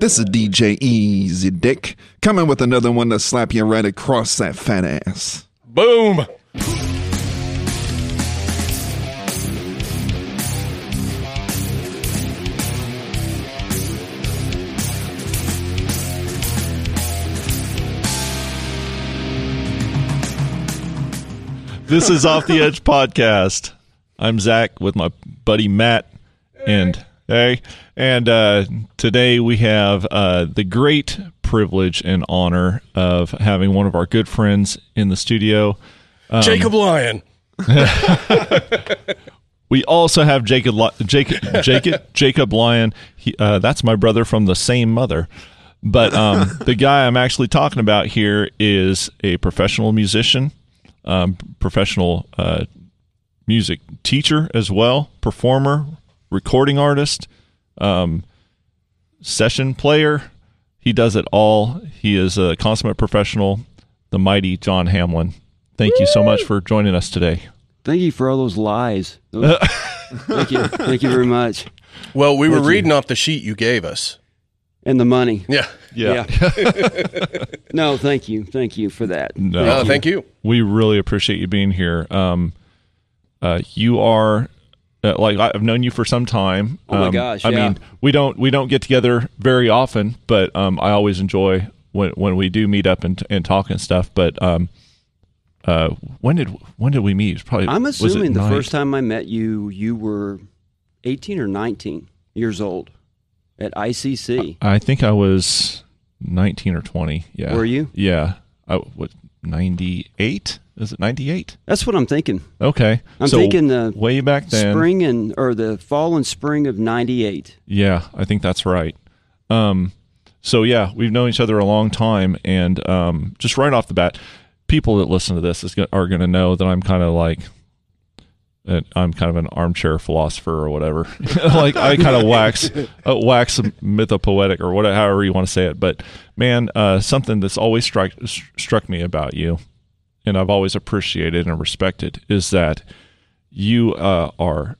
This is DJ Easy Dick coming with another one to slap you right across that fat ass. Boom. This is Off the Edge podcast. I'm Zach with my buddy Matt, and hey, and uh, today we have uh, the great privilege and honor of having one of our good friends in the studio. Jacob Lyon. We also have Jacob Li- Jacob Jacob Jacob Lyon. He, uh, that's my brother from the same mother. But um, the guy I'm actually talking about here is a professional musician, um, professional uh, music teacher as well, performer, recording artist, um, session player. He does it all. He is a consummate professional. The mighty John Hamlin. Thank you so much for joining us today. Thank you for all those lies. Those- thank you. Thank you very much. Well, we were reading off the sheet you gave us. And the money. Yeah. Yeah. no, thank you. Thank you for that. No. Uh, thank you. we really appreciate you being here. Um, uh, you are uh, like I've known you for some time. Oh my Um, gosh, I yeah. mean, we don't we don't get together very often, but um, I always enjoy when when we do meet up and and talk and stuff. But um, uh, when did when did we meet? It was Probably I'm was it assuming the nine- first time I met you, you were 18 or 19 years old at ICC. I think I was nineteen or twenty. Yeah, Were you? Yeah, I what ninety eight? Is it ninety eight? That's what I'm thinking. Okay, I'm So thinking the way back then. Spring and or the fall and spring of 98. Yeah, I think that's right. Um, so yeah, we've known each other a long time, and um, just right off the bat, people that listen to this is gonna, are going to know that I'm kind of like, that I'm kind of an armchair philosopher or whatever. like I kind of wax, uh, wax mythopoetic or whatever, however you want to say it. But man, uh, something that's always struck struck me about you, and I've always appreciated and respected is that you uh, are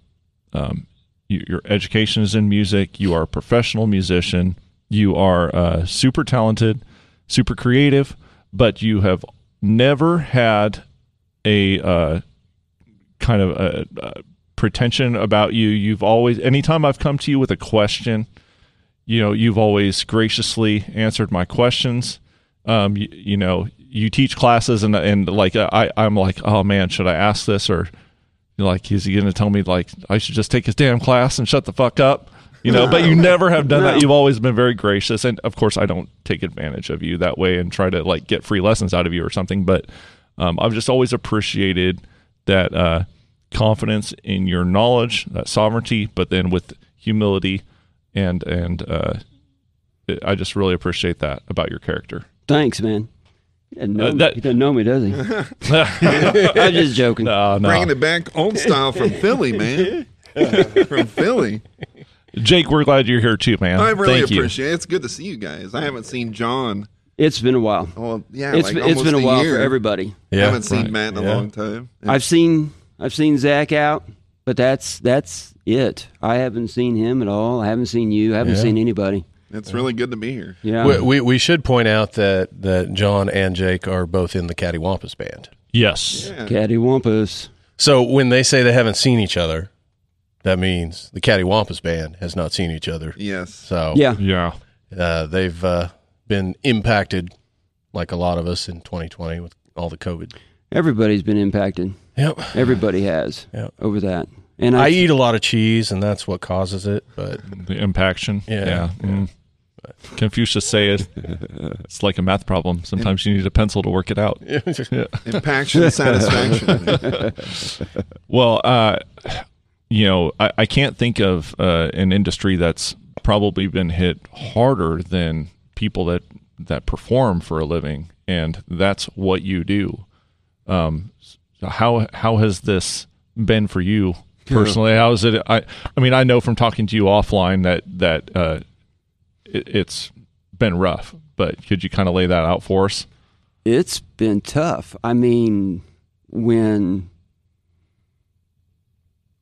you, your education is in music. You are a professional musician. You are uh, super talented, super creative, but you have never had a uh, kind of a, a pretension about you. You've always, anytime I've come to you with a question, you know, you've always graciously answered my questions. Um, you, you know, you teach classes, and and like I, I'm like, oh man, should I ask this or you're like, is he going to tell me like I should just take his damn class and shut the fuck up? You know, but you never have done that. You've always been very gracious, and of course, I don't take advantage of you that way and try to like get free lessons out of you or something. But um, I've just always appreciated that uh, confidence in your knowledge, that sovereignty, but then with humility, and and uh, I just really appreciate that about your character. Thanks, man. He doesn't know, Uh, me. that- He doesn't know me, does he? I'm just joking. Uh, no, Bringing it back old style from Philly, man. from Philly. Jake, we're glad you're here too, man. I really Thank you. appreciate it. It's good to see you guys. I haven't seen John. It's been a while. Well, yeah, It's like been- it's almost been a while year. for everybody. I haven't seen right. Matt in a Yeah. long time. I've seen I've seen Zach out, but that's that's it. I haven't seen him at all. I haven't seen you. I haven't seen anybody. It's really good to be here. Yeah. We, we, we should point out that, that John and Jake are both in the Cattywampus band. Yes. Cattywampus. So when they say they haven't seen each other, that means the Cattywampus band has not seen each other. Yes. So Yeah. Yeah. uh, they've uh, been impacted, like a lot of us in 2020 with all the COVID. Everybody's been impacted. Yep. Everybody has Yeah. over that. And I, I eat a lot of cheese, and that's what causes it. But The impaction. Yeah. mm. Confucius says it's like a math problem. Sometimes you need a pencil to work it out. Impaction, satisfaction. Well, uh, you know, I, I can't think of uh, an industry that's probably been hit harder than people that that perform for a living, and that's what you do. Um, so how how has this been for you personally? How is it? I I mean, I know from talking to you offline that that uh, it, it's been rough, but could you kind of lay that out for us? it's been tough. I mean, when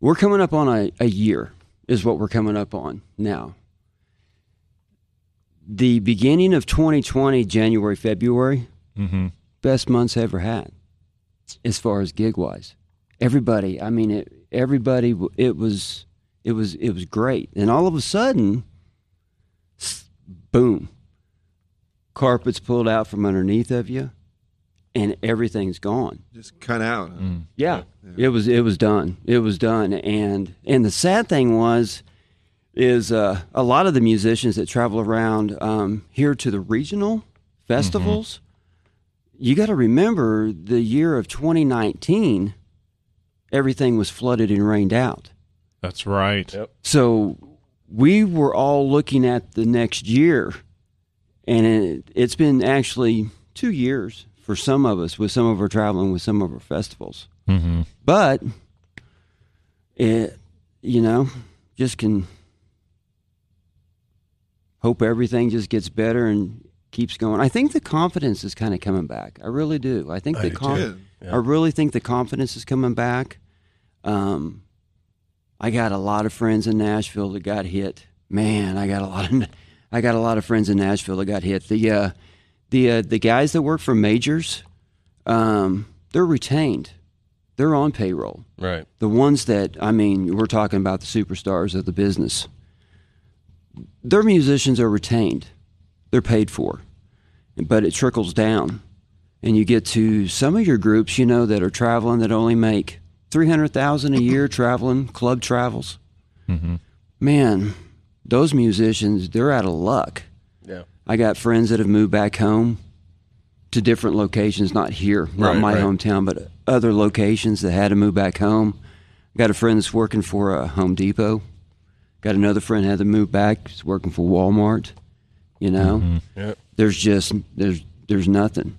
we're coming up on a, a year is what we're coming up on now. the beginning of 2020, January, February, Mm-hmm. best months I ever had as far as gig wise. Everybody, I mean, it, everybody, w- it was, it was, it was great. And all of a sudden, s- boom, carpets pulled out from underneath of you, and everything's gone. Just cut out. huh? Yeah. It was it was done. It was done. And and the sad thing was is uh, a lot of the musicians that travel around um, here to the regional festivals, you got to remember the year of 2019, everything was flooded and rained out. That's right. Yep. So we were all looking at the next year, and it, it's been actually two years for some of us with some of our traveling, with some of our festivals. Mm-hmm. But it, you know, just can hope everything just gets better and keeps going. I think the confidence is kind of coming back. I really do. I think I the do too. confidence. Yeah. I really think the confidence is coming back. Um, I got a lot of friends in Nashville that got hit. Man, I got a lot of I got a lot of friends in Nashville that got hit. The uh, the uh, the guys that work for majors, um, they're retained. They're on payroll. Right. The ones that I mean, we're talking about the superstars of the business. Their musicians are retained. They're paid for. But it trickles down and you get to some of your groups, you know, that are traveling that only make three hundred thousand a year traveling club travels. Man, those musicians they're out of luck. Yeah. I got friends that have moved back home to different locations, not here, not Right, my right. hometown, but other locations that had to move back home. I got a friend that's working for a Home Depot. Got another friend had to move back. He's working for Walmart. You know, Yeah. there's just there's there's nothing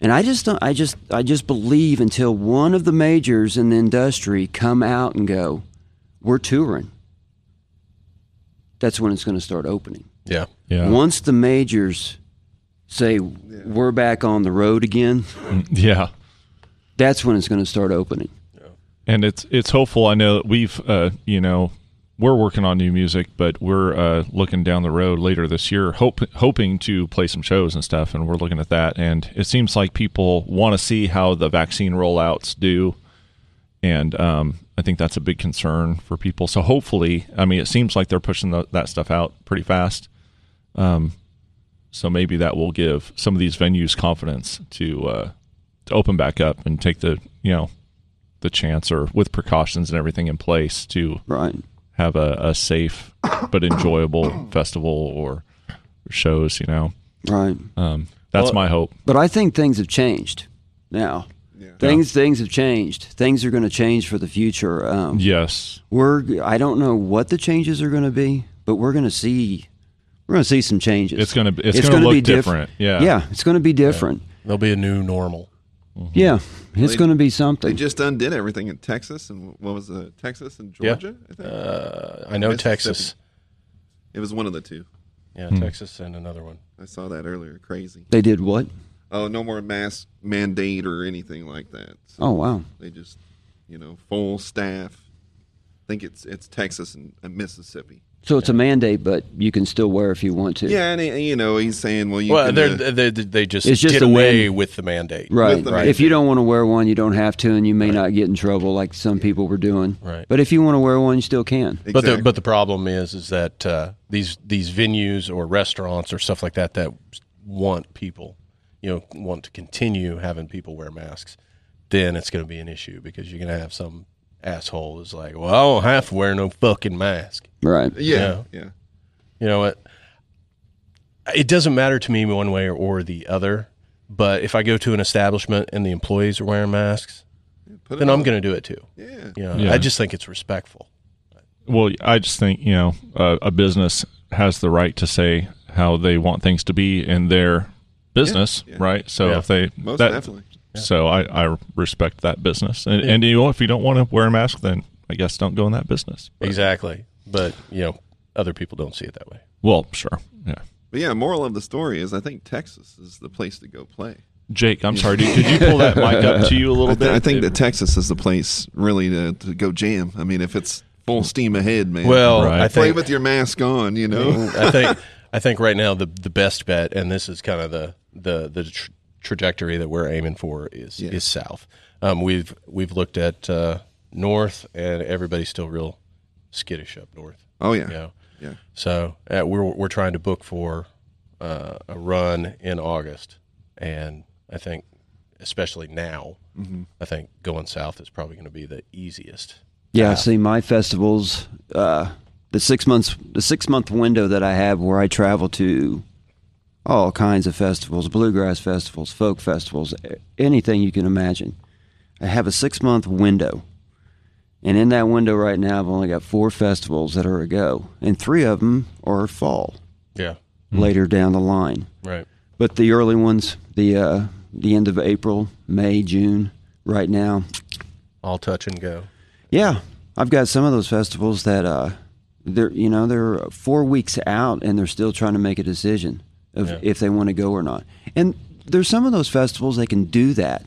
and i just don't i just i just believe until one of the majors in the industry come out and go we're touring that's when it's going to start opening Yeah. Yeah. once the majors say we're back on the road again Yeah. that's when it's going to start opening and it's it's hopeful. I know that we've uh, you know we're working on new music, but we're uh, looking down the road later this year, hope, hoping to play some shows and stuff. And we're looking at that, and it seems like people want to see how the vaccine rollouts do, and um, I think that's a big concern for people. So hopefully, I mean, it seems like they're pushing the, that stuff out pretty fast. Um, so maybe that will give some of these venues confidence to uh, to open back up and take the you know the chance or with precautions and everything in place to right have a, a safe but enjoyable festival or shows, you know. right Um, that's Well- my hope. but i think things have changed now Yeah. things things have changed things are going to change for the future um, Yes. we're I don't know what the changes are going to be, but we're going to see we're going to see some changes. It's gonna be- it's gonna gonna look be diff- different. Yeah. Mm-hmm. yeah, it's going to be different. There'll be a new normal. Yeah, it's going to be They something. just undid everything in Texas and what was it? Texas and Yeah. Georgia? I think. Uh, I know Mississippi. Texas. It was one of the two. Yeah, Hmm. Texas and another one. I saw that earlier. Crazy. they did what? Oh, no more mask mandate or anything like that. So Oh wow, They just, you know, full staff. I think it's it's Texas and, and Mississippi. so it's a mandate, but you can still wear if you want to. Yeah, and, he- you know, he's saying, well, you well, can, they're, uh, they they they just, It's just did a away with the mandate. Right. With the If you don't want to wear one, you don't have to, and you may not get in trouble like some people were doing. Right. But if you want to wear one, you still can. But the exactly. but the problem is is that uh, these these venues or restaurants or stuff like that that want people, you know, want to continue having people wear masks, then it's going to be an issue because you're going to have some asshole who's like, well, I don't have to wear no fucking mask. Right. yeah, yeah, You know what? It doesn't matter to me one way or, or the other. But if I go to an establishment and the employees are wearing masks, Put then it I'm on. going to do it too. Yeah, You know, Yeah. I just think it's respectful. Well, I just think you know a, a business has the right to say how they want things to be in their business, Yeah. right? So Yeah. if they most that- definitely. so I, I respect that business, and, and you know if you don't want to wear a mask, then I guess don't go in that business. But- Exactly. But, you know, other people don't see it that way. Well, sure, yeah. But yeah, moral of the story is I think Texas is the place to go play. Jake, I'm sorry, dude, could you pull that mic up to you a little I, thi- bit? I think that Texas is the place really to, to go jam. I mean, if it's full steam ahead, man. Well, Right. I play think with your mask on, you know. I think I think right now the the best bet, and this is kind of the the the tr- trajectory that we're aiming for is is south. Um, we've we've looked at uh, north, and everybody's still real skittish up north. Oh yeah. You know? Yeah. So uh, we're we're trying to book for uh, a run in August, and I think especially now, I think going south is probably going to be the easiest. Yeah, see, my festivals, uh, the six months, the six month window that I have where I travel to all kinds of festivals, bluegrass festivals, folk festivals, a- anything you can imagine. I have a six month window, and in that window right now, I've only got four festivals that are a go, and three of them are fall Yeah. later down the line. Right. But the early ones, the uh, the end of April, May, June, right now, All touch and go. yeah, I've got some of those festivals that uh, they're you know they're four weeks out and they're still trying to make a decision of if they want to go or not. And there's some of those festivals that can do that.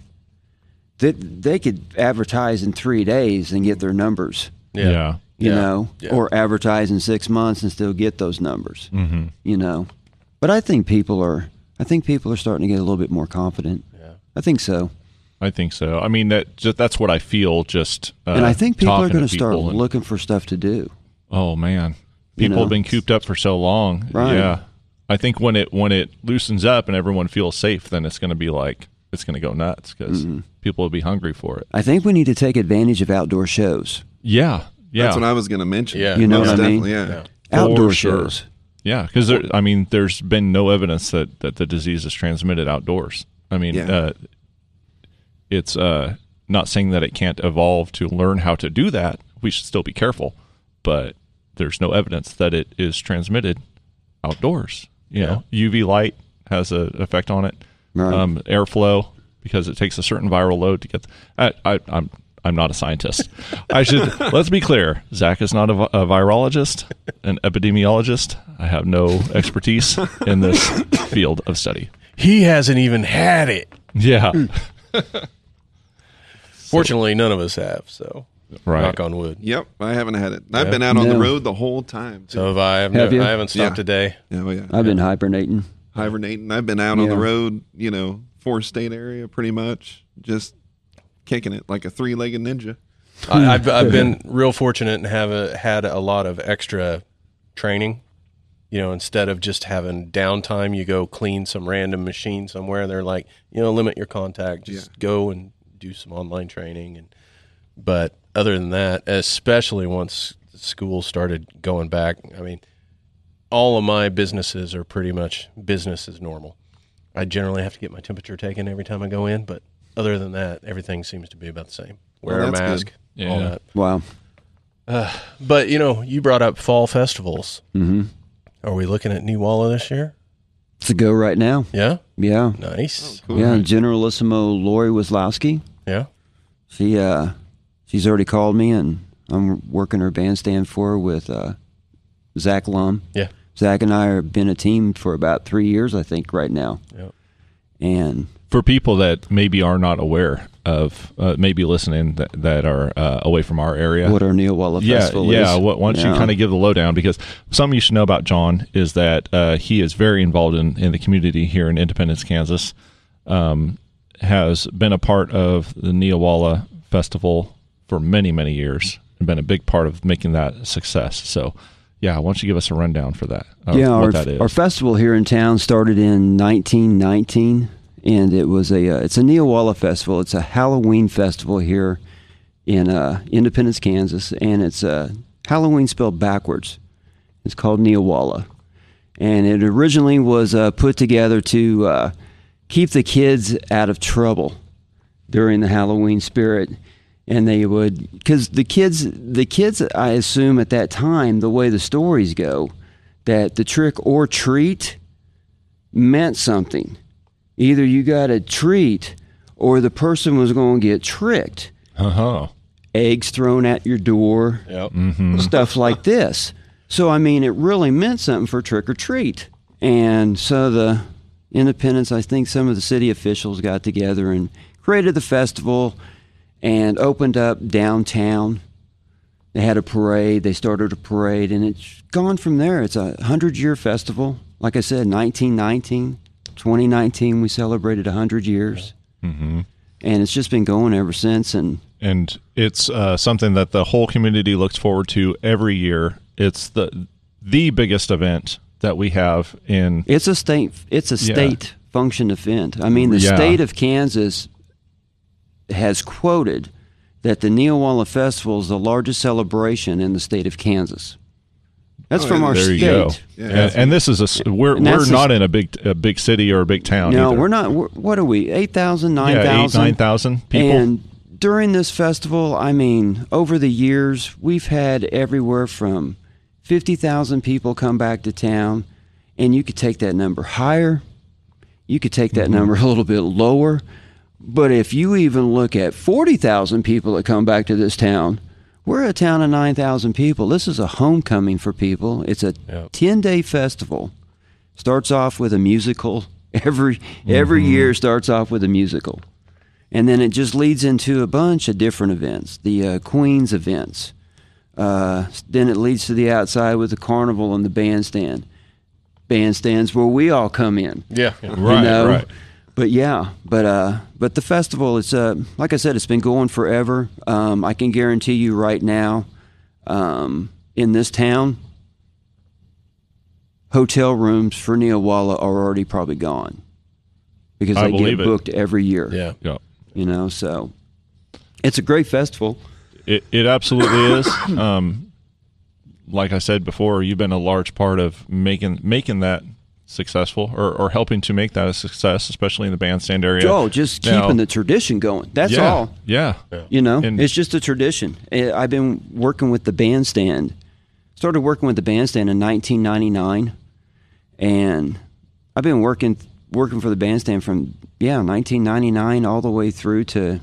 That they could advertise in three days and get their numbers, Yeah. Yeah. you Yeah. know, Yeah. or advertise in six months and still get those numbers, mm-hmm. you know. But I think people are, I think people are starting to get a little bit more confident. Yeah. I think so. I think so. I mean that just, that's what I feel. Just uh, and I think people are talking going to start people and- looking for stuff to do. Oh man, You people know? have been cooped up for so long. Right. Yeah, I think when it when it loosens up and everyone feels safe, then it's going to be like it's going to go nuts because Mm-hmm. people will be hungry for it. I think we need to take advantage of outdoor shows. Yeah, yeah, That's what I was gonna mention. Yeah. You know Most what I mean? definitely, Yeah. outdoor sure. shows. yeah. Because I mean, there's been no evidence that that the disease is transmitted outdoors. I mean, Yeah. uh, it's uh, not saying that it can't evolve to learn how to do that. We should still be careful, but there's no evidence that it is transmitted outdoors. You know, UV light has an effect on it. Right. Um, airflow because it takes a certain viral load to get. I, I, I'm I'm not a scientist. I should let's be clear. Zach is not a, vi- a virologist, an epidemiologist. I have no expertise in this field of study. He hasn't even had it. Yeah, Fortunately, none of us have. So, Right. knock on wood. Yep. I haven't had it. I've been out on the No. road the whole time. too. So have I. I've Have never- you? I haven't stopped Yeah. a day. oh yeah. I've been hibernating. hibernating. I've been out on the Yeah. road, you know, four state area pretty much, just kicking it like a three legged ninja. Hmm. I, I've, I've been real fortunate and have a, had a lot of extra training. You know, instead of just having downtime, you go clean some random machine somewhere. They're like, you know, limit your contact. Just go and do some online training. And but other than that, especially once school started going back, I mean, all of my businesses are pretty much business as normal. I generally have to get my temperature taken every time I go in, but other than that, everything seems to be about the same. Wear Well, a that's good. mask, all Yeah. that. Wow. But you know, you brought up fall festivals. Mm-hmm. Are we looking at New Walla this year? It's a go right now. Yeah, Yeah. nice. Yeah. Generalissimo Lori Wislowski. Yeah, She uh she's already called me and I'm working her bandstand for her with uh Zach Lum. yeah, Zach and I have been a team for about three years, I think, right now. Yep. And for people that maybe are not aware of, uh, maybe listening that, that are uh, away from our area, what our Neil Walla yeah, Festival is. Yeah, wh- why don't you Yeah. kind of give the lowdown? Because something you should know about John is that uh, he is very involved in, in the community here in Independence, Kansas. Um, has been a part of the Neowalla Festival for many, many years and been a big part of making that a success. So, yeah, why don't you give us a rundown for that? of yeah, what our, that is. our festival here in town started in 1919, and it was a uh, it's a Neowalla festival. It's a Halloween festival here in uh, Independence, Kansas, and it's uh, Halloween spelled backwards. It's called Neowalla, and it originally was uh, put together to uh, keep the kids out of trouble during the Halloween spirit. And they would, because the kids, the kids, I assume at that time, the way the stories go, that the trick or treat meant something. Either you got a treat or the person was going to get tricked. uh-huh. Eggs thrown at your door, yeah. stuff like this. So, I mean, it really meant something for trick or treat. And so the independents, I think some of the city officials got together and created the festival and opened up downtown. They had a parade, they started a parade, and it's gone from there. It's a 100 year festival, Like I said, 1919, 2019, we celebrated 100 years. And it's just been going ever since. And and it's uh, something that the whole community looks forward to every year. It's the the biggest event that we have in It's a state. It's a Yeah. state function event. I mean, the Yeah. state of Kansas has quoted that the Neowalla Festival is the largest celebration in the state of Kansas. That's Oh, from and our there you state. go. Yeah. And, and this is a s- we're And we're that's not in a big a big city or a big town. No, either. we're not. We're, what are we? 8,000, Yeah, eight 9,000? nine thousand people. And during this festival, I mean, over the years, we've had everywhere from 50,000 people come back to town, and you could take that number higher. You could take that number a little bit lower. But if you even look at 40,000 people that come back to this town, we're a town of 9,000 people. This is a homecoming for people. It's a Yep. 10 day festival. Starts off with a musical. Every, every year starts off with a musical. And then it just leads into a bunch of different events, the uh, Queen's events. Uh, then it leads to the outside with the carnival and the bandstand. Bandstands where we all come in. Yeah. Right, You know? right. But yeah, but uh, but the festival, it's uh, like I said, it's been going forever. Um, I can guarantee you right now, um, in this town, hotel rooms for Neowalla are already probably gone because I they get believe it. booked every year Yeah. Yeah. you know so it's a great festival It, it absolutely is. Um, like I said before, you've been a large part of making making that successful or, or helping to make that a success, especially in the bandstand area. oh just keeping Now- the tradition going that's yeah, all Yeah. you know And- it's just a tradition Eh, i've been working with the bandstand started working with the bandstand in 1999 and i've been working working for the bandstand from yeah 1999 all the way through to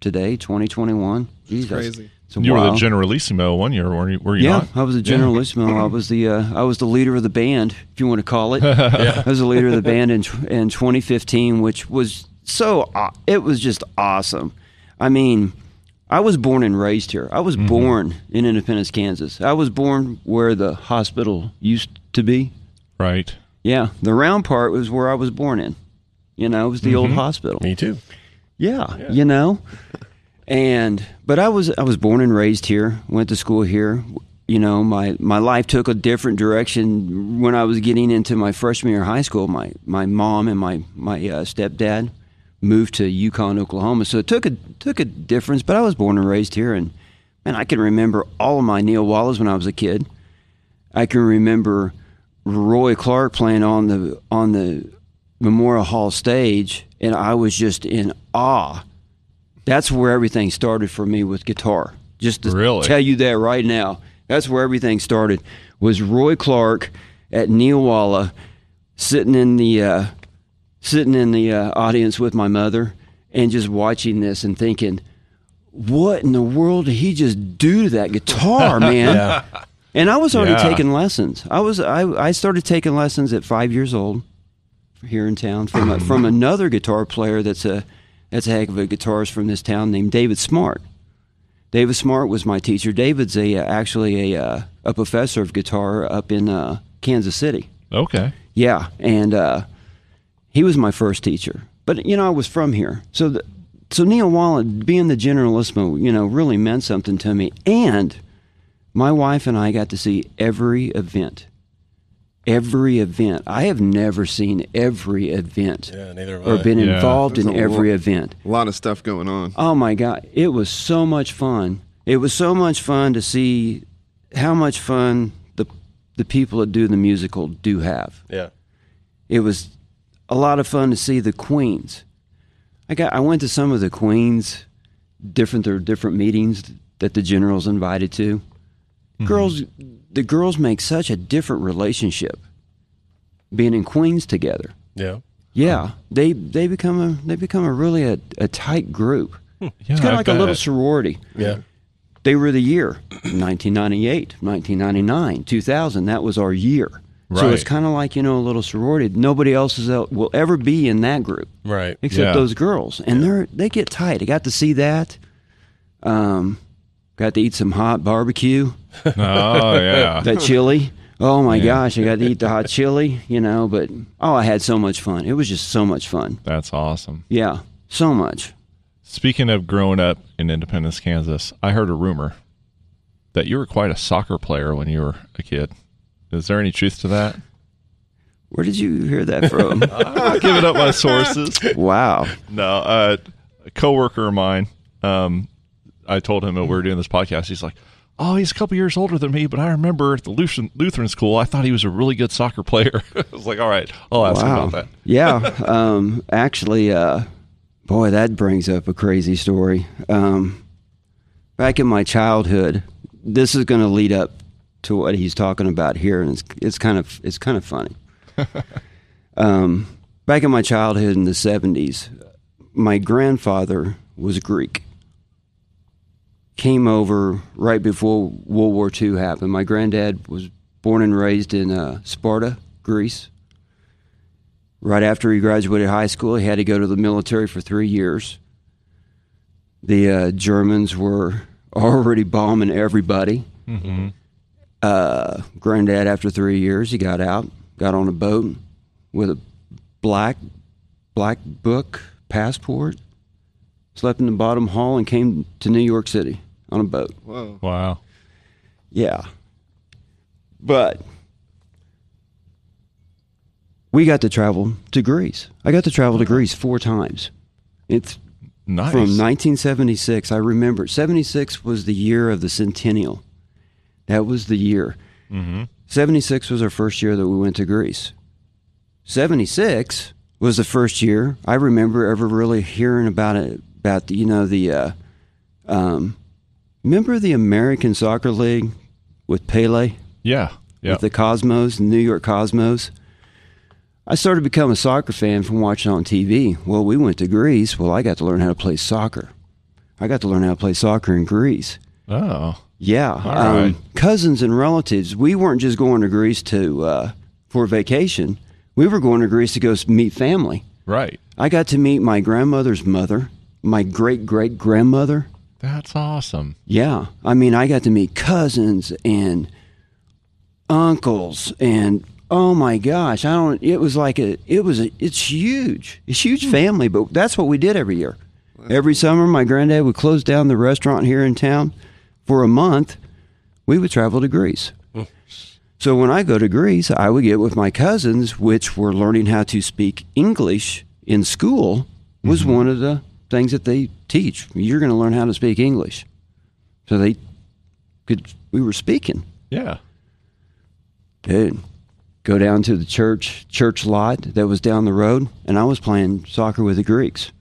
today 2021 Jesus. crazy. It's a You were while. the generalissimo one year, weren't you? Were you Yeah, not? I was the generalissimo. I was the uh, I was the leader of the band, if you want to call it. I was the leader of the band in tw- in 2015, which was so aw- it was just awesome. I mean, I was born and raised here. I was born in Independence, Kansas. I was born where the hospital used to be. Right. Yeah, the round part was where I was born in. You know, it was the old hospital. Me too. Yeah, you know, and but I was I was born and raised here, went to school here. You know, my my life took a different direction when I was getting into my freshman year of high school. My my mom and my my uh, stepdad moved to Yukon, Oklahoma, so it took a took a difference. But I was born and raised here, and man, I can remember all of my Neil Wallace when I was a kid. I can remember Roy Clark playing on the on the Memorial Hall stage, and I was just in awe. That's where everything started for me with guitar. Just to Really? tell you that right now, that's where everything started. Was Roy Clark at Neowalla sitting in the uh, sitting in the uh, audience with my mother and just watching this and thinking, what in the world did he just do to that guitar, man? And I was already Yeah. taking lessons. I was I, I started taking lessons at five years old here in town from a, from another guitar player that's a that's a heck of a guitarist from this town named David Smart. David Smart was my teacher. David's a uh, actually a uh, a professor of guitar up in uh, Kansas City. Okay. Yeah, and uh, he was my first teacher. But you know, I was from here, so the, so Neil Wallen being the generalissimo, you know, really meant something to me. And my wife and I got to see every event, every event. I have never seen every event Yeah. Neither of or us. been Yeah. involved in There's a every lot. event. A lot of stuff going on. Oh my God. It was so much fun. It was so much fun to see how much fun the, the people that do the musical do have. Yeah. It was a lot of fun to see the Queens. I got I went to some of the Queens different there were different meetings that the generals invited to. Mm-hmm. Girls the girls make such a different relationship being in Queens together. Yeah. Yeah, they they become a they become a really a, a tight group. Yeah, it's kind I of like a little bet. sorority. Yeah. They were the year 1998, 1999, 2000. That was our year. So Right. it's kind of like you know a little sorority. Nobody else is el- will ever be in that group Right. except Yeah. those girls, and they're they get tight. I got to see that. Um, got to eat some hot barbecue, Oh yeah. that chili. Oh my gosh, I got to eat the hot chili, you know, but oh, I had so much fun. It was just so much fun. That's awesome. Yeah, so much. Speaking of growing up in Independence, Kansas, I heard a rumor that you were quite a soccer player when you were a kid. Is there any truth to that? Where did you hear that from? I'm giving up my sources. wow. No, uh, a coworker of mine. Um, I told him that we were doing this podcast. He's like, "Oh, he's a couple years older than me, but I remember at the Lutheran, Lutheran school. I thought he was a really good soccer player." I was like, "All right, I'll ask him Wow. about that." yeah. Um, actually, uh, boy, that brings up a crazy story. Um, back in my childhood, this is going to lead up to what he's talking about here, and it's it's kind of it's kind of funny. um, back in my childhood in the seventies, my grandfather was Greek. Came over right before World War II happened. My granddad was born and raised in uh, Sparta, Greece. Right after he graduated high school, he had to go to the military for three years. The uh, Germans were already bombing everybody. Uh, granddad, after three years, he got out, got on a boat with a black black book passport, slept in the bottom hall, and came to New York City on a boat. Wow. Yeah. But we got to travel to Greece. I got to travel to Greece four times. It's Nice. from 1976. I remember 76 was the year of the centennial. That was the year. Mhm. 76 was our first year that we went to Greece. 76 was the first year I remember ever really hearing about it about the, you know the uh, um, remember the American Soccer League with Pele yeah. Yeah. with the Cosmos, the New York Cosmos. I started to become a soccer fan from watching on TV. Well, we went to Greece. Well, I got to learn how to play soccer. I got to learn how to play soccer in Greece. oh. Yeah, um, right. cousins and relatives. We weren't just going to Greece to uh, for vacation. We were going to Greece to go s- meet family. Right. I got to meet my grandmother's mother, my great great grandmother. That's awesome. Yeah. I mean, I got to meet cousins and uncles and oh my gosh, I don't it was like a it was a it's huge. It's huge family, but that's what we did every year. Every summer my granddad would close down the restaurant here in town for a month. We would travel to Greece. So when I go to Greece, I would get with my cousins, which were learning how to speak English in school was one of the things that they teach. You're going to learn how to speak English. So they could, we were speaking. Yeah. Dude, go down to the church, church lot that was down the road, and I was playing soccer with the Greeks.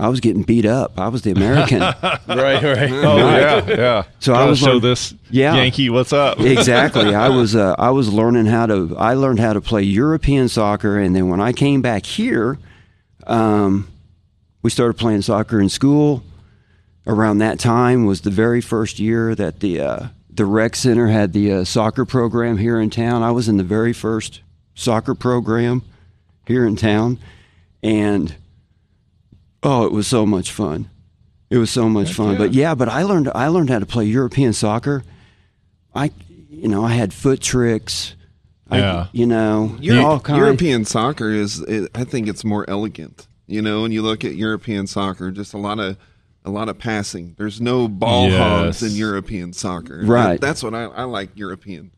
I was getting beat up. I was the American. Right, right. Oh yeah. Yeah. So I Gotta was show like- this Yeah. Yankee what's up. exactly. I was uh, I was learning how to I learned how to play European soccer, and then when I came back here, um, we started playing soccer in school. Around that time was the very first year that the uh, the rec center had the uh, soccer program here in town. I was in the very first soccer program here in town, and oh, it was so much fun. It was so much fun. But yeah, but I learned I learned how to play European soccer. I, you know, I had foot tricks. Yeah. I, you know, Europe- all kinds. European soccer is, it, I think it's more elegant, you know. And you look at European soccer, just a lot of a lot of passing. There's no ball hogs Yes. in European soccer. Right. That's what I, I like European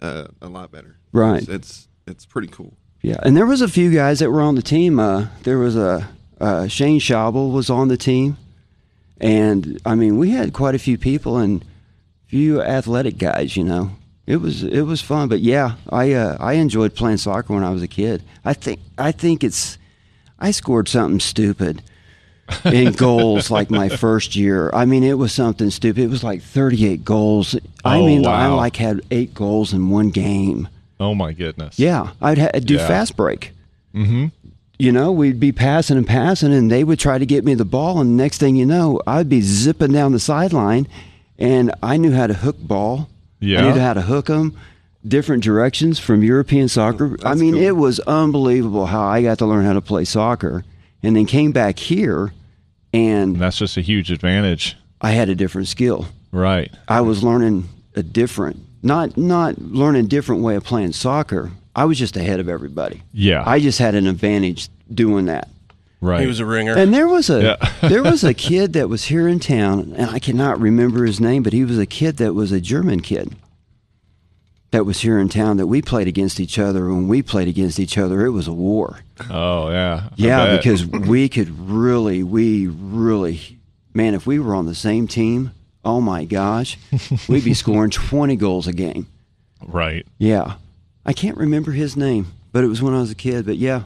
uh, a lot better. Right. It's, it's it's pretty cool. Yeah, and there was a few guys that were on the team. Uh, there was a uh, Shane Schauble was on the team, and I mean we had quite a few people and few athletic guys. You know, it was it was fun. But yeah, I uh, I enjoyed playing soccer when I was a kid. I think I think it's I scored something stupid in goals like my first year. I mean it was something stupid. It was like thirty eight goals. I Oh, mean I wow. like had eight goals in one game. Oh my goodness. Yeah, I'd ha- do Yeah. fast break. Mm-hmm. You know, we'd be passing and passing, and they would try to get me the ball, and next thing you know, I'd be zipping down the sideline, and I knew how to hook ball. I Yeah. knew how to hook them, different directions from European soccer. I mean, cool. it was unbelievable how I got to learn how to play soccer, and then came back here, And and that's just a huge advantage. I had a different skill. Right. I was learning a different not not learn a different way of playing soccer. I was just ahead of everybody. Yeah. I just had an advantage doing that. Right. He was a ringer. And there was a Yeah. there was a kid that was here in town, and I cannot remember his name, but he was a kid that was a German kid that was here in town that we played against each other. When we played against each other, it was a war. oh yeah. I Yeah, bet. because we could really, we really, man, if we were on the same team, oh my gosh, we'd be scoring twenty goals a game. right. Yeah, I can't remember his name, but it was when I was a kid. But yeah,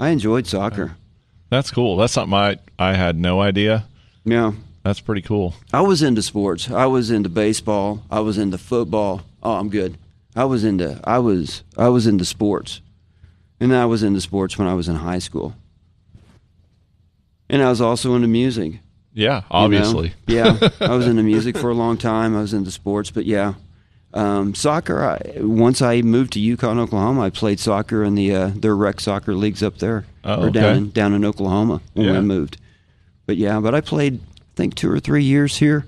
I enjoyed soccer. That's cool. That's something I I had no idea. Yeah. That's pretty cool. I was into sports. I was into baseball. I was into football. Oh, I'm good. I was into I was I was into sports. And I was into sports when I was in high school. And I was also into music. you know? Yeah. Obviously. Yeah. I was into music for a long time. I was into sports, but yeah. Um, soccer. I, once I moved to Yukon, Oklahoma, I played soccer in the uh, their rec soccer leagues up there, Oh, or down okay. in down in Oklahoma when Yeah. we moved. But yeah, but I played I think two or three years here.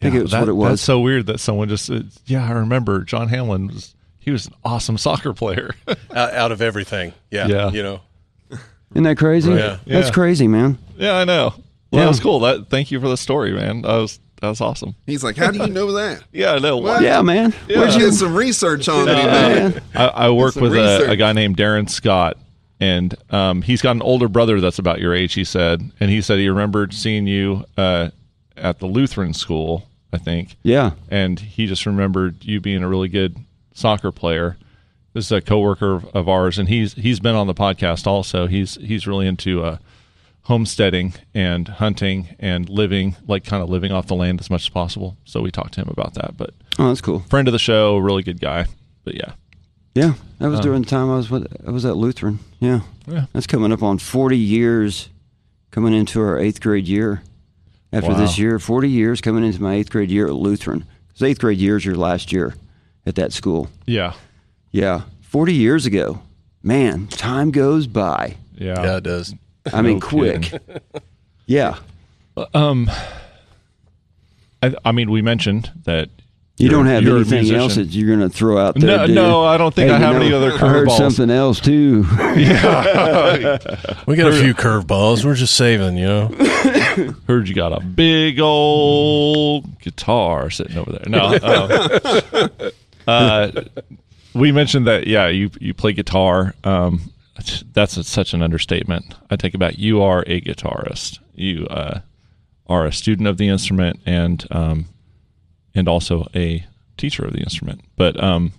I think it was that- what it was. That's so weird that someone just. uh, yeah, I remember John Hamlin was. He was an awesome soccer player. out, out of everything. Yeah. Yeah. You know, Isn't that crazy? Right. Yeah. That's crazy, man. yeah, I know. Well, Yeah. That was cool. That thank you for the story, man. That was that was awesome. He's like, how do you know that? Yeah, I know. What? Yeah, man. Where'd you get some research on it? Man. I, I work some with a, a research. guy named Darren Scott, and um, he's got an older brother that's about your age. He said, and he said he remembered seeing you uh, at the Lutheran school, I think, Yeah. and he just remembered you being a really good soccer player. This is a coworker of- of ours, and he's he's been on the podcast also. He's he's really into uh, homesteading and hunting and living like kind of living off the land as much as possible. So we talked to him about that. But Oh, that's cool. friend of the show, really good guy. But yeah, Yeah, that was during the time I was with, I was at Lutheran. Yeah. Oh. Yeah. That's coming up on 40 years, coming into our eighth grade year. After Wow. this year, 40 years coming into my eighth grade year at Lutheran. 'Cause eighth grade year is your last year at that school. yeah, Yeah, 40 years ago. Man, time goes by. yeah. yeah, it does. I mean, No quick. Yeah. I, I mean, we mentioned that You you're- don't have you're a anything musician. else that you're going to throw out there. No, do you? no, I don't think I you have any other I heard curveballs. something else too. We got a few curveballs. We're just saving, you know. Heard you got a big old guitar sitting over there. No, uh, uh, we mentioned that. Yeah, you you play guitar. Um, that's a, such an understatement. I take it back. You are a guitarist. You uh, are a student of the instrument and um, and also a teacher of the instrument. But um,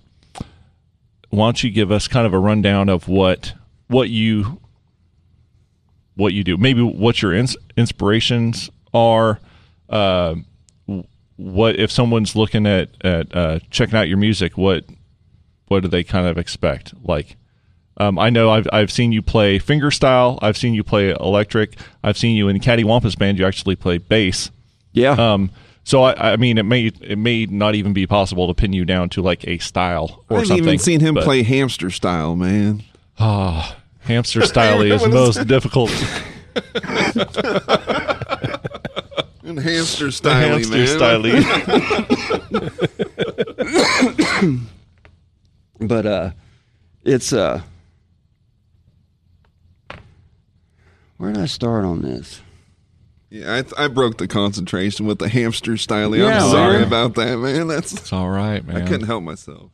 why don't you give us kind of a rundown of what what you what you do, maybe what your ins- inspirations are. Uh, w- what if someone's looking at at uh, checking out your music? What what do they kind of expect? Like, um, I know I've I've seen you play fingerstyle. I've seen you play electric. I've seen you in Caddy Wampus Band. You actually play bass. yeah. Um, so I, I mean, it may it may not even be possible to pin you down to like a style or I haven't something. even seen him but- play hamster style, man. hamster style is most difficult. Hamster style, hamster man. style. but uh it's uh where did i start on this Yeah, I, th- I broke the concentration with the hamster style. Yeah, I'm sorry man. about that, man. That's It's all right, man. I couldn't help myself.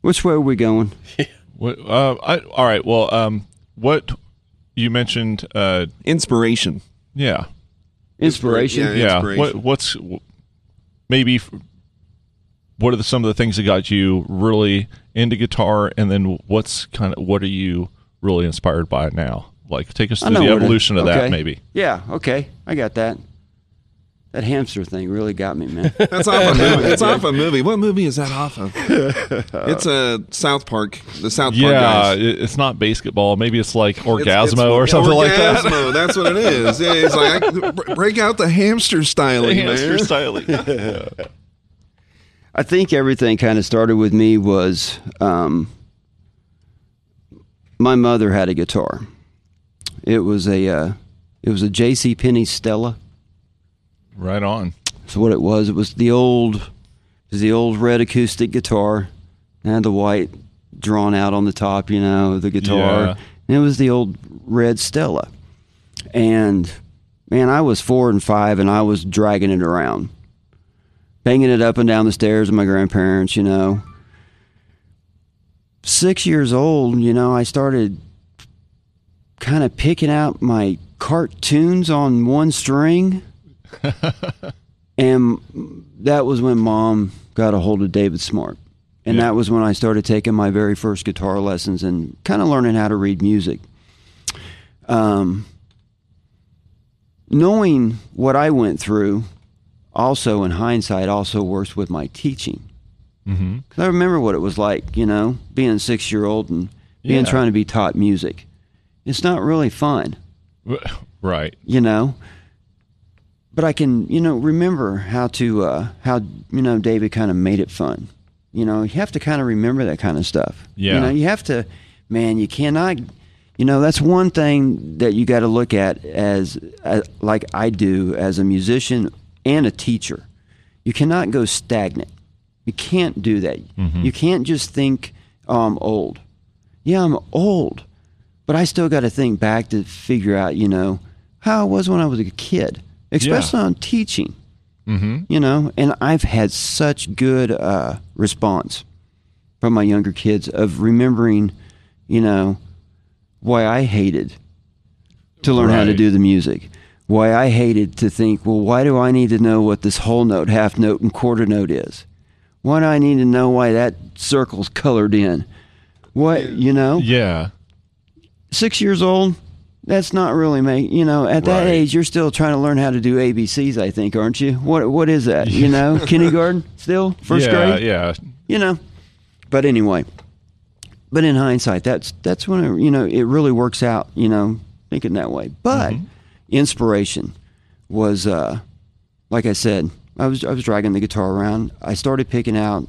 which way are we going What, uh, I, all right. Well, um, what you mentioned, uh, Inspiration. yeah, inspiration Yeah. yeah. Inspiration. What, what's maybe? f- What are the, some of the things that got you really into guitar, and then what's kind of what are you really inspired by now? Like, take us I through the know what it- evolution of okay. that, maybe. yeah okay i got that that hamster thing really got me man That's off a movie. It's off a movie. What movie is that off of? It's a South Park. The South Park Yeah, guys. it, it's not basketball. Maybe it's like Orgasmo It's- it's- or something like that. Orgasmo, That's what it is. Yeah, it's like I- br- break out the hamster styling, man. Hamster styling. I think everything kind of started with me was um, my mother had a guitar. It was a uh, it was a J.C. Penney Stella. right on. So what it was, it was the old, it was the old red acoustic guitar, and the white drawn out on the top, you know, the guitar. Yeah. And it was the old red Stella, and man, I was four and five, and I was dragging it around, banging it up and down the stairs with my grandparents, you know. Six years old, you know, I started kind of picking out my cartoons on one string. and that was when mom got a hold of David Smart. And that was when I started taking my very first guitar lessons and kind of learning how to read music. Um, knowing what I went through, also in hindsight, also works with my teaching. Mm-hmm. 'Cause I remember what it was like, you know, being six year old and being Yeah. trying to be taught music. It's not really fun Right. you know but i can you know remember how to uh how you know david kind of made it fun you know you have to kind of remember that kind of stuff Yeah. you know you have to man you cannot you know that's one thing that you got to look at as, as like i do as a musician and a teacher you cannot go stagnant you can't do that you can't just think oh, i'm old yeah i'm old but I still got to think back to figure out, you know, how I was when I was a kid, especially on teaching, Mm-hmm. you know. And I've had such good uh, response from my younger kids of remembering, you know, why I hated to learn how to Right. do the music, why I hated to think, well, why do I need to know what this whole note, half note, and quarter note is? Why do I need to know why that circle's colored in? What, you know? Yeah. six years old, that's not really make you know. At that Right. age, you're still trying to learn how to do ABCs, I think, aren't you? What what is that? You know, kindergarten still, first yeah, grade, Yeah. you know. But anyway, but in hindsight, that's that's when it, you know it really works out. You know, thinking that way. But inspiration was, uh, like I said, I was I was dragging the guitar around. I started picking out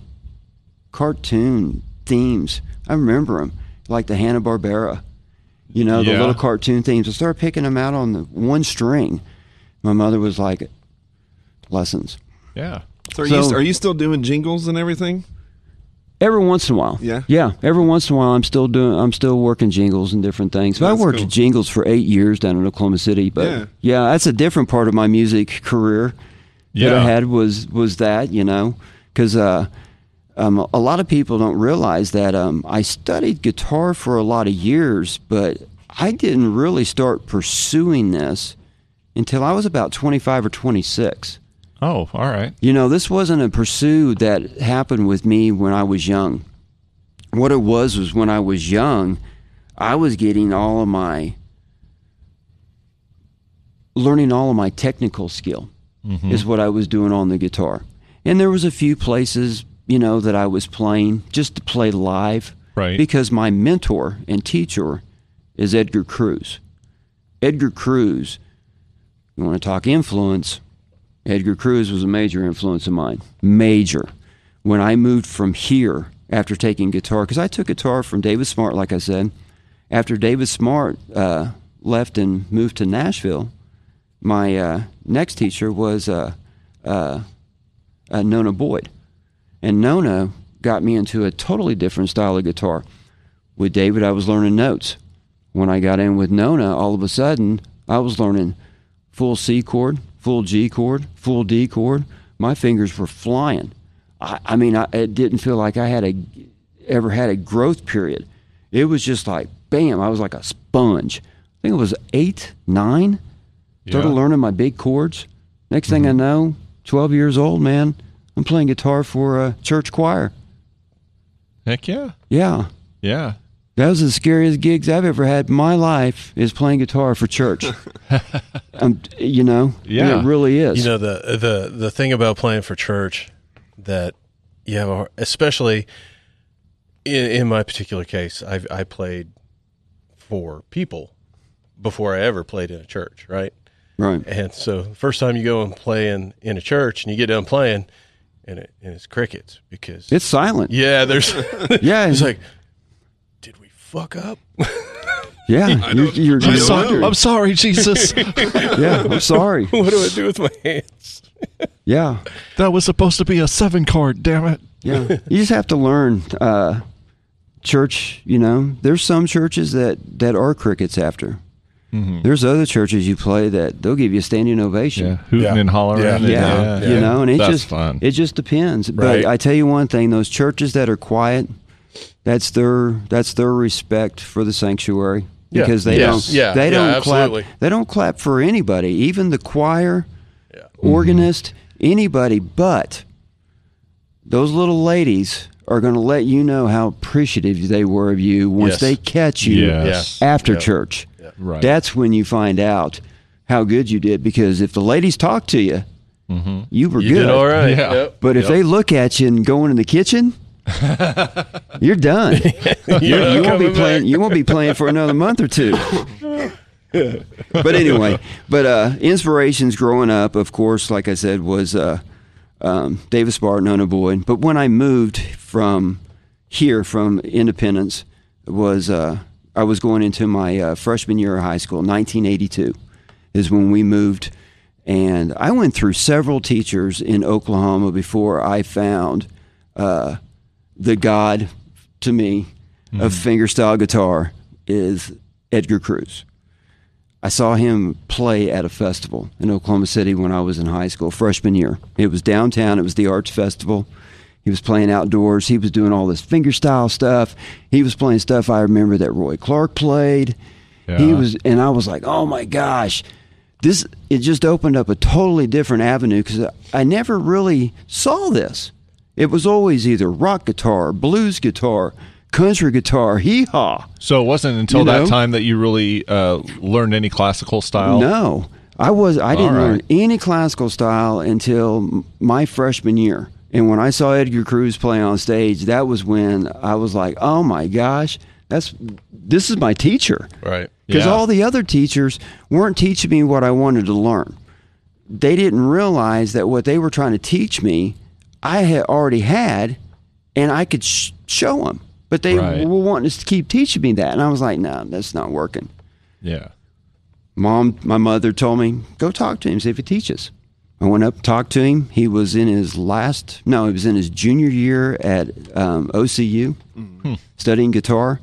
cartoon themes. I remember them, like the Hanna Barbera. You know, the Yeah. little cartoon themes. I started picking them out on the one string. My mother was like, "Lessons Yeah. So are, So- you, are you still doing jingles and everything? every once in a while." Yeah? yeah. Every once in a while, I'm still doing. I'm still working jingles and different things. But I That's worked cool. jingles for eight years down in Oklahoma City. But Yeah. yeah. that's a different part of my music career that Yeah. I had was was that you know because uh, um, a lot of people don't realize that um, I studied guitar for a lot of years, but I didn't really start pursuing this until I was about 25 or 26. Oh, all right. You know, this wasn't a pursuit that happened with me when I was young. What it was was when I was young, I was getting all of my learning all of my technical skill is what I was doing on the guitar. And there was a few places, you know, that I was playing just to play live. Right. Because my mentor and teacher is Edgar Cruz. Edgar Cruz, you want to talk influence, Edgar Cruz was a major influence of mine. Major. When I moved from here after taking guitar, because I took guitar from David Smart, like I said. After David Smart uh, left and moved to Nashville, my uh, next teacher was uh, uh, uh, Nona Boyd. And Nona got me into a totally different style of guitar. With David, I was learning notes. When I got in with Nona, all of a sudden, I was learning full C chord, full G chord, full D chord. My fingers were flying. I, I mean, I, it didn't feel like I had a ever had a growth period. It was just like bam. I was like a sponge. I think it was eight, nine. Started Yeah. learning my big chords. Next thing I know, twelve years old, man, I'm playing guitar for a church choir. Heck yeah. Yeah. Yeah. That was the scariest gigs I've ever had in my life is playing guitar for church. um, you know, And Yeah. it really is. You know the the the thing about playing for church that you have, a, har- especially in, in my particular case, I I played for people before I ever played in a church, right? right? And so the first time you go and play in, in a church and you get done playing, and, it, and it's crickets because It's silent. yeah, there's Yeah, it's like, did we fuck up? yeah. You're, you're, I you're don't know. wondering. I'm sorry, Jesus. Yeah, I'm sorry. what do I do with my hands? Yeah. That was supposed to be a seven card. Damn it! Yeah. you just have to learn. Uh, church, you know, there's some churches that, that are crickets after. There's other churches you play that they'll give you a standing ovation. Yeah, hooting Yeah. and hollering. Yeah. and- Yeah, you know, and it That's just fun. it just depends. Right. But I tell you one thing: those churches that are quiet, that's their that's their respect for the sanctuary Yeah. because they Yes. don't Yeah. they Yeah, don't absolutely. clap they don't clap for anybody, even the choir, Mm-hmm. organist, anybody. But those little ladies are going to let you know how appreciative they were of you once Yes. they catch you Yes. after Yeah. church. Right. That's when you find out how good you did because if the ladies talk to you, you were Mm-hmm. You good. did all right. Yeah. Yep. But if they look at you and go in the kitchen, you're done. You're not you won't be coming playing. You won't be playing for another month or two. but anyway, but uh, inspirations growing up, of course, like I said, was uh, um, Davis Barton, Ona Boyd. But when I moved from here, from Independence, was uh, I was going into my uh, freshman year of high school, 1982, is when we moved, and I went through several teachers in Oklahoma before I found uh, the god to me of fingerstyle guitar is Edgar Cruz. I saw him play at a festival in Oklahoma City when I was in high school, freshman year. It was downtown, it was the Arts Festival. He was playing outdoors, he was doing all this fingerstyle stuff. He was playing stuff I remember that Roy Clark played. He Yeah. was and I was like, "Oh my gosh, this it just opened up a totally different avenue because I never really saw this. It was always either rock guitar, blues guitar, country guitar, hee haw. So it wasn't until You that know? time that you really uh, learned any classical style. No, I was I All didn't right. learn any classical style until m- my freshman year. And when I saw Edgar Cruz play on stage, that was when I was like, "Oh my gosh, that's this is my teacher." Right. because Yeah. all the other teachers weren't teaching me what I wanted to learn. They didn't realize that what they were trying to teach me, I had already had, and I could sh- show them. But they Right. were wanting to keep teaching me that, and I was like, "No, that's not working." Yeah. Mom, my mother told me, "Go talk to him, see if he teaches." I went up, talked to him. He was in his last, no, he was in his junior year at um, OCU studying guitar,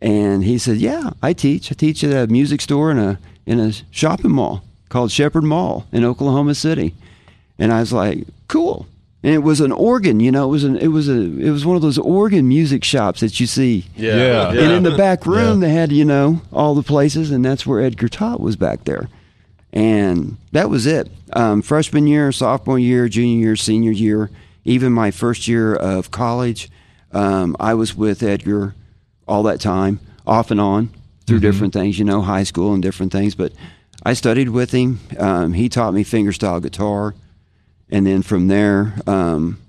and he said, "Yeah, I teach. I teach at a music store in a in a shopping mall called Shepherd Mall in Oklahoma City." And I was like, "Cool." And it was an organ, you know. It was an it was a it was one of those organ music shops that you see Yeah. Yeah. and in the back room, they had, you know, all the places, and that's where Edgar Todd was back there. And that was it. Um, freshman year, sophomore year, junior year, senior year, even my first year of college, um, I was with Edgar all that time, off and on, through Mm-hmm. different things, you know, high school and different things. But I studied with him. Um, he taught me fingerstyle guitar. And then from there, um,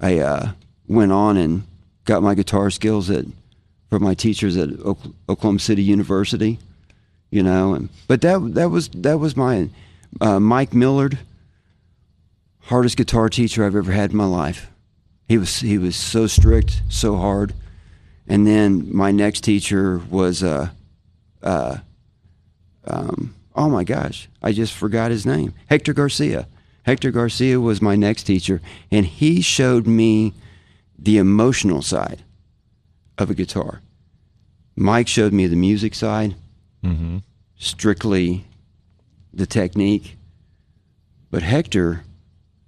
I uh, went on and got my guitar skills at from my teachers at Ok- Oklahoma City University. You know, and but that that was that was my uh, Mike Millard hardest guitar teacher I've ever had in my life. He was he was so strict, so hard. And then my next teacher was uh, uh, um, oh my gosh, I just forgot his name, Hector Garcia. Hector Garcia was my next teacher, and he showed me the emotional side of a guitar. Mike showed me the music side, strictly the technique, but Hector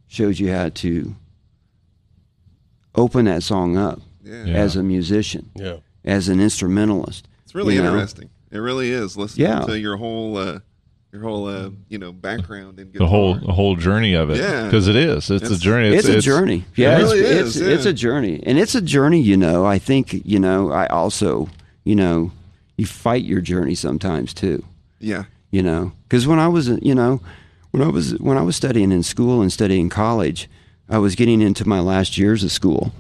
showed you how to open that song up Yeah. as a musician, Yeah. as an instrumentalist. It's really you know? interesting. It really is. Listen Yeah. to your whole, uh, your whole, uh, you know, background and The whole the whole journey of it. Yeah. Because it is. It's, a It's- journey. It's, a journey. Yeah, It it's, really it's, is, it's yeah. a journey. And it's a journey, you know. I think, you know, I also, you know, you fight your journey sometimes too. Yeah. you know because when i was you know when i was when i was studying in school and studying college i was getting into my last years of school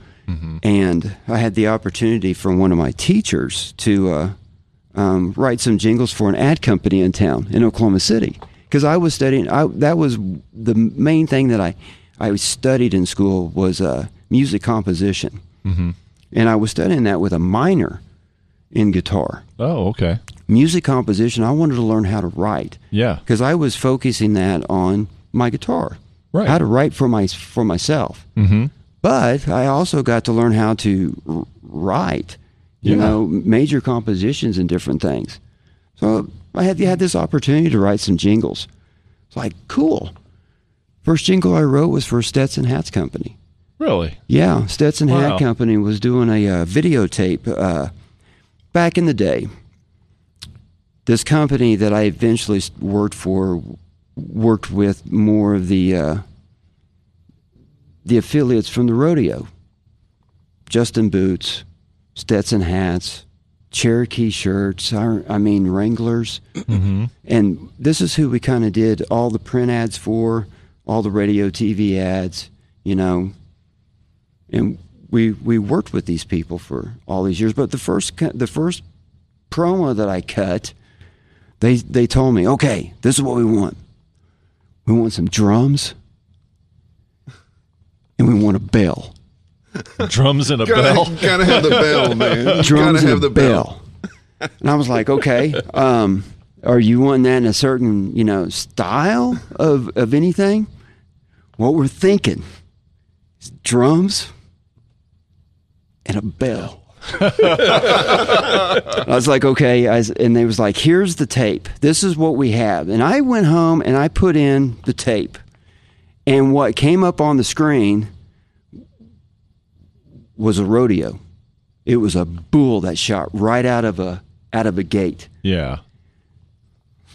and i had the opportunity from one of my teachers to uh, um, write some jingles for an ad company in town in oklahoma city because i was studying I, that was the main thing that i i studied in school was uh, music composition and i was studying that with a minor in guitar Oh, okay. music composition i wanted to learn how to write Yeah. because I was focusing that on my guitar. Right. how to write for my for myself. Mm-hmm. But I also got to learn how to r- write, you Yeah. know, major compositions and different things. So I had had this opportunity to write some jingles. It's like cool. First jingle I wrote was for Stetson Hats Company. Really? Yeah, Stetson Wow. Hat Company was doing a uh, videotape uh, back in the day. This company that I eventually s- worked for worked with more of the uh, the affiliates from the rodeo. Justin Boots, Stetson hats, Cherokee shirts, I, I mean Wranglers. And this is who we kind of did all the print ads for, all the radio TV ads, you know, and we we worked with these people for all these years. But the first cu- the first promo that I cut, they they told me, okay, this is what we want. We want some drums, and we want a bell. Drums and a Gotta, bell. gotta have the bell, man. Drums gotta and have a the bell. bell. and I was like, okay, um, are you wanting that in a certain you know style of of anything? What we're thinking is drums and a bell. I was like, okay. I, s- and they was like, here's the tape. This is what we have. And I went home and I put in the tape. And what came up on the screen was a rodeo. It was a bull that shot right out of a out of a gate. Yeah.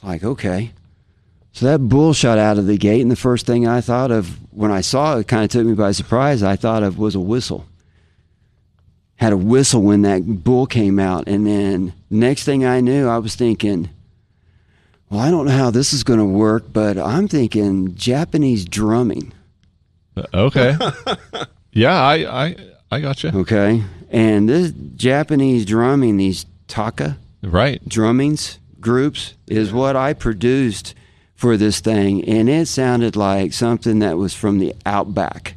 Like, okay. So that bull shot out of the gate, and the first thing I thought of when I saw it, kind of took me by surprise. I thought of was a whistle. Had a whistle when that bull came out, and then next thing I knew, I was thinking, "Well, I don't know how this is going to work, but I'm thinking Japanese drumming." Uh, Okay. yeah, I I I got you. Okay, and this Japanese drumming, these taka, Right. drummings groups is what I produced for this thing, and it sounded like something that was from the outback.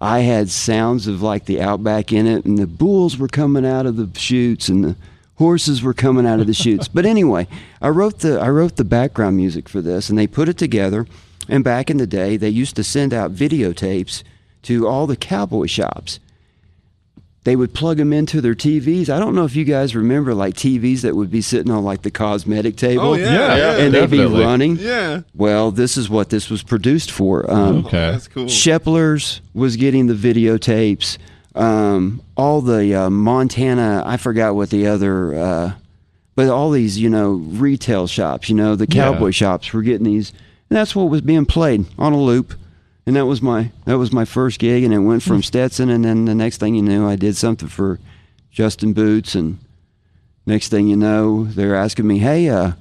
I had sounds of like the outback in it, and the bulls were coming out of the chutes, and the horses were coming out of the chutes. But anyway, I wrote the I wrote the background music for this, and they put it together. And back in the day, they used to send out videotapes to all the cowboy shops they would plug them into their TVs. I don't know if you guys remember like TVs that would be sitting on like the cosmetic table. Oh, Yeah, yeah, and they'd be definitely. running. Yeah. Well, this is what this was produced for. Um, Okay. Oh, That's cool. Shepler's was getting the videotapes. Um, all the uh, Montana, I forgot what the other, uh, but all these, you know, retail shops, you know, the Yeah. cowboy shops were getting these. And that's what was being played on a loop. And that was my that was my first gig, and it went from Stetson, and then the next thing you knew, I did something for Justin Boots, and next thing you know, they're asking me, "Hey, uh,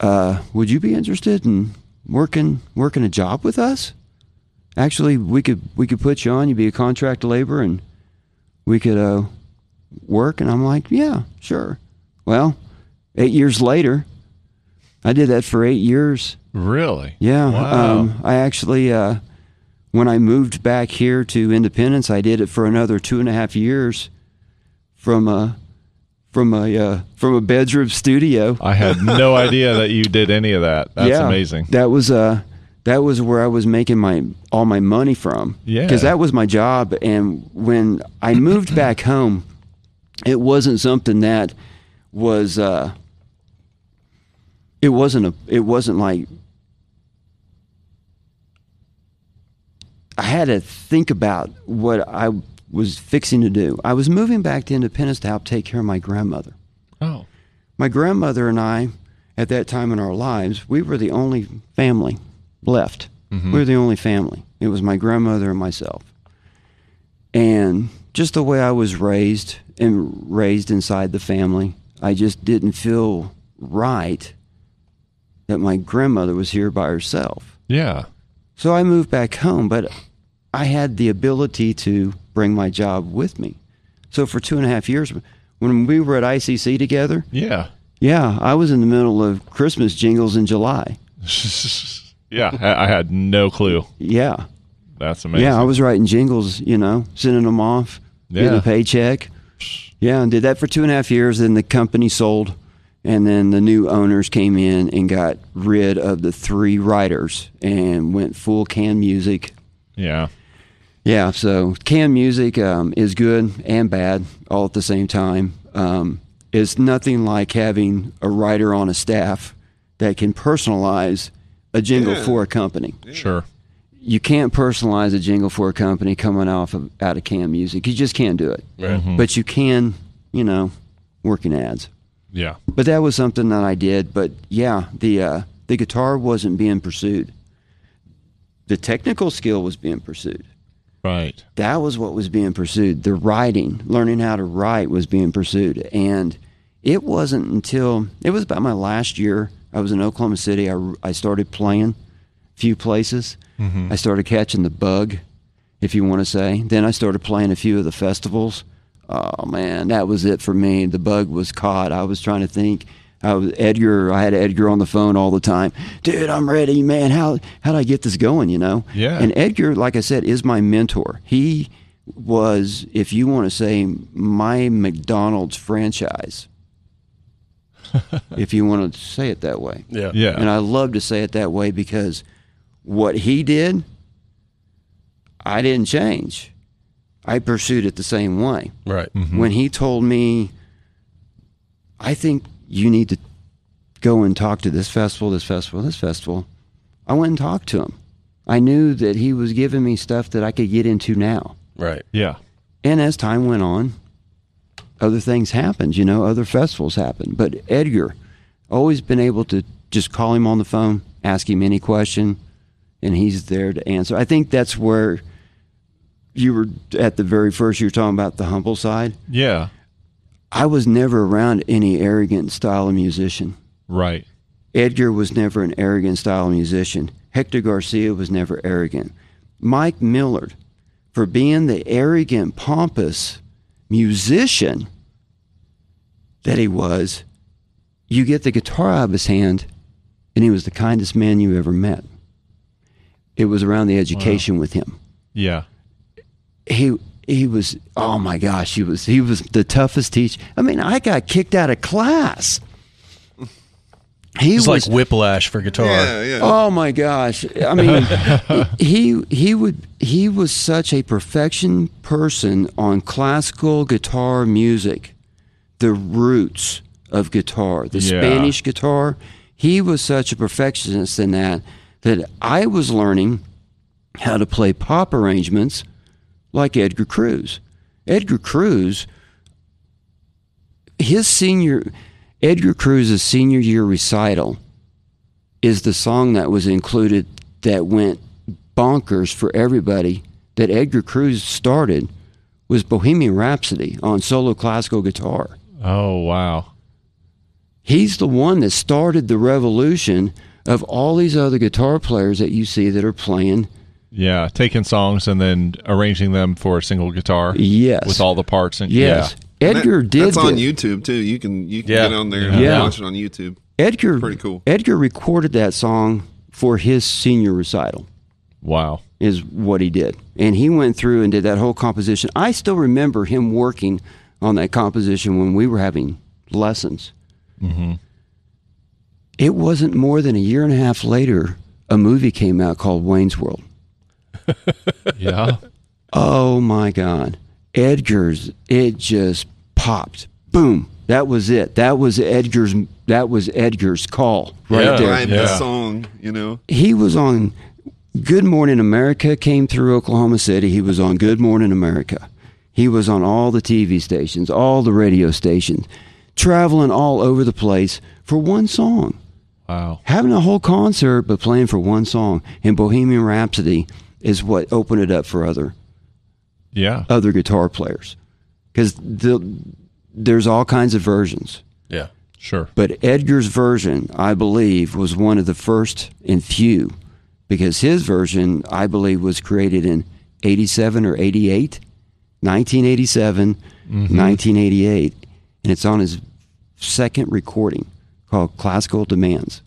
uh, would you be interested in working working a job with us?" actually we could we could put you on you'd be a contract laborer and we could uh work and i'm like yeah sure well eight years later i did that for eight years Really? yeah Wow. um, i actually uh when i moved back here to independence i did it for another two and a half years from a from a uh, from a bedroom studio I had no idea that you did any of that. That's yeah, amazing. That was uh that was where I was making my all my money from. Yeah. Because that was my job and when I moved back home, it wasn't something that was uh it wasn't a it wasn't like I had to think about what I was fixing to do. I was moving back to Independence to help take care of my grandmother Oh. my grandmother and I, at that time in our lives, we were the only family left. We were the only family. It was my grandmother and myself. And just the way I was raised and raised inside the family, I just didn't feel right that my grandmother was here by herself. Yeah. So I moved back home, but I had the ability to bring my job with me. So for two and a half years, when we were at ICC together, Yeah. yeah, I was in the middle of Christmas jingles in July. yeah. I, I had no clue. Yeah. That's amazing. Yeah, I was writing jingles, you know, sending them off, getting Yeah. a paycheck. Yeah, and did that for two and a half years. Then the company sold And then the new owners came in and got rid of the three writers and went full can music. Yeah. Yeah, so can music um, is good and bad all at the same time. Um, it's nothing like having a writer on a staff that can personalize a jingle Yeah. for a company. Sure. You can't personalize a jingle for a company coming off of out of can music. You just can't do it. Right. But you can, you know, working ads. Yeah. But that was something that I did. But yeah, the uh, the guitar wasn't being pursued. The technical skill was being pursued. Right. That was what was being pursued. The writing, learning how to write, was being pursued. And it wasn't until it was about my last year. I was in Oklahoma City. I, I started playing a few places. I started catching the bug, if you want to say. Then I started playing a few of the festivals. Oh man, that was it for me. The bug was caught. I was trying to think. I was Edgar. I had Edgar on the phone all the time. Dude, I'm ready, man. How how do I get this going? You know. Yeah. And Edgar, like I said, is my mentor. He was, if you want to say, my McDonald's franchise, if you want to say it that way. Mm-hmm. Yeah. Yeah. And I love to say it that way because what he did, I didn't change. I pursued it the same way. Right. When he told me, I think you need to go and talk to this festival, this festival, this festival, I went and talked to him. I knew that he was giving me stuff that I could get into now. Right. yeah. And as time went on, other things happened, you know, other festivals happened. But Edgar, always been able to just call him on the phone, ask him any question, and he's there to answer. I think that's where you were at the very first, you were talking about the humble side. Yeah. I was never around any arrogant style of musician. Right. Edgar was never an arrogant style musician. Hector Garcia was never arrogant. Mike Millard, for being the arrogant, pompous musician that he was, you get the guitar out of his hand, and he was the kindest man you ever met. It was around the education with him. Yeah. He he was oh my gosh, he was he was the toughest teacher. I mean, I got kicked out of class. He It's was like whiplash for guitar. Yeah, yeah. Oh my gosh! I mean, he he would he was such a perfection person on classical guitar music, the roots of guitar, the Yeah. Spanish guitar. He was such a perfectionist in that that I was learning how to play pop arrangements like Edgar Cruz. Edgar Cruz, his senior, Edgar Cruz's senior year recital is the song that was included that went bonkers for everybody that Edgar Cruz started was Bohemian Rhapsody on solo classical guitar. Oh wow. He's the one that started the revolution of all these other guitar players that you see that are playing. Yeah. Taking songs and then arranging them for a single guitar. Yes. With all the parts and Yes. That- Edgar did That's on thi- YouTube too. You can you can Yeah. get on there Yeah. and watch it on YouTube. Edgar Pretty cool. Edgar recorded that song for his senior recital. Wow. is what he did. And he went through and did that whole composition. I still remember him working on that composition when we were having lessons. Mm-hmm. It wasn't more than a year and a half later, a movie came out called Wayne's World. Yeah. Oh my God. Edgar's, it just popped. Boom. That was it. That was Edgar's. That was Edgar's call right Yeah. there. Right, the yeah. song, you know. he was on Good Morning America came through Oklahoma City. He was on Good Morning America. He was on all the TV stations, all the radio stations, traveling all over the place for one song. wow. Having a whole concert but playing for one song. And Bohemian Rhapsody is what opened it up for other Yeah. other guitar players. Cuz the, there's all kinds of versions. Yeah. Sure. But Edgar's version, I believe, was one of the first and few because his version, I believe, was created in 87 or 88, 1987, 1988. And it's on his second recording called Classical Demands.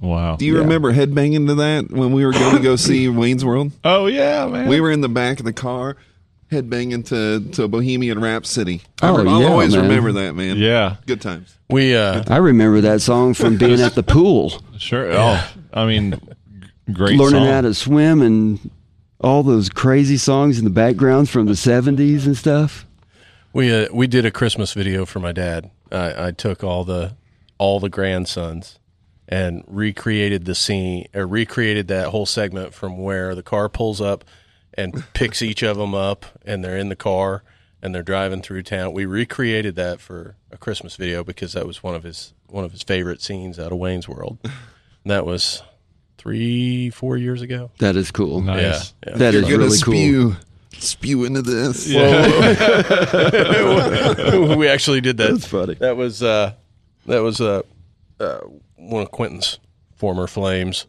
Wow. Do you remember headbanging to that when we were going to go see Wayne's World? Oh yeah, man. We were in the back of the car. headbanging to, to Bohemian Rhapsody. Oh, I, will yeah, always man. remember that, man. Yeah, Good times. We uh, I remember that song from being at the pool, sure. Oh, I mean, g- great. learning song. how to swim, and all those crazy songs in the background from the '70s and stuff. We uh, we did a Christmas video for my dad. I, I took all the all the grandsons and recreated the scene, or recreated that whole segment from where the car pulls up and picks each of them up, and they're in the car and they're driving through town. We recreated that for a Christmas video because that was one of his one of his favorite scenes out of Wayne's World. And that was three four years ago. That is cool. Nice. Yeah, yeah. That You're is gonna really cool. spew spew into this. we actually did that. That's funny. That was uh, that was uh, uh, one of Quentin's former flames.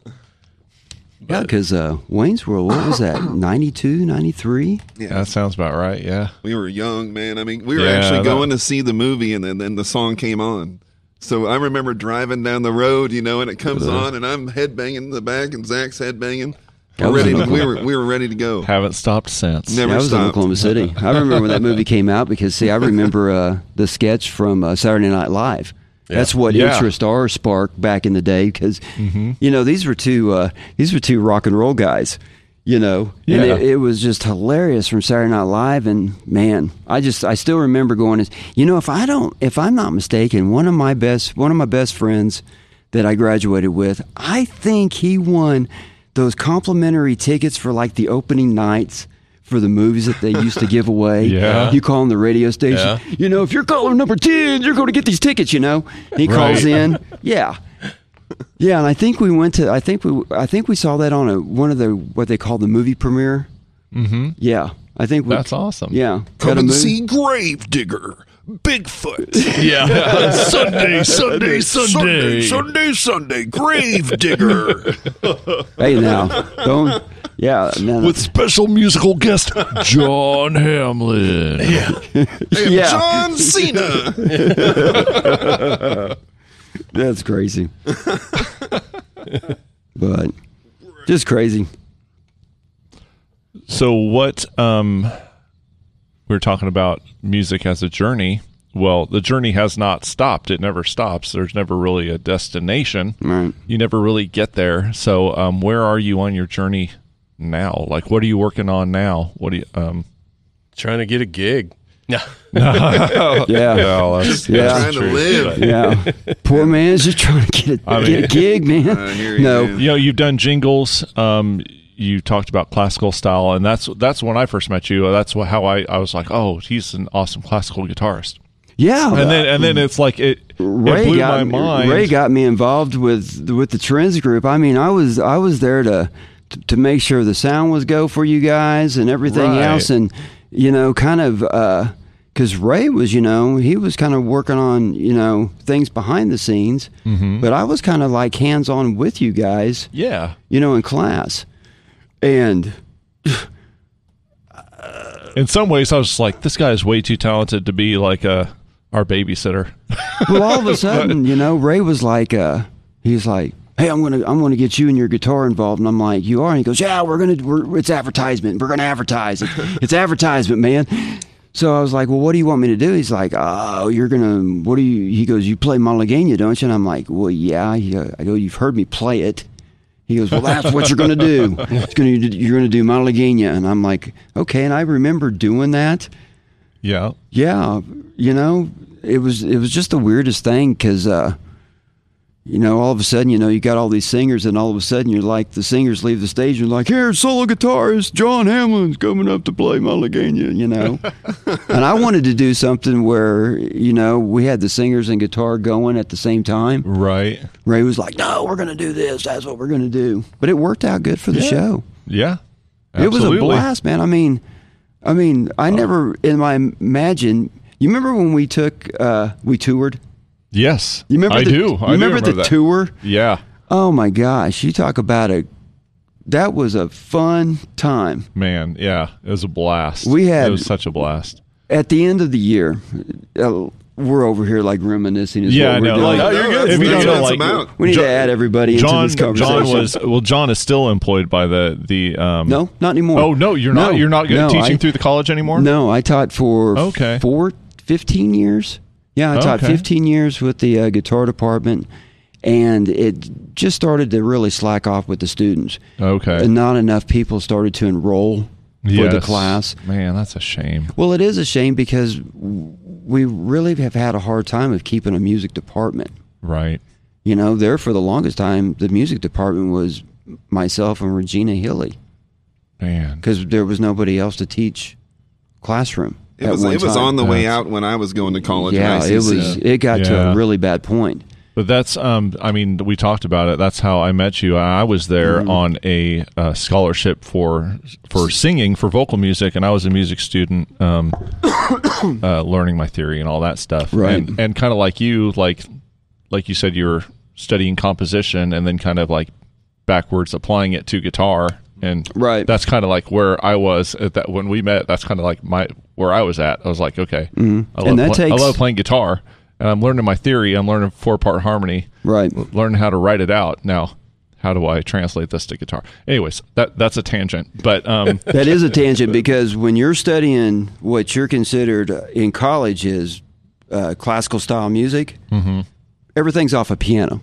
Yeah, because uh, Wayne's World. What was that? 92, 93? That sounds about right. Yeah. We were young, man. I mean, we were Yeah, actually that- going to see the movie, and then, then the song came on. So I remember driving down the road, you know, and it comes on, and I'm headbanging in the back, and Zach's headbanging. That We're was ready. an To, we Oklahoma- were we were ready to go. Haven't stopped since. Never Yeah, I was in stopped. Oklahoma City. I remember when that movie came out because see, I remember uh, the sketch from uh, Saturday Night Live. That's what Yeah. interest our spark back in the day because you know these were two uh, these were two rock and roll guys. You know, and Yeah. it, it was just hilarious from Saturday Night Live, and man, I just I still remember going. You know, if I don't, if I'm not mistaken, one of my best one of my best friends that I graduated with, I think he won those complimentary tickets for like the opening nights for the movies that they used to give away. Yeah. You call in the radio station. Yeah. You know, if you're caller number 10, you're going to get these tickets, you know. And he calls Right. in. Yeah. Yeah, and I think we went to I think we I think we saw that on a one of the what they call the movie premiere. Mhm. Yeah. I think Mm-hmm. we, That's awesome. Yeah. Got Come a and movie. see Gravedigger, Bigfoot, Yeah. Sunday, Sunday, Sunday. Sunday, Sunday, Sunday, Gravedigger Hey now. Don't Yeah, no, no. special musical guest John Hamlin. Yeah. and Yeah. John Cena. That's crazy. but just crazy. So what um we were talking about music as a journey. Well, the journey has not stopped. It never stops. There's never really a destination. Right. You never really get there. So um where are you on your journey now? Like what are you working on now? What do you um Trying to get a gig. No, Yeah. that's, Yeah. Trying to live. Yeah. Poor man's just trying to get a, I get a mean- gig, man. I hear you, no. man. you know you've done jingles um you talked about classical style and that's that's when i first met you that's wh- how i i was like oh he's an awesome classical guitarist Yeah. and then and then it's like it, it Ray blew got my mind Ray got me involved with with the Trends Group. I mean, I was I was there to to make sure the sound was go for you guys and everything Right. else, and you know, kind of because Ray was, you know, he was kind of working on you know things behind the scenes, Mm-hmm. but I was kind of like hands on with you guys yeah you know, in class. And in some ways i was just like this guy is way too talented to be like a our babysitter well, all of a sudden, you know, Ray was like, uh, he's like, hey, I'm gonna, I'm gonna get you and your guitar involved, and I'm like, you are, and he goes, yeah, we're gonna, we're, it's advertisement, we're gonna advertise it, it's advertisement, man. So I was like, well, what do you want me to do? He's like, oh, you're gonna, what do you? He goes, you play Malagueña, don't you? And I'm like, well, yeah. He, uh, I go, you've heard me play it. He goes, well, that's what you're gonna do. It's gonna, you're gonna do Malagueña, and I'm like, okay. And I remember doing that yeah yeah you know it was it was just the weirdest thing because uh you know all of a sudden you know you got all these singers and all of a sudden you're like the singers leave the stage and you're like here's solo guitarist john hamlin's coming up to play mulligania you know and i wanted to do something where you know we had the singers and guitar going at the same time right ray was like no we're gonna do this that's what we're gonna do but it worked out good for the show yeah it was a Absolutely. Oh. blast, man. I mean, I mean, I never in my imagine. You remember when we took uh, we toured? yes You remember? i the, do You I do remember, the that. tour? yeah Oh my gosh! You talk about a that was a fun time. man yeah it was a blast We had- it was such a blast At the end of the year, uh, we're over here like reminiscing. Is Yeah, what I we're know, doing. like- No, if that's, you that's don't what it's like- about. we need Jo- to add everybody into John this conversation. John was well. John is still employed by the the um, no, not anymore. Oh no, you're not. No, You're not good no, teaching I- through the college anymore. No, I taught for Okay. four, 15 years. Yeah, I taught Okay. 15 years with the uh, guitar department, and it just started to really slack off with the students. Okay. And not enough people started to enroll for the Yes. class. Man, that's a shame. Well, it is a shame because w- we really have had a hard time of keeping a music department. Right. You know, there for the longest time, the music department was myself and Regina Hilly Man. because there was nobody else to teach classroom. It at was, one it was time. on the way out That's- when I was going to college. Yeah, and it ICC. was. It got to Yeah. a really bad point. But that's um I mean we talked about it. That's how I met you. I was there Mm-hmm. on a uh, scholarship for for singing for vocal music and I was a music student um uh, learning my theory and all that stuff. Right. And, and kind of like you like like you said you were studying composition and then kind of like backwards applying it to guitar and Right. that's kind of like where I was at that when we met. That's kind of like my where I was at. I was like, okay, I, love Mm-hmm. And that pla- I takes- love playing guitar, and I'm learning my theory. I'm learning four part harmony, Right. learning how to write it out. Now, how do I translate this to guitar? Anyways, that that's a tangent, but um, That is a tangent because when you're studying what you're considered uh, in college is uh, classical style music, everything's off a piano.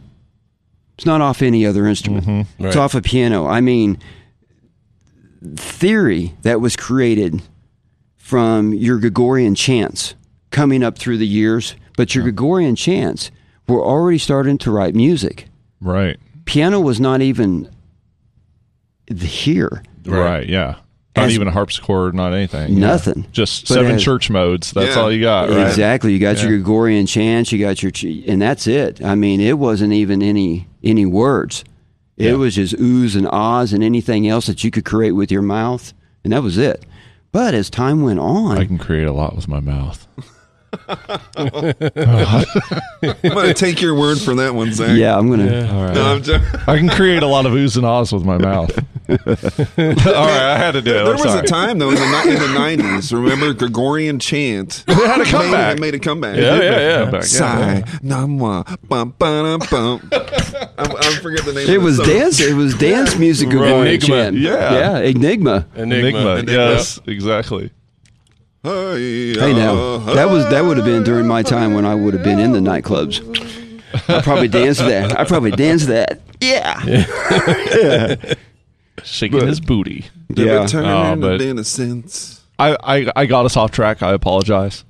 It's not off any other instrument. It's Right. off a piano. I mean, theory that was created from your Gregorian chants coming up through the years, but your Gregorian chants were already starting to write music. right, Piano was not even here. right, Right. yeah. Not As- even a harpsichord, not anything. yeah. Nothing. Just But seven as- church modes. That's Yeah. all you got, right? Exactly. You got your Gregorian chants. You got your, ch- and that's it. I mean, it wasn't even any any words. It Yeah. was just oohs and ahs and anything else that you could create with your mouth, and that was it. But as time went on, I can create a lot with my mouth. I'm going to take your word for that one, Zach. yeah, I'm gonna. No, I'm joking. I can create a lot of oohs and ahs with my mouth. all right, I had to do it. There I'm was sorry. a time though in the, ni- in the '90s. Remember Gregorian chant? It had a comeback. Made, it made a comeback. Yeah, yeah, yeah. Sigh, namwa, bum, ba-dum, bum. I, I forget the name. It of the was song. dance. It was dance music. Gregorian Enigma. chant. Yeah. yeah, Enigma. Enigma. Yes, exactly. Hey Hey, now Uh-huh. that was that would have been during my time when I would have been in the nightclubs. I probably danced that. I probably danced that. Yeah. Shaking his booty. the yeah. return Oh, but- of innocence. I, I, I got us off track. I apologize.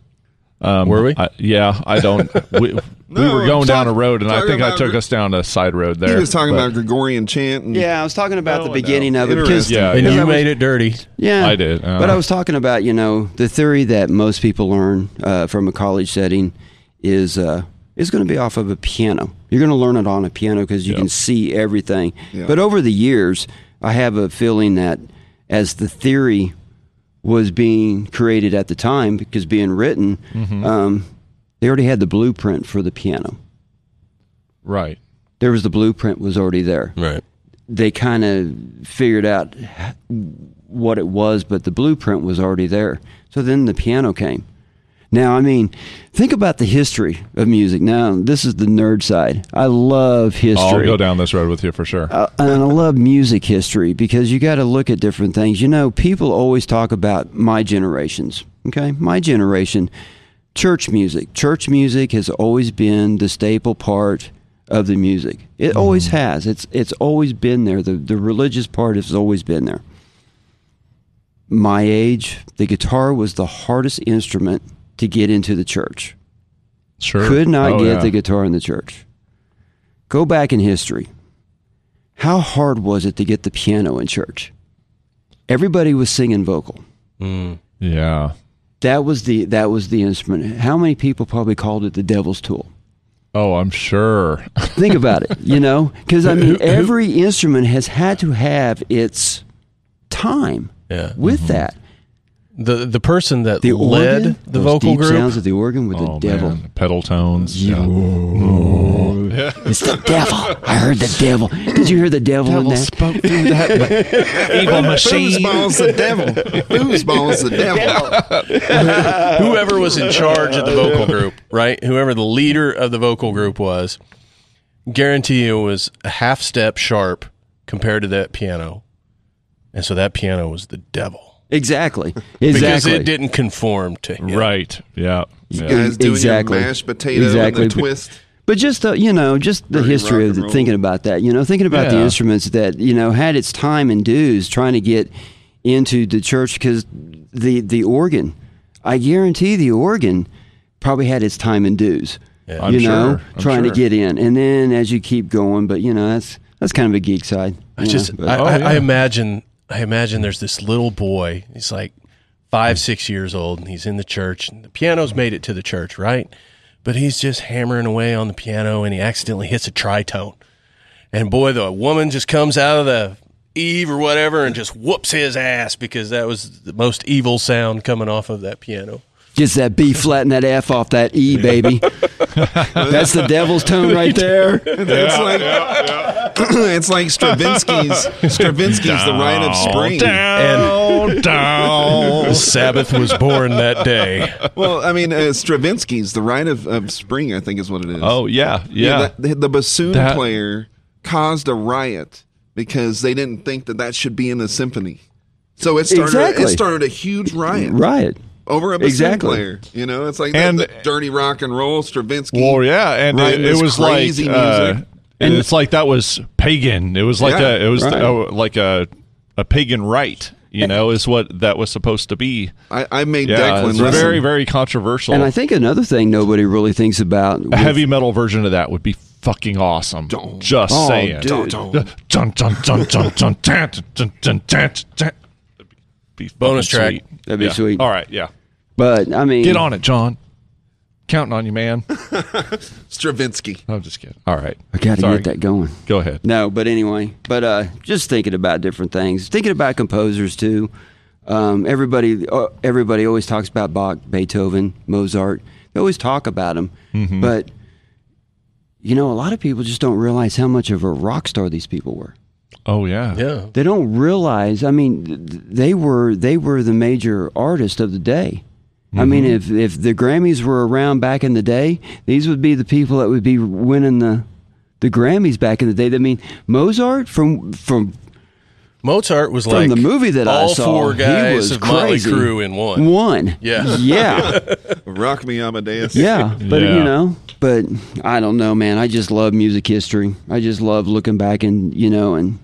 Um, Were we? I, yeah, I don't. We, we No, were going I'm down talk- a road, and I talking think I about took Gre- us down a side road there. He was talking but about Gregorian chant. And Yeah, I was talking about No, the beginning no. of it because Interesting. Yeah, And yeah. you made it dirty. Yeah, I did, uh. but I was talking about you know the theory that most people learn uh, from a college setting is uh, is going to be off of a piano. You're going to learn it on a piano because you can see everything. Yeah. But over the years, I have a feeling that as the theory was being created at the time, because being written, Mm-hmm. um, they already had the blueprint for the piano. right. There was the blueprint was already there Right. they kind of figured out what it was, but the blueprint was already there. So then the piano came. Now, I mean, think about the history of music. Now, this is the nerd side. I love I'll history. Oh, go down this road with you for sure. Uh, and I love music history because you got to look at different things. You know, people always talk about my generations. Okay, my generation, church music. Church music has always been the staple part of the music. It always has. It's it's always been there. The the religious part has always been there. My age, the guitar was the hardest instrument to get into the church. sure. Could not Oh, get yeah. the guitar in the church. Go back in history. How hard was it to get the piano in church? Everybody was singing vocal. Yeah. That was the that was the instrument. How many people probably called it the devil's tool? Oh, I'm sure. Think about it, you know, because I mean, every instrument has had to have its time Yeah. with that. the the person that The led organ, the Those vocal deep group. sounds of the organ with the Oh, devil. man. pedal tones. Yeah. It's the devil. I heard the devil. Did you hear the devil, in that? spoke through that evil Foosball's the devil. Foosball's the devil. whoever was in charge of the vocal group, right? Whoever the leader of the vocal group was, guarantee you it was a half step sharp compared to that piano. And so that piano was the devil. Exactly. Because Exactly. it didn't conform to him. Right. Yeah. You yeah. guys doing Exactly. your mashed potato Exactly. and the twist. But just the, you know, just the Very rock history of and the, roll. thinking about that, you know, thinking about the Yeah. instruments that you know had its time and dues, trying to get into the church because the the organ, I guarantee the organ probably had its time and dues. Yeah. I'm you know, sure. I'm trying sure. to get in, and then as you keep going, but you know, that's that's kind of a geek side. I you know, just but- I, Oh, I, I yeah. imagine I imagine there's this little boy. He's like five, six years old, and he's in the church. And the piano's made it to the church, right? But he's just hammering away on the piano, and he accidentally hits a tritone. And boy, the woman just comes out of the Eve or whatever and just whoops his ass because that was the most evil sound coming off of that piano. Gets that B flat and that F off that E, baby. That's the devil's tone right there. It's like it's like Stravinsky's Stravinsky's The Rite of Spring. Down, The down. Sabbath was born that day. Well, I mean uh, Stravinsky's The Rite of, of Spring, I think is what it is. Oh yeah, yeah. Yeah, that, the bassoon That- player caused a riot because they didn't think that that should be in the symphony. So it started Exactly. it started a huge riot Right. over a bassoon Exactly. player. You know, it's like And- and dirty rock and roll Stravinsky. Well, yeah, and writing it, it this was crazy like, uh, music. and it's like that was pagan. It was like Yeah, a, it was right. uh, like a, a pagan rite. You know, is what that was supposed to be. I, I made Yeah, Declan it's listen. very, very controversial. And I think another thing nobody really thinks about. a with- heavy metal version of that would be fucking awesome. Just Oh, saying. dude. Dun, dun, dun, dun, dun, dun, dun, dun, dun, dun, dun. Be fucking Bonus track. sweet. That'd be Yeah. sweet. All right, yeah. But I mean, Get on it, John. Counting on you, man. Stravinsky. I'm just kidding. All right. I got to Sorry. get that going. Go ahead. No, but anyway, but uh, just thinking about different things, thinking about composers too. Um, everybody, uh, everybody always talks about Bach, Beethoven, Mozart. They always talk about them, Mm-hmm. but you know, a lot of people just don't realize how much of a rock star these people were. Oh yeah. Yeah. They don't realize. I mean, th- th- they were they were the major artist of the day. I mean, Mm-hmm. if if the Grammys were around back in the day, these would be the people that would be winning the the Grammys back in the day. I mean, Mozart from from Mozart was from like the movie that all I saw, four guys he was of crazy. Motley Crue in one. One, Yeah. yeah, Rock me Amadeus. yeah. But Yeah. you know, but I don't know, man. I just love music history. I just love looking back and you know and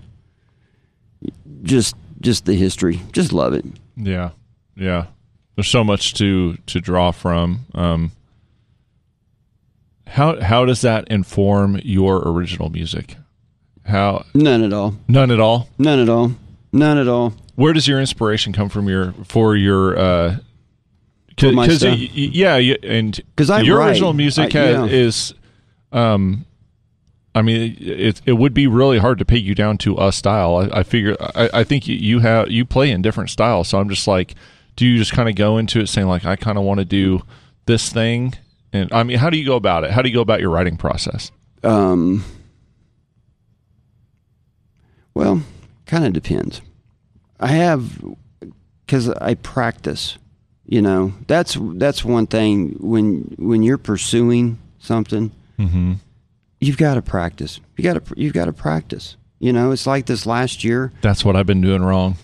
just just the history. Just love it. Yeah, yeah. There's so much to to draw from. Um, how how does that inform your original music? How None at all. none at all. None at all. None at all. Where does your inspiration come from? Your for your uh, For my because stuff? yeah, you, and 'Cause I your write. original music I- has, yeah. is um. I mean, it it would be really hard to peg you down to a style. I, I figure, I, I think you, you have you play in different styles. So I'm just like, do you just kind of go into it saying like, I kind of want to do this thing? And I mean, how do you go about it? How do you go about your writing process? Um, well, kind of depends. I have because I practice. You know, that's that's one thing when when you're pursuing something, you've got to practice. You got to you've got to practice. You know, it's like this last year. That's what I've been doing wrong.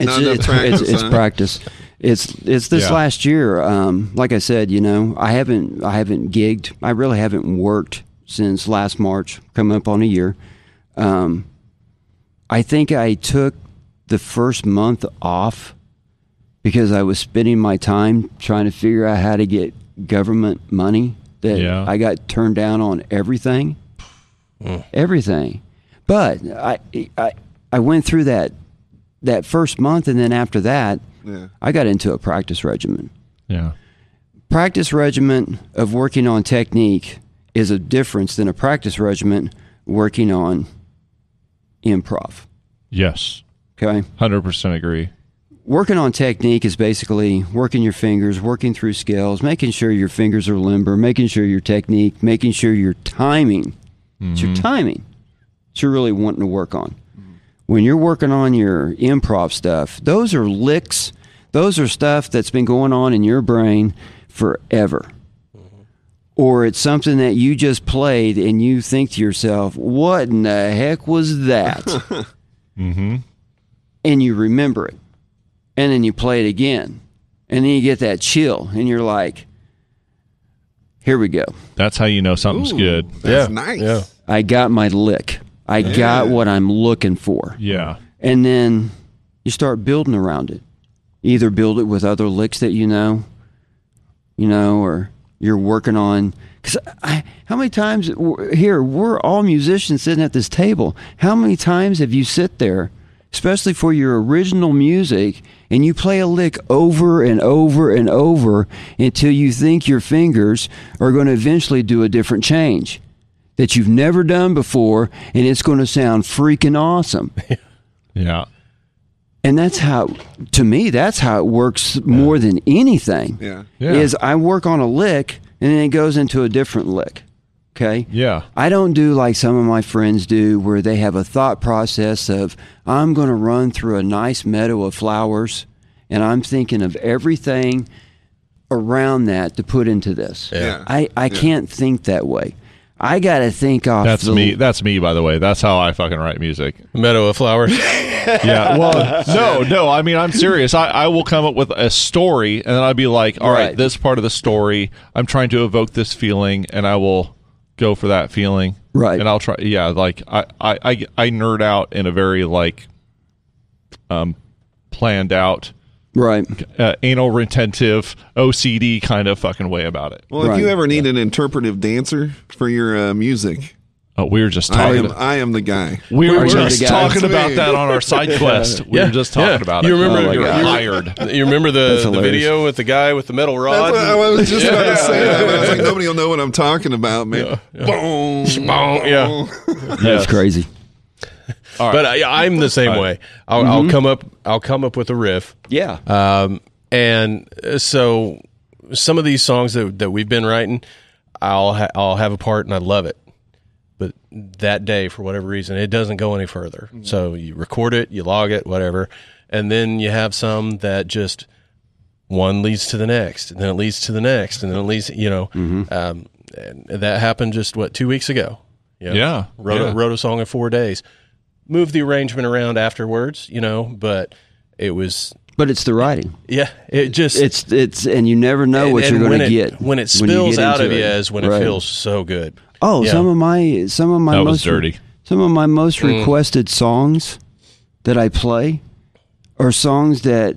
It's, Not enough it's, practice, it's, it's huh? practice. It's it's this Yeah. last year. Um, like I said, you know, I haven't I haven't gigged. I really haven't worked since last March, coming up on a year. Um, I think I took the first month off because I was spending my time trying to figure out how to get government money. That Yeah. I got turned down on everything everything. But I, I I went through that that first month, and then after that, Yeah. I got into a practice regimen. Yeah, Practice regimen of working on technique is a difference than a practice regimen working on improv. yes, Okay, hundred percent agree. working on technique is basically working your fingers, working through scales, making sure your fingers are limber, making sure your technique, making sure your timing. It's your timing that you're really wanting to work on. When you're working on your improv stuff, those are licks. Those are stuff that's been going on in your brain forever or it's something that you just played and you think to yourself, what in the heck was that? mm-hmm. And you remember it. And then you play it again. And then you get that chill and you're like, here we go. That's how you know something's good. That's Yeah, nice. yeah. I got my lick. I got what I'm looking for. Yeah. And then you start building around it. Either build it with other licks that you know, you know, or you're working on. Because how many times we're- here we're all musicians sitting at this table? How many times have you sit there, especially for your original music, and you play a lick over and over and over until you think your fingers are going to eventually do a different change that you've never done before, and it's going to sound freaking awesome. Yeah. And that's how, to me, that's how it works more than anything. Yeah. Yeah. Is I work on a lick and then it goes into a different lick. Okay. Yeah. I don't do like some of my friends do, where they have a thought process of, I'm going to run through a nice meadow of flowers and I'm thinking of everything around that to put into this. Yeah. I, I can't think that way. I got to think off That's the me. That's me, by the way. That's how I fucking write music. Meadow of flowers. Yeah. Well, no, no. I mean, I'm serious. I, I will come up with a story and then I'll be like, all right. Right. this part of the story, I'm trying to evoke this feeling and I will go for that feeling. Right. And I'll try. Yeah. Like, I, I, I, I nerd out in a very, like, um, planned out, Right. uh, anal retentive, OCD kind of fucking way about it. Well, if Right. you ever need an interpretive dancer for your uh, music, Oh, we were just I talking. am I am the guy. we were were just the guys. talking about Me. that on our side quest. We were just talking Yeah. about You it. remember- Oh my you're God. hired. You remember the, the hilarious. video with the guy with the metal rod? That's what I was just about to say. That, but I was like, nobody will know what I'm talking about, man. Boom, boom. yeah. That's crazy. But I, I'm the same way. I'll, I'll come up. I'll come up with a riff, Yeah. um, and uh, so some of these songs that, that we've been writing, I'll ha- I'll have a part and I love it, but that day for whatever reason it doesn't go any further. Mm-hmm. So you record it, you log it, whatever, and then you have some that just one leads to the next, and then it leads to the next, and then it leads. You know, Mm-hmm. um, and that happened just what two weeks ago. You know? Yeah, wrote yeah. A, wrote a song in four days. Moved the arrangement around afterwards, you know, but it was But it's the writing. yeah, it just It's it's and you never know Oh, what and you're when going to it- get when it you spills get out into of you is when Right. it feels so good. Oh, Yeah. some of my some of my That was most dirty. Some of my most requested songs that I play are songs that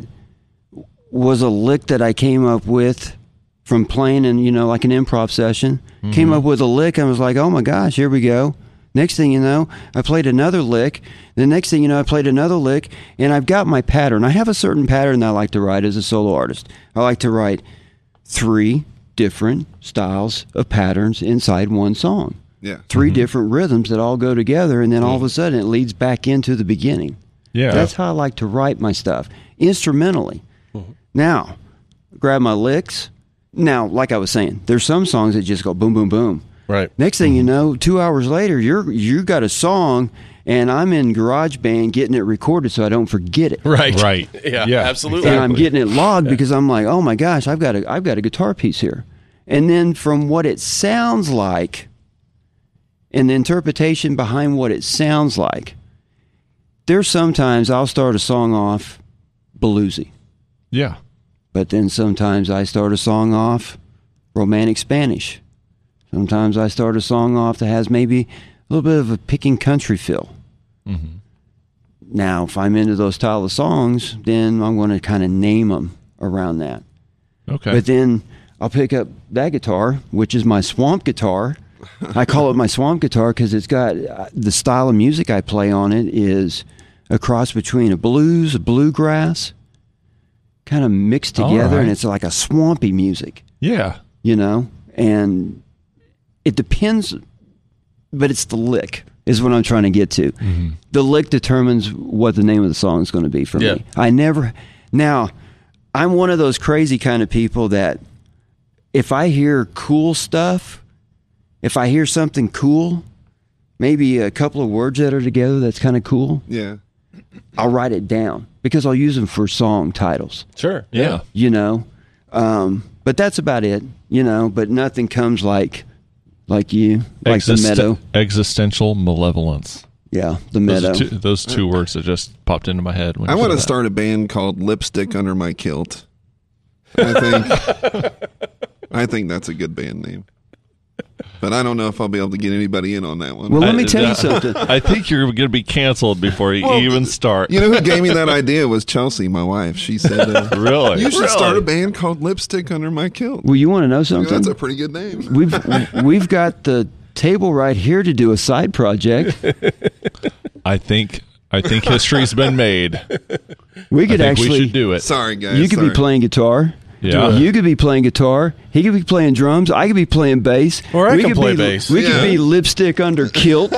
was a lick that I came up with from playing and you know like an improv session. Came up with a lick and was like, oh my gosh, here we go. Next thing you know, I played another lick. The next thing you know, I played another lick, and I've got my pattern. I have a certain pattern that I like to write as a solo artist. I like to write three different styles of patterns inside one song. Yeah. 3 different rhythms that all go together, and then all of a sudden it leads back into the beginning. Yeah. That's how I like to write my stuff instrumentally. Now, grab my licks. Now, like I was saying, there's some songs that just go boom, boom, boom. Right. Next thing you know, two hours later, you're you got a song, and I'm in GarageBand getting it recorded so I don't forget it. Right. Right. Yeah, Yeah, absolutely. and I'm getting it logged because I'm like, oh my gosh, I've got a I've got a guitar piece here. And then from what it sounds like and the interpretation behind what it sounds like, there's sometimes I'll start a song off bluesy, yeah. but then sometimes I start a song off romantic Spanish. Sometimes I start a song off that has maybe a little bit of a picking country feel. Now, if I'm into those style of songs, then I'm going to kind of name them around that. Okay. But then I'll pick up that guitar, which is my swamp guitar. I call it my swamp guitar because it's got uh, the style of music I play on it is a cross between a blues, a bluegrass, kind of mixed All together, right. and it's like a swampy music yeah. you know and it depends but it's the lick is what i'm trying to get to the lick determines what the name of the song is going to be for Yeah. me i never Now, I'm one of those crazy kind of people that if I hear cool stuff, if I hear something cool, maybe a couple of words that are together that's kind of cool, Yeah. I'll write it down because I'll use them for song titles, Sure. Yeah. you know. Um, but that's about it, you know. But nothing comes like like you, like Exist- the meadow. Existential malevolence. Yeah, the Those meadow. two, those two words that just popped into my head. When I you want said to that. start a band called Lipstick Under My Kilt. I think I think that's a good band name. But I don't know if I'll be able to get anybody in on that one. Well, let I- me tell uh, you something. I think you're going to be canceled before you even start. you know who gave me that idea was Chelsea, my wife. She said, uh, really? "You should start a band called Lipstick Under My Kilt." Well, you want to know You know, something? that's a pretty good name. we've we've got the table right here to do a side project. I think I think history's been made. We I could think actually we should do it. Sorry, guys. you could sorry. be playing guitar. Yeah. You could be playing guitar. He could be playing drums. I could be playing bass. Or I we can could play be, bass. We could Yeah. be lipstick under kilt.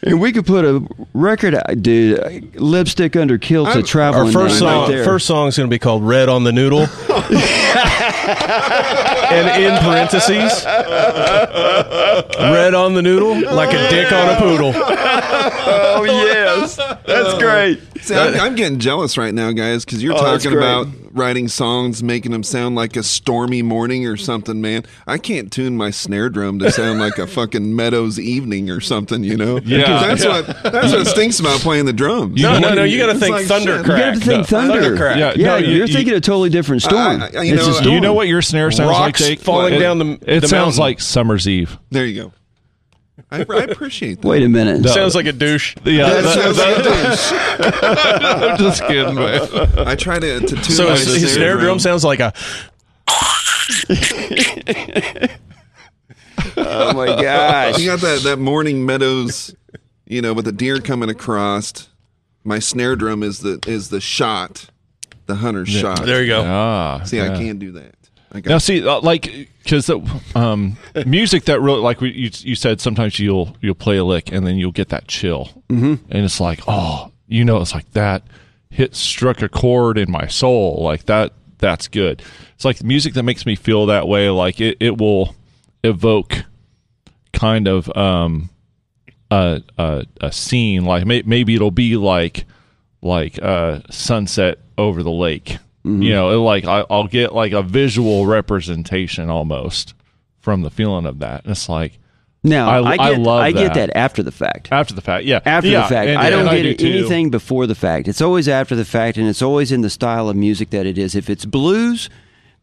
and we could put a record out. Dude, lipstick under kilt's a I'm- traveling Our first name right song, there. first song is going to be called "Red on the Noodle," and in parentheses, "Red on the Noodle," like a dick on a poodle. Oh, yes. That's great. See, I'm, I'm getting jealous right now, guys, because you're Oh, that's talking great. about writing songs, making them sound like a stormy morning or something, man. I can't tune my snare drum to sound like a fucking Meadows evening or something, you know? Yeah. Because that's Yeah. what that's what stinks about playing the drums. No, no, no! You got to It's think like shit. You got Thundercrack. to think thunder. Thundercrack. Yeah, Yeah, no, you- you, are you- thinking a totally different storm. I- I- you it's know, a storm. You know what your snare sounds Rocks like? Jake? falling it, down the- It the sounds mountain. like summer's eve. There you go. I, I appreciate that. Wait a minute. Sounds like a douche. Yeah, That that- sounds like a douche. I'm just kidding. Man. I try to, to tune So my his, his snare snare drum drum sounds like a. Oh my You gosh. got that, that morning meadows, you know, with the deer coming across. My snare drum is the is the shot, the hunter's shot. There you go. Ah, See, yeah. I can't do that. I got Now, see, uh, like, because um, music that really, like we, you, you said, sometimes you'll you'll play a lick and then you'll get that chill, mm-hmm. and it's like, oh, you know, it's like that hit struck a chord in my soul, like that. That's good. It's like music that makes me feel that way. Like it, it will evoke kind of um, a, a a scene. Like may, maybe it'll be like like uh, sunset over the lake. Mm-hmm. You know, it, like I, I'll get like a visual representation almost from the feeling of that. And it's like Now, I- I, I get, I, love get that. that after the fact. after the fact, yeah, after Yeah, the fact. and- I don't and get do too. anything before the fact. It's always after the fact, and it's always in the style of music that it is. If it's blues,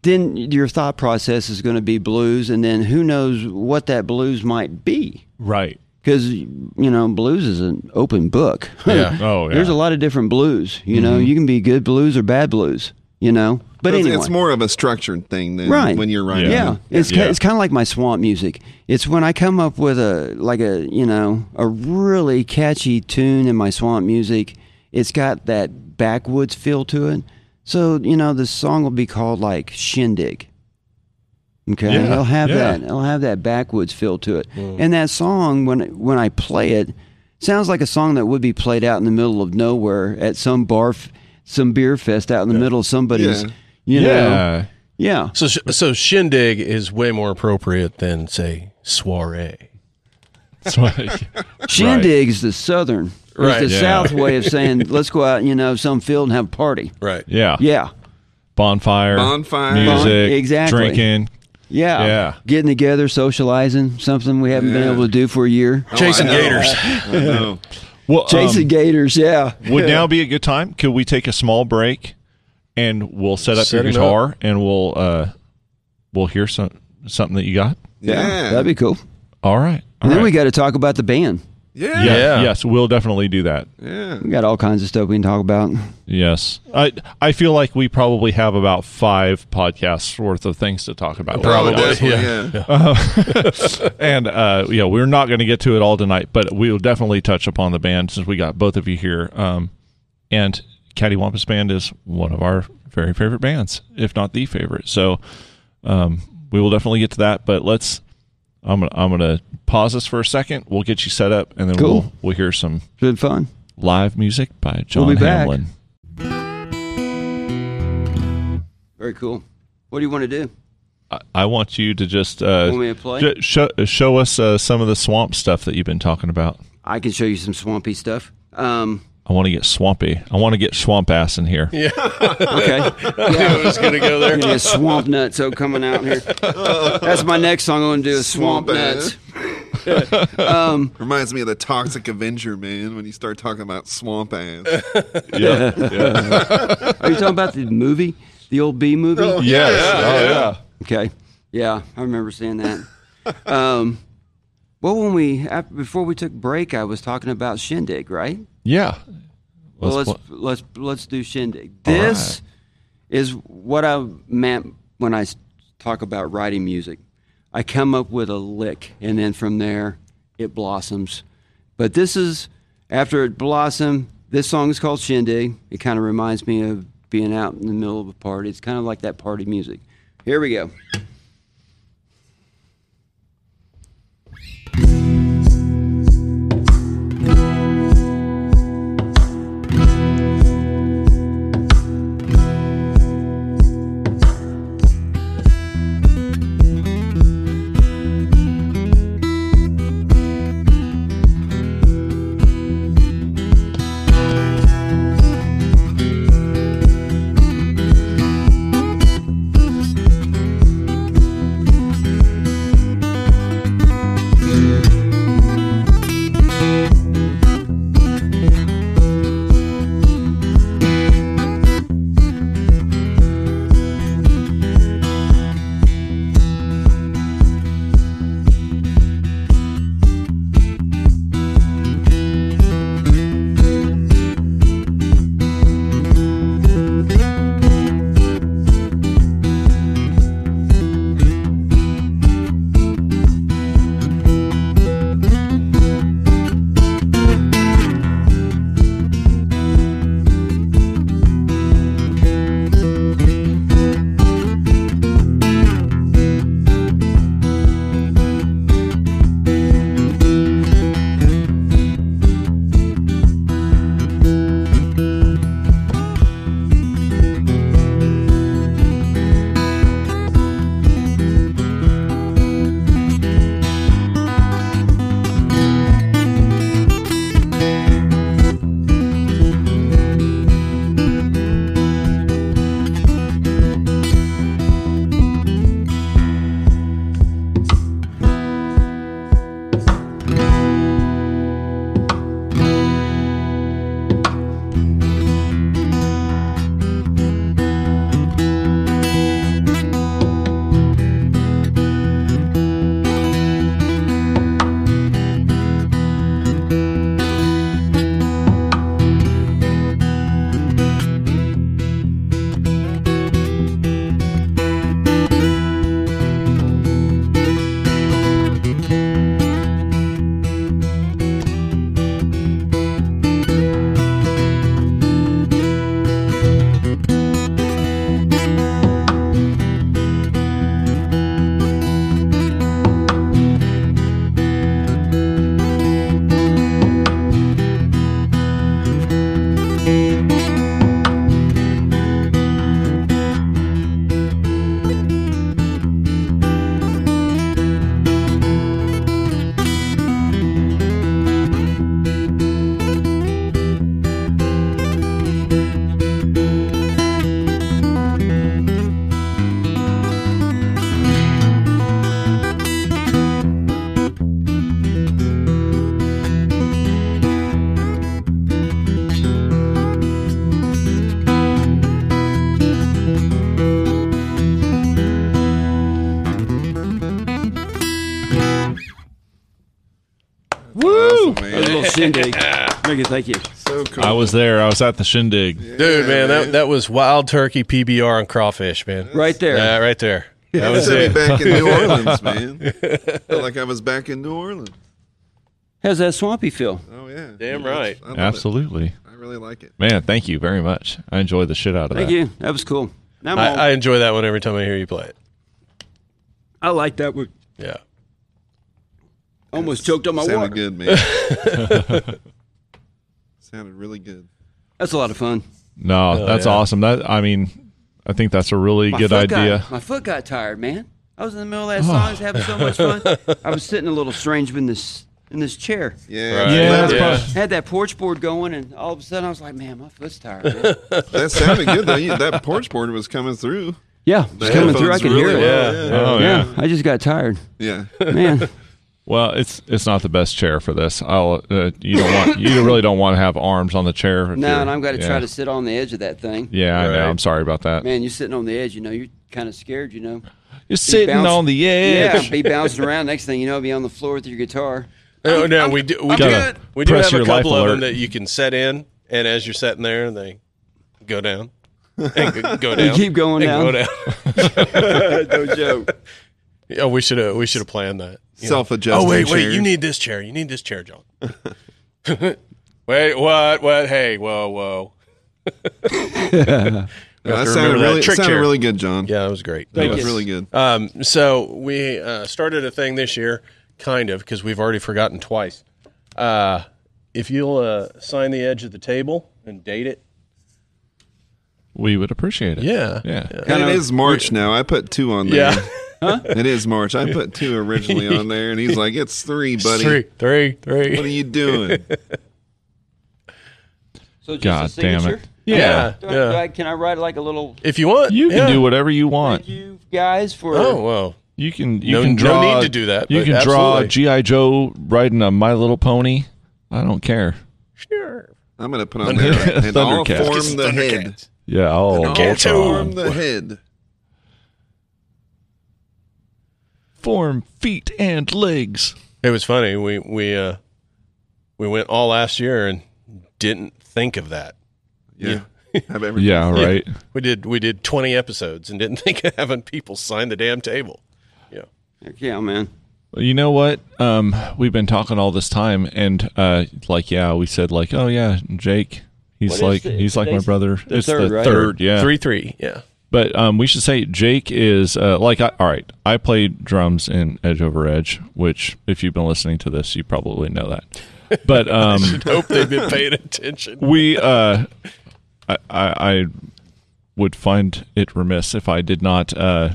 then your thought process is going to be blues, and then who knows what that blues might be. right. Because, you know, blues is an open book. Yeah. Oh, yeah. Mm-hmm. There's a lot of different blues. You know, you can be good blues or bad blues, you know. But it's, anyway. it's more of a structured thing than right when you're writing. Yeah, it. it's ki- Yeah. it's kind of like my swamp music. It's when I come up with a like a you know a really catchy tune in my swamp music. It's got that backwoods feel to it. So you know the song will be called like Shindig. Okay, Yeah, it'll have yeah. that. It'll have that backwoods feel to it. And that song when when I play it sounds like a song that would be played out in the middle of nowhere at some bar, f- some beer fest out in the middle of somebody's. Yeah. You know, Yeah. yeah. So sh- so shindig is way more appropriate than say soiree. It's like- Shindig is the southern, Right, right, the yeah. south way of saying let's go out, you know, some field and have a party. Right. yeah, Yeah, bonfire, Bonfire. music, Bon- exactly. drinking. yeah, Yeah. Getting together, socializing, something we haven't been Yeah. able to do for a year. Oh, I Chasing know. gators. I know. Well, Chasing um, gators, yeah. would now be a good time? Could we take a small break and we'll set up Set your it up. guitar and we'll uh, we'll hear some something that you got. Yeah. that'd be cool. All right. All And then right. we got to talk about the band. yeah. Yeah, Yeah. Yeah. Yes, we'll definitely do that. We got all kinds of stuff we can talk about. Yes. I I feel like we probably have about five podcasts worth of things to talk about. Probably. Yeah. definitely, Yeah. Yeah. And uh, yeah, we're not going to get to it all tonight, but we'll definitely touch upon the band since we got both of you here. Um, and Caddy Wampus Band is one of our very favorite bands, if not the favorite. So um, we will definitely get to that. But let's I'm gonna I'm gonna pause this for a second. We'll get you set up, and then Cool. we'll we'll hear some It's been fun. live music by John We'll be back. Hamlin. Very cool. What do you want to do? I, I want you to just uh, Want me to play? ju- show, show us uh, some of the swamp stuff that you've been talking about. I can show you some swampy stuff. Um, I want to get swampy. I want to get swamp ass in here. okay. I was going to go there. It is swamp nuts so coming out here. That's my next song. I'm gonna do is swamp, Swamp nuts. Reminds me of the Toxic Avenger, man, when you start talking about swamp ass. Yeah. Are you talking about the movie, the old B movie? Yes. Okay. Yeah, I remember seeing that. Um, well, when we after, before we took break, I was talking about Shindig, right? Yeah. Yeah. Well, Let's let's let's let's do Shindig. This is what I meant when I s- talk about writing music. I come up with a lick, and then from there, it blossoms. But this is after it blossomed. This song is called Shindig. It kind of reminds me of being out in the middle of a party. It's kind of like that party music. Here we go. Woo! Awesome, A man. little Shindig. Thank you. Thank you. So cool. I was there. I was at the shindig. Dude, man, that, that was wild turkey, PBR, and crawfish, man. Right there. Yeah, right there. That was Sent it. me back in New Orleans, man. Felt like I was back in New Orleans. Has that swampy feel? Oh yeah, Damn Yeah, right. I love it. Absolutely. I really like it. Man, thank you very much. I enjoyed the shit out of Thank that. you. That was cool. Now I'm all- I, I enjoy that one every time I hear you play it. I like that. We Yeah. almost choked on my Sounded water. good, man. Sounded really good. That's a lot of fun. No, that's yeah. awesome. That I mean, I think that's a really My good foot got- idea. Oh. my foot got tired, man. I was in the middle of that song, I was having so much fun. I was sitting a little strange in this in this chair. Yeah, Right. Yeah, That, that's Yeah. probably- had that porch board going, and all of a sudden I was like, man, my foot's tired. man." that sounded good though. You- That porch board was coming through. yeah, it's The coming through. I headphones could really well, hear it. Yeah. Oh yeah. yeah, I just got tired, Yeah. man. Well, it's it's not the best chair for this. I'll uh, you don't want you really don't want to have arms on the chair. if No, you're- and I'm going to yeah. try to sit on the edge of that thing. Yeah, I Right. know. I'm sorry about that. Man, you're sitting on the edge. You know, you're kind of scared. You know. You're sitting bounce- on the Yeah, edge. be bouncing around. Next thing you know, be on the floor with your guitar. No, no, we do. We do, good. we do Press have a your life couple of them alert. that you can set in, and as you're setting there, they go down and go- go They down. keep going and down. Go down. no joke. oh, we should have. We should have planned that. You know, Self-adjusting Oh wait, wait. chairs. You need this chair. You need this chair, John. wait, what? What? Hey, whoa, whoa. Yeah, that to sounded remember that really, it trick sounded chair. really good, John. Yeah, that was great. that Thank was you. really good. Um, so we uh, started a thing this year, kind of, because we've already forgotten twice. Uh, if you'll uh, sign the edge of the table and date it, We would appreciate it. yeah, Yeah. And it is March now. I put two on there. yeah. It is March. I put two originally on there, and he's like, "It's three, buddy. Three, three, three. What are you doing?" So just God a damn signature. it. Yeah. Do I- do I- can I write like a little If you want, You can yeah. do whatever you want. thank you guys for? Oh well, You can you No- can no draw need to do that, You but can draw absolutely. GI Joe riding a My Little Pony. I don't care. sure. I'm gonna put on there and all Thundercats. form the head. Yeah. Oh, Get All to form him. the head. form feet and legs. It was funny. We we uh, we went all last year and didn't think of that. Yeah. Have every Yeah. Right. We did we did twenty episodes and didn't think of having people sign the damn table. Yeah. Heck yeah, man. You know what? Um, we've been talking all this time, and uh, like, yeah, we said like, oh yeah, Jake. He's What is like the- he's like my today's brother. the it's third, the right? third, yeah. Three three. Yeah. But um, we should say Jake is uh, like, I, all right, I played drums in Edge Over Edge, which if you've been listening to this, you probably know that. But um, Hope they've been paying attention. we, uh, I, I, I would find it remiss if I did not uh,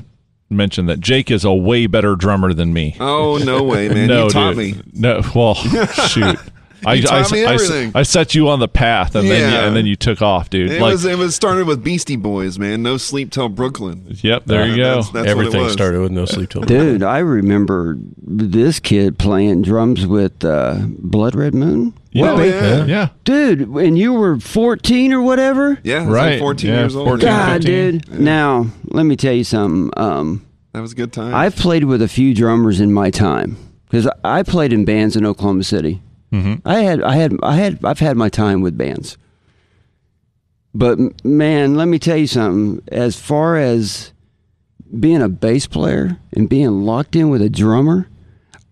mention that Jake is a way better drummer than me. Oh no way, man! no, you taught dude. me. No, well, shoot. I, taught I s- me I s- everything. I set you on the path, and then you, Yeah. and then you took off, dude. It like, was it was started with Beastie Boys, man. No sleep till Brooklyn. yep, there you go. That's, that's what it was. with no sleep till. Dude, I remember this kid playing drums with uh, Blood Red Moon. yeah, Well, yeah. yeah. Dude, when you were 14 or whatever? Yeah, I was Right, Like Fourteen yeah, years old. 14, yeah. God, 15. dude. Now, let me tell you something. Um, That was a good time. I've played with a few drummers in my time because I played in bands in Oklahoma City. Mm-hmm. I had, I had, I had, I've had my time with bands. But m- man, let me tell you something. As far as being a bass player and being locked in with a drummer,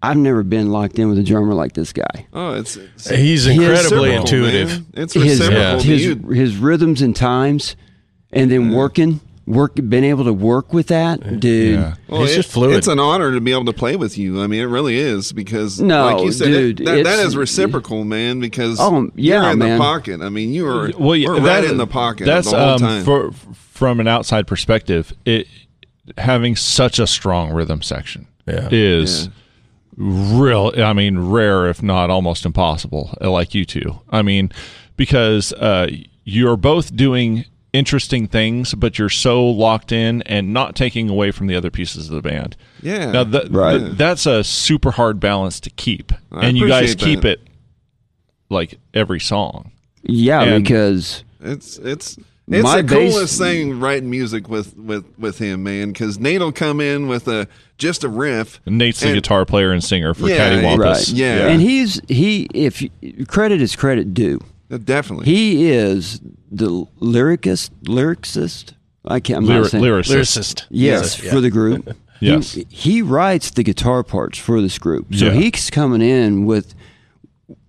I've never been locked in with a drummer like this guy. oh, it's, it's He's incredibly reciprocal, intuitive. Oh, man. It's His reciprocal. Yeah. to his, you. his rhythms and times, and then working, work, being able to work with that, dude. Yeah. Well, He's it- just fluid. It's an honor to be able to play with you. I mean, it really is because, No, like you said, it- dude, that, that it's- is reciprocal, man. Because Oh, yeah, you're in man. the pocket. I mean, you are Well, yeah, we're that- right in the pocket That's the whole um, time. For, from an outside perspective, it having such a strong rhythm section Yeah. is real. I mean, rare if not almost impossible. uh, Like you two, I mean, because uh, you're both doing interesting things, but you're so locked in and not taking away from the other pieces of the band. yeah. Now, th- Right. th- that's a super hard balance to keep, I and you guys appreciate keep that. it like every song. Yeah, And- because It's it's it's My the bass- coolest thing writing music with with with him, man. Because Nate'll come in with a just a riff. Nate's the And- guitar player and singer for Yeah, Cattywampus. right, Yeah. and he's he. If you- credit is credit due, Definitely, he is the lyricist, lyricist. I can't. I'm not Lyri- saying- lyricist. Lyricist. Yes, Yeah. for the group. He- Yes. he, writes the guitar parts for this group, so Yeah. he's coming in with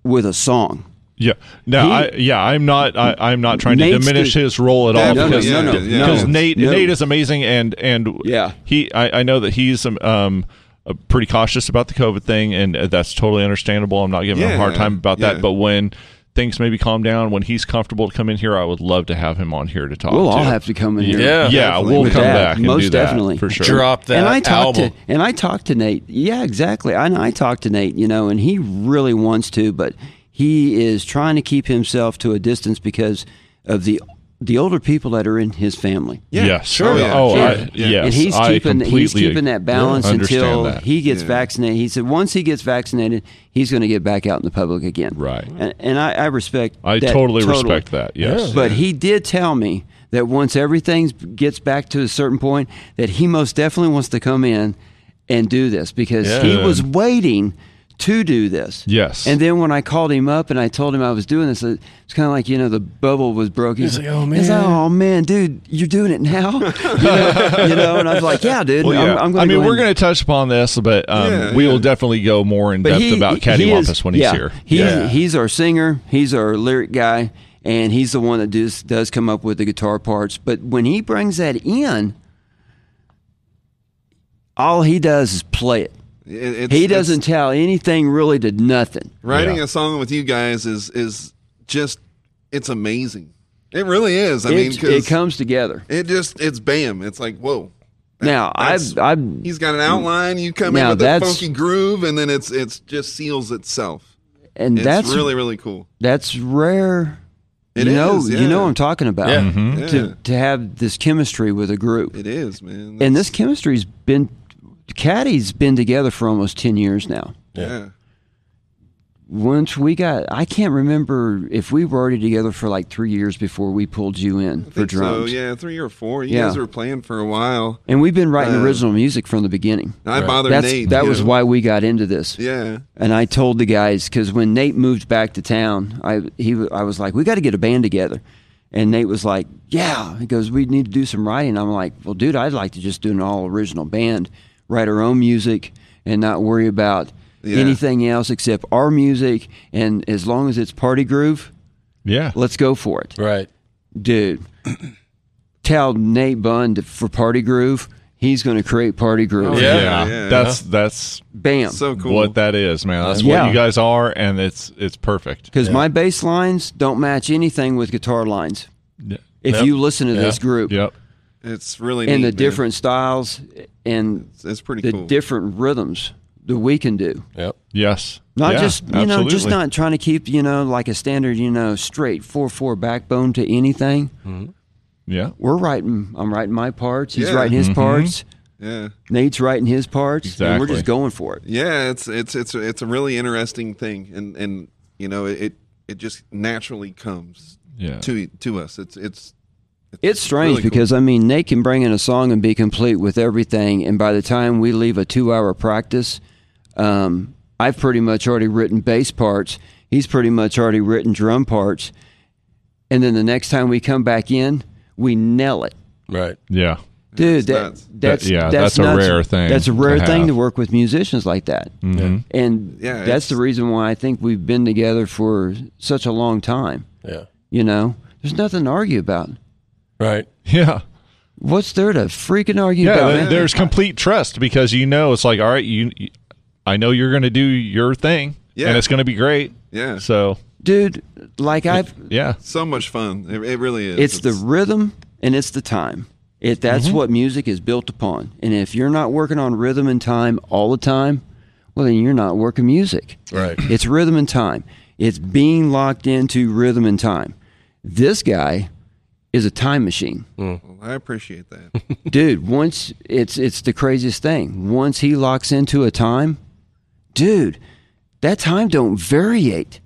with a song. Yeah. No, He- I, yeah, I'm not. I, I'm not trying to Nate's diminish the- his role at all. No, no, because, no, no, no. because Nate, No. Nate is amazing, and and Yeah. he. I, I know that he's um, um uh, pretty cautious about the COVID thing, and uh, that's totally understandable. I'm not giving him a hard Yeah, time about yeah. that. But when things maybe calm down, when he's comfortable to come in here, I would love to have him on here to talk. We'll all to. have to come in here. Yeah. yeah, Definitely. we'll With come that, back and most do that definitely. for sure. Drop that and I talked album. to and I talked to Nate. Yeah, exactly. And I talked to Nate, you know, and he really wants to, but he is trying to keep himself to a distance because of the the older people that are in his family. yes. sure. Oh, Yeah, oh, sure. I, Yeah. yes. and he's I keeping he's completely keeping that balance understand until that. he gets Yeah. vaccinated. He said once he gets vaccinated, he's going to get back out in the public again. Right. And, and I, I respect. I that totally, totally respect that. Yes. But he did tell me that once everything gets back to a certain point, that he most definitely wants to come in and do this because he Yeah. was waiting to do this. Yes. And then when I called him up and I told him I was doing this, it's kind of like you know the bubble was broken. He's like, "Oh, He's like, man." "Oh, man, dude, you're doing it now." you, know, you know, and I was like, "Yeah, dude, Well, yeah. I'm, I'm I going." mean, we're going to touch upon this, but um, Yeah, we will yeah. definitely go more in depth about Cattywampus when he's yeah, here. He's, Yeah. he's our singer. He's our lyric guy, and he's the one that does does come up with the guitar parts. But when he brings that in, all he does is play it. It- it's- He it's- doesn't tell anything really to nothing. writing Yeah. a song with you guys is is just it's amazing. It really is. I mean, it, 'cause it comes together. it just it's bam. It's like whoa. Now that's- I've I've He's got an outline. You come in Mm. Now with a that's- funky groove, and then it's it's just seals itself. and It's that's really really cool. that's rare. It you know, is, you yeah. know what I'm talking about. Yeah. Mm-hmm. Yeah. To to have this chemistry with a group. It is, man. And this chemistry's been Caddy's been together for almost 10 years now. yeah. Once we got I can't remember if we were already together for like 3 years before we pulled you in I for think drums. So yeah, three or four. You Yeah. guys were playing for a while. And we've been writing Uh, original music from the beginning. I bothered That's, Nate. that you was know? why we got into this. Yeah. And I told the guys because when Nate moved back to town, I he I was like, we got to get a band together, and Nate was like, yeah. He goes, we need to do some writing. I'm like, well, dude, I'd like to just do an all original band, write our own music, and not worry about Yeah. anything else except our music. And as long as it's party groove, Yeah. let's go for it, Right. dude. tell Nate Bund for party groove, he's going to create party groove. Yeah. Oh, Yeah. That's that's Bam. So cool. what that is, man. That's Yeah. what you guys are, and it's it's perfect. Because my bass lines don't match anything with guitar lines. Yep. If Yep. you listen to this group It's really and neat, the man. different styles and It's, it's pretty the cool. different rhythms that we can do, Yep. Yes. not Yeah, just you know, just absolutely. not trying to keep you know like a standard you know straight four four backbone to anything. Yeah. We're writing. I'm writing my parts. He's Yeah. writing his parts. yeah. Nate's writing his parts. And we're Exactly. just going for it. Yeah, it's it's it's it's a really interesting thing, and and you know it it just naturally comes Yeah. to to us. It's it's It's strange really cool. because I mean Nate can bring in a song and be complete with everything, and by the time we leave a two-hour practice, um, I've pretty much already written bass parts. He's pretty much already written drum parts, and then the next time we come back in, we nail it, Right. Yeah. dude. It's That, nuts. that's That- yeah, that's, that's a nuts. rare thing That's a rare to thing have. Mm-hmm. to work with musicians like that, and Yeah, that's it's- the reason why I think we've been together for such a long time. Yeah. You know, there's nothing to argue about. Right. Yeah. What's there to freaking argue Yeah. about? there- man? There's complete trust because you know it's like all right, you, you- I know you're going to do your thing, Yeah. and it's going to be great. Yeah. So dude like i've yeah. so much fun. It, it really is. it's the rhythm and it's the time it, that's Mm-hmm. what music is built upon and if you're not working on rhythm and time all the time well then you're not working music Right. it's rhythm and time it's being locked into rhythm and time this guy is a time machine I appreciate that. dude once it's it's the craziest thing once he locks into a time dude that time don't variate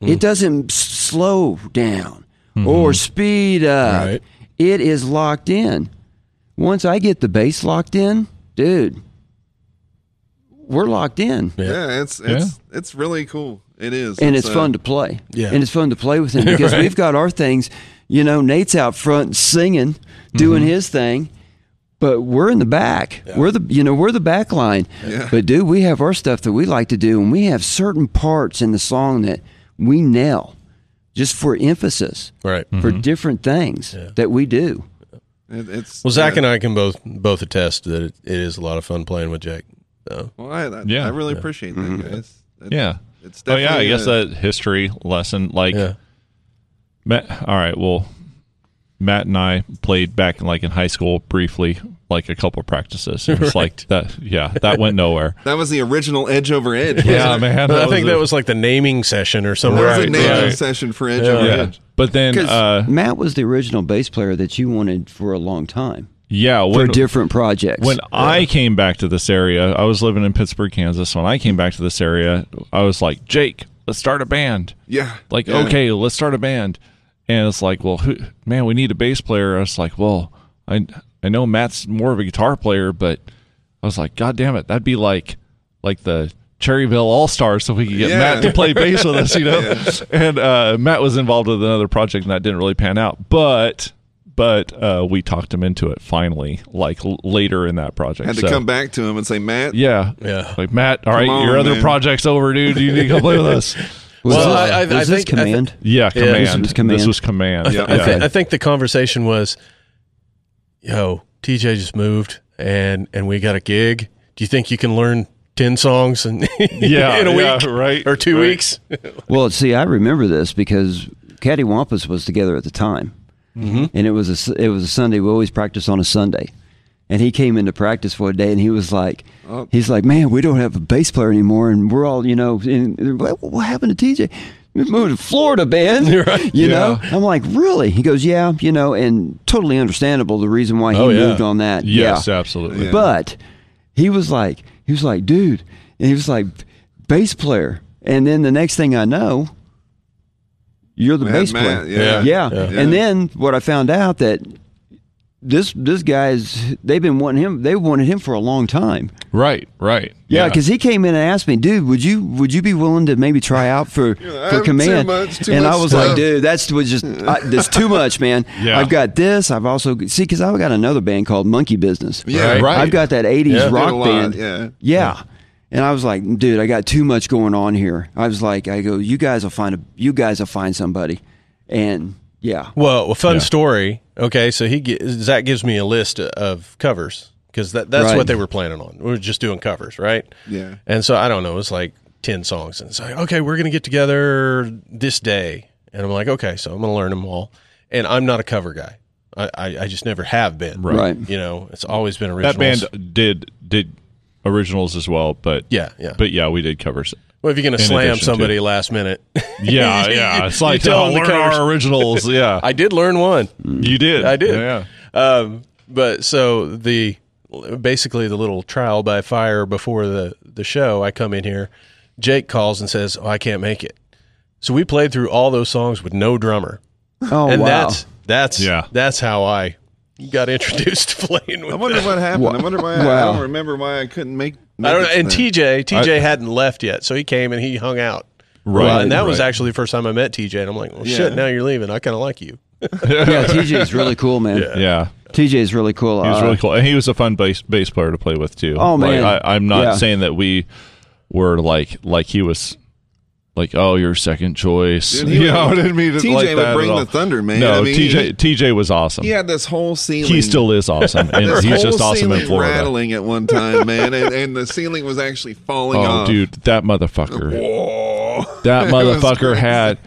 it doesn't s- slow down or speed up Right. it is locked in once i get the bass locked in dude we're locked in yeah. it's it's it's really cool. It is, and it's uh, fun to play. Yeah. And it's fun to play with him because Right. we've got our things. You know, Nate's out front singing, Mm-hmm. doing his thing, but we're in the back. We're the you know we're the back line. Yeah. But dude, we have our stuff that we like to do, and we have certain parts in the song that we nail just for emphasis Right. for different things that we do. It, it's Well, Zach yeah. and I can both both attest that it, it is a lot of fun playing with Jack. So, Well, I, I, Yeah. Mm-hmm. I really appreciate that, guys. It- Yeah. It's Oh yeah, I definitely guess a- that history lesson. Like, Yeah. Matt, all right, well, Matt and I played back in like in high school briefly, like a couple of practices. It was like that. Yeah, that went nowhere. That was the original Edge over Edge. yeah, wasn't it? man. I think a- that was like the naming session or That something. was a Right, naming right. session for Edge Yeah. over Yeah, Edge. but then, 'Cause uh, Matt was the original bass player that you wanted for a long time yeah, for when, different projects. when I came back to this area, I was living in Pittsburgh, Kansas. When I came back to this area, I was like, Jake, let's start a band. Yeah. like Yeah. okay let's start a band and it's like well who, man we need a bass player i was like well i i know matt's more of a guitar player but i was like god damn it that'd be like like the cherryville all-stars if we could get Yeah. matt to play bass with us you know and uh, matt was involved with another project and that didn't really pan out but but uh, we talked him into it finally like l- later in that project Had to So, come back to him and say, Matt, yeah Yeah. like matt all right on, your other man. project's over dude you need to come play with us was Well, this, I- I- was I this think- I thi- command? yeah command this was Command. this was command Yeah. I, thi- Okay. I think the conversation was, "Yo, TJ just moved, and and we got a gig. Do you think you can learn ten songs in, yeah, in a week yeah, right, or two right. weeks?" Well, see, I remember this because Caddy Wampus was together at the time, mm-hmm. and it was a s- it was a Sunday. We always practice on a Sunday, and he came into practice one day, and he was like, he's like, man, we don't have a bass player anymore, and we're all you know, in, what, what happened to TJ? We moved to Florida, man. You know, I'm like, really? He goes, yeah, you know, and totally understandable the reason why he Oh, yeah. moved on that. Yes, yeah, absolutely. Yeah. but he was like, he was like, dude, and he was like, bass player. And then the next thing I know, you're the We had bass Matt, player. yeah. Yeah. Yeah. And then what I found out that this this guy's they've been wanting him. They wanted him for a long time. Right, right. Yeah, because he came in and asked me, dude, would you would you be willing to maybe try out for like, for "I'm too command? much, too and much I was stuff." like, dude, that's was just I, that's too much, man. Yeah. I've got this. I've also see because I've got another band called Monkey Business. Yeah. Right. Right. I've got that '80s Yeah. did a rock lot, band. Yeah. Yeah. And I was like, dude, I got too much going on here. I was like, I go, you guys will find a, you guys will find somebody, and yeah, Well, a fun Yeah. story. Okay, so he gi- Zach gives me a list of covers because that, that's Right. what they were planning on. We were just doing covers, right? Yeah. And so I don't know, it's like ten songs, and it's like, okay, we're gonna get together this day, and I'm like, okay, so I'm gonna learn them all, and I'm not a cover guy. I, I, I just never have been. Right. right. You know, it's always been originals. that band did did originals as well, but Yeah, yeah. but yeah, we did covers. well, if you're in gonna slam addition to- somebody last minute, Yeah, yeah. It's like You tell oh, them learn the covers. our originals. Yeah, I did learn one. you did. I did. Yeah, Um, but so the basically the little trial by fire before the the show, I come in here. Jake calls and says, "Oh, I can't make it." So we played through all those songs with no drummer, Oh and wow, that's that's Yeah. that's how I got introduced to playing with. I wonder what happened. I wonder why. I, I Wow. don't remember why I couldn't make. I don't know. make it And to TJ, TJ hadn't left yet, so he came and he hung out. Well, and that was right. actually the first time I met TJ, and I'm like, well, Yeah. shit, now you're leaving. I kind of like you. yeah, TJ is really cool, man. yeah. TJ is really cool. He was Uh, really cool, and he was a fun bass bass player to play with too. Oh, man. Like, I, I'm not Yeah. saying that we were like like he was like oh your second choice. Dude, he you know, I would- didn't mean it TJ like would that at bring the all. thunder, man. No, I mean, TJ TJ was awesome. He had this whole ceiling. he still is awesome, and This he's whole just awesome ceiling in Florida. rattling at one time, man, and, and the ceiling was actually falling Oh, off. Oh, dude, that motherfucker. Whoa. That It was motherfucker crazy. had.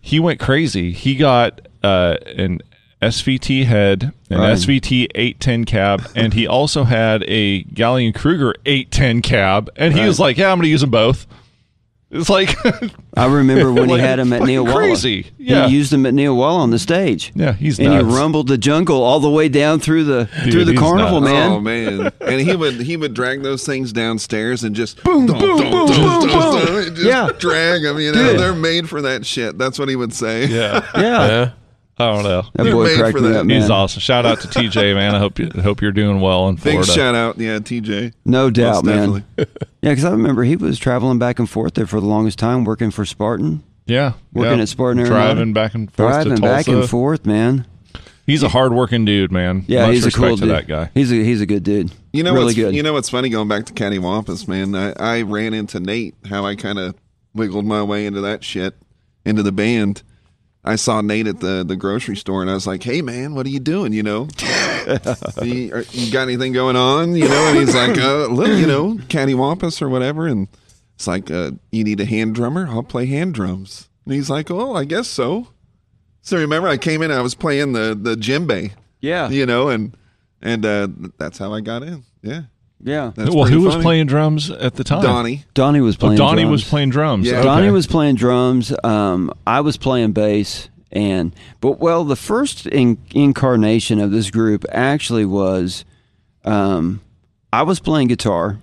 He went crazy. He got uh, an SVT head, an Right. SVT 810 cab, and he also had a Galleon Kruger 810 cab. And he was like, "Yeah, I'm going to use them both." It's like, I remember when Like, he had him at fucking Neil Walla. crazy. Yeah. He used him at Neil Walla on the stage. yeah, he's and nuts. he rumbled the jungle all the way down through the Dude, through the he's carnival, nuts. man. Oh man! And he would he would drag those things downstairs and just boom, boom, boom, boom, boom, boom. Just Yeah. drag them. You know, Dude. they're made for that shit. That's what he would say. Yeah, Yeah. Yeah. I don't know. That You're boy made cracked for me that. up, man. He's awesome. Shout out to TJ, man. I hope you hope you're doing well in Big Florida. shout out, yeah, TJ. No doubt, definitely. man. yeah, because I remember he was traveling back and forth there for the longest time, working for Spartan. yeah, Working yeah. at Spartan Aeronautic. driving back and forth, to driving back Tulsa. and forth, man. He's a hardworking dude, man. Yeah, Much he's a respect cool to dude. that guy. He's a he's a good dude. You know really what's good. you know what's funny going back to Caddy Wampus, man. I, I ran into Nate, how I kind of wiggled my way into that shit, into the band. I saw Nate at the, the grocery store, and I was like, "Hey, man, what are you doing? You know, you, are- you got anything going on? You know?" And he's like, uh, "Look, you know, Caddy Wampus or whatever." And It's like, uh, you need a hand drummer? I'll play hand drums. And he's like, oh, I guess so. So remember, I came in, I was playing the the djembe, Yeah. you know, and and uh, that's how I got in. Yeah, Yeah. that's well, pretty who was funny. playing drums at the time? Donnie? Donnie was Oh, playing. Donnie drums. was playing drums. Yeah. Okay. Donnie was playing drums. Um, I was playing bass, and but well, the first in, incarnation of this group actually was, um, I was playing guitar,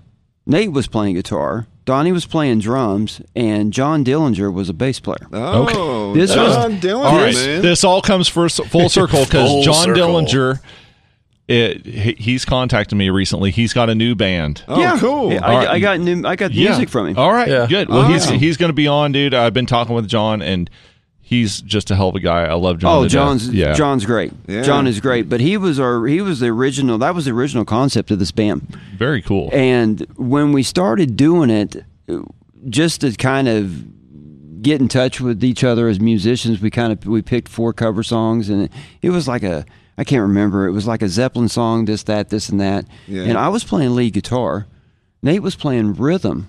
Nate was playing guitar, Donnie was playing drums, and John Dillinger was a bass player. Oh, This was- John Dillinger, all right. man. This all comes first full circle Full because John circle. Dillinger, it, he- he's contacted me recently. He's got a new band. oh, cool. Yeah, I, All right. I got new, I got music from him. All right, Yeah. good. Well, he's Awesome. he's going to be on, dude. I've been talking with John, and he's just a hell of a guy. I love John. Oh, to death. John's yeah. John's great. Yeah. John is great, but he was our he was the original. That was the original concept of this band. very cool. And when we started doing it, just to kind of get in touch with each other as musicians, we kind of we picked four cover songs, and it, it was like a I can't remember. It was like a Zeppelin song, this, that, this, and that. Yeah. And I was playing lead guitar, Nate was playing rhythm,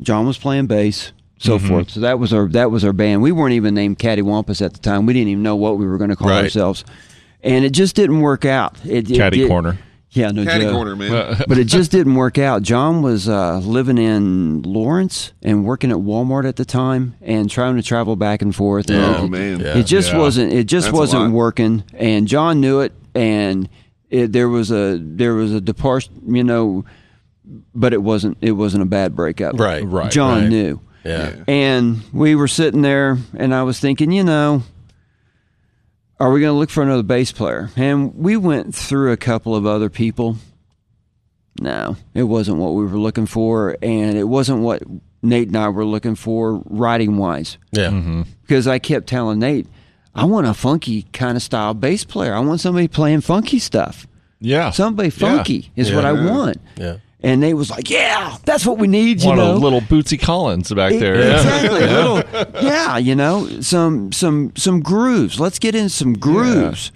John was playing bass, so forth. So that was our that was our band. We weren't even named Cattywampus at the time. We didn't even know what we were going to call Right. ourselves, and it just didn't work out. It, it- Caddy it- corner. Yeah, no Caddy joke corner, man. but it just didn't work out. John was uh, living in Lawrence and working at Walmart at the time, and trying to travel back and forth. Yeah. oh And it, man, Yeah. it just Yeah. wasn't. It just That's a lot. wasn't working. And John knew it, and it, there was a there was a departure. You know, but it wasn't. It wasn't a bad breakup. Right, right, John right. knew. Yeah. And we were sitting there, and I was thinking, you know, are we going to look for another bass player? And we went through a couple of other people. No, it wasn't what we were looking for, and it wasn't what Nate and I were looking for writing wise. Yeah. Mm-hmm. Because I kept telling Nate, I want a funky kind of style bass player. I want somebody playing funky stuff. yeah, Somebody funky is what I Yeah. want. Yeah. And Nate was like, "Yeah, that's what we need." Yeah. You Want know, a little Bootsy Collins back there. Exactly. Yeah. Little, yeah, you know, some some some grooves. Let's get in some grooves.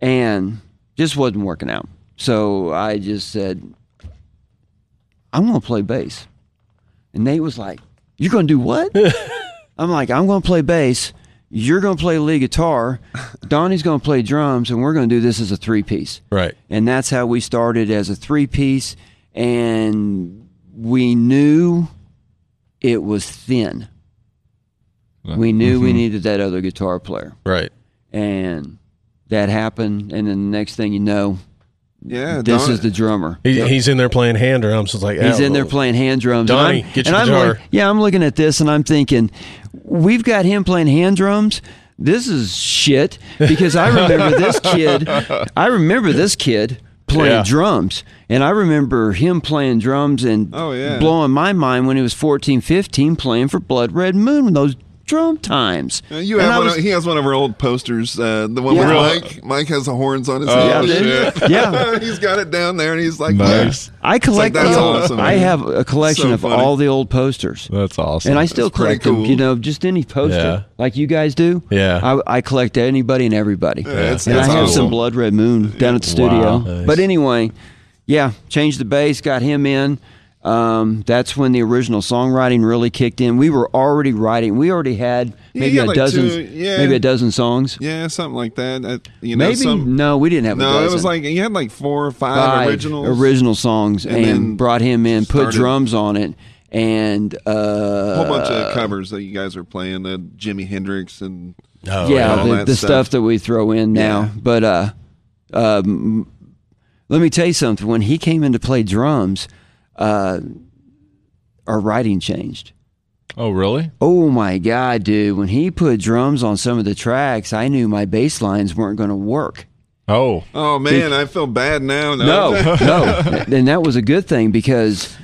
And just wasn't working out. So I just said, I'm gonna play bass. And Nate was like, You're gonna do what? I'm like, I'm gonna play bass, you're gonna play lead guitar, Donnie's gonna play drums, and we're gonna do this as a three piece Right. and that's how we started as a three piece and we knew it was thin we knew we needed that other guitar player Right. and that happened and then the next thing you know yeah. this Don- is the drummer He, He's in there playing hand drums. It's like He's oh, in there playing hand drums. and Donnie, I'm- get and your I'm guitar. like- yeah, I'm looking at this and I'm thinking, we've got him playing hand drums. This is shit because I remember this kid. I remember this kid playing Yeah. drums, and I remember him playing drums and Oh, yeah. blowing my mind when he was 14, 15, playing for Blood Red Moon with those drum times. Uh, You And have I one was- of, he has one of our old posters. Uh, the one Yeah. with Mike. Mike has the horns Oh, on his yeah, head. dude. yeah. he's got it down there, and he's like, Nice. yeah. I collect that's the old, awesome, I man. have a collection So of funny. all the old posters. That's awesome. And I still pretty collect them, cool. you know, just any poster Yeah. like you guys do. Yeah. I, I collect anybody and everybody. that's- and that's I have cool. some Blood Red Moon down at the studio. Wow. Nice. But anyway, yeah, changed the bass, got him in. Um, that's when the original songwriting really kicked in. We were already writing. We already had you maybe had a like dozen, two- yeah. maybe a dozen songs. yeah, something like that. Uh, you know, maybe some, no, we didn't have. a No, dozen. it was like you had like four or five, five originals. original songs and, And then brought him in, put started- drums on it, and uh, a whole bunch of covers that you guys are playing, the Jimi Hendrix and Oh, yeah, yeah. All the, that the stuff. stuff. that we throw in now. Yeah. But uh, um, let me tell you something. When he came in to play drums, uh, our writing changed. oh, really? Oh my god, dude! When he put drums on some of the tracks, I knew my bass lines weren't going to work. Oh, oh man, I feel bad now. No, no, and that was a good thing because.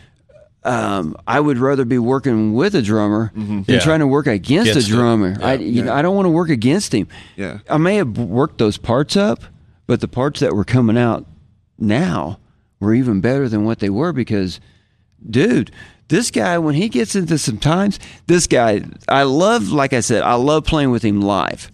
Um, I would rather be working with a drummer than Mm-hmm. Yeah. trying to work against, Against a him. drummer. I, you know, I don't want to work against him. yeah, I may have worked those parts up, but the parts that were coming out now were even better than what they were because, dude, this guy, when he gets into some times, this guy, I love, like I said, I love playing with him live.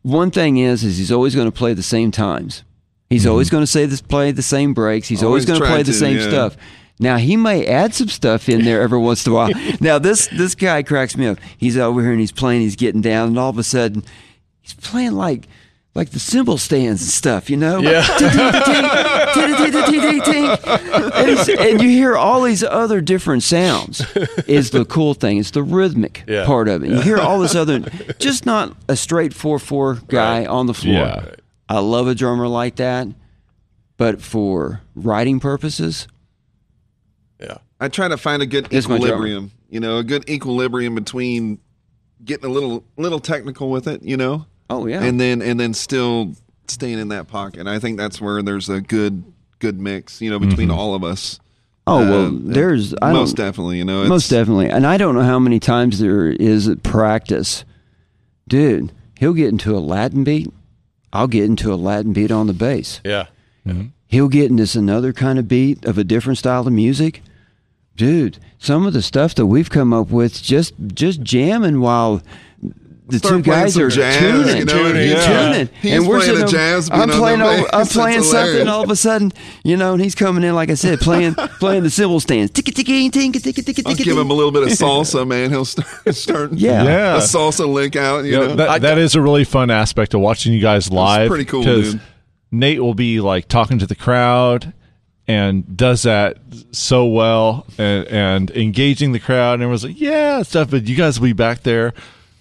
One thing is, is he's always going to play the same times. He's always going to say this, play the same breaks. He's always, Mm-hmm. Always going to try play the to, same yeah. stuff. Now he may add some stuff in there every once in a while. now this this guy cracks me up. He's over here and he's playing, he's getting down, and all of a sudden he's playing like like the cymbal stands and stuff, you know? Yeah. and, he's- and you hear all these other different sounds is the cool thing. It's the rhythmic Yeah. part of it. You hear all this other just not a straight four four guy on the floor. Yeah. Right. I love a drummer like that. But for writing purposes, Yeah. I try to find a good Here's my drummer. equilibrium. You know, a good equilibrium between getting a little little technical with it. You know, oh yeah. and then and then still staying in that pocket. I think that's where there's a good good mix. You know, between all of us. Mm-hmm. oh well Uh, there's I most don't, definitely. You know, it's, Most definitely. And I don't know how many times there is at practice. Dude, he'll get into a Latin beat. I'll get into a Latin beat on the bass. Yeah. He'll get into another kind of beat of a different style of music. Dude, some of the stuff that we've come up with just just jamming while the Start two playing guys some are jazz, tuning, you know, and tuning, he's- tuning. he's and we're playing sitting a over- jazz beat I'm on playing, the over, I'm bass. playing It's something, hilarious. all of a sudden, you know, and he's coming in, like I said, playing playing the cymbal stands. Ticka ticka ticka ticka ticka I'll ticka. give him a little bit of salsa, man. He'll start start Yeah. a Yeah. salsa lick out. You Yeah, know, that, that is a really fun aspect of watching you guys live. pretty cool, 'cause dude. Nate will be like talking to the crowd and does that so well and, and engaging the crowd and everyone's like, yeah, and stuff. But you guys will be back there,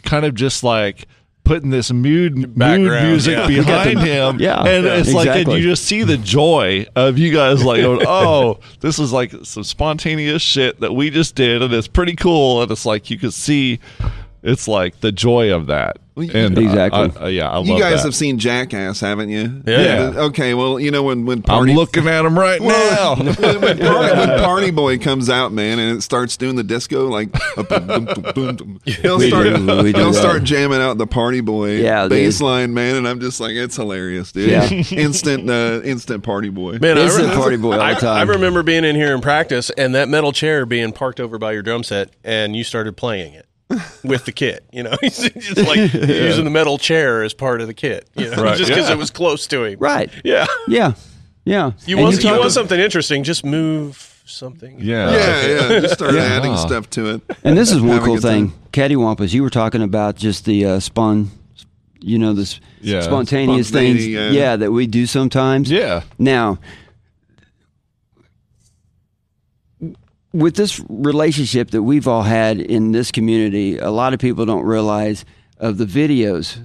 kind of just like putting this mood, mood Background, music yeah. behind him. Yeah, and yeah. it's like, and Exactly. you just see the joy of you guys like, going, oh, this is like some spontaneous shit that we just did, and it's pretty cool. And it's like you can see. It's like the joy of that, you- and I- Exactly. I- I- yeah, I you love guys that. have seen Jackass, haven't you? Yeah. Okay. Well, you know when when I'm party looking at him right Well, now. when, when party, when Party Boy comes out, man, and it starts doing the disco, like a boom, boom, boom, boom, boom. he'll We start, do- we do he'll that. start jamming out the Party Boy Yeah, dude. bass line, man, and I'm just like, it's hilarious, dude. Yeah. instant, uh, instant Party Boy. Man, This I is a party boy all I, the time. I remember being in here in practice and that metal chair being parked over by your drum set, and you started playing it with the kit. You know, he's just like using the metal chair as part of the kit, you know, Right, just because yeah. it was close to him. Right. Yeah. Yeah. Yeah. You And want, you, talk want ab- something interesting? Just move something. yeah, yeah, yeah, just start adding Wow. stuff to it. and this is one Have a cool good thing. time. Cattywampus, you were talking about just the uh, spawn, you know, this Yeah. spontaneous things. Spontaneity, yeah. yeah, that we do sometimes. yeah. Now, with this relationship that we've all had in this community, a lot of people don't realize of the videos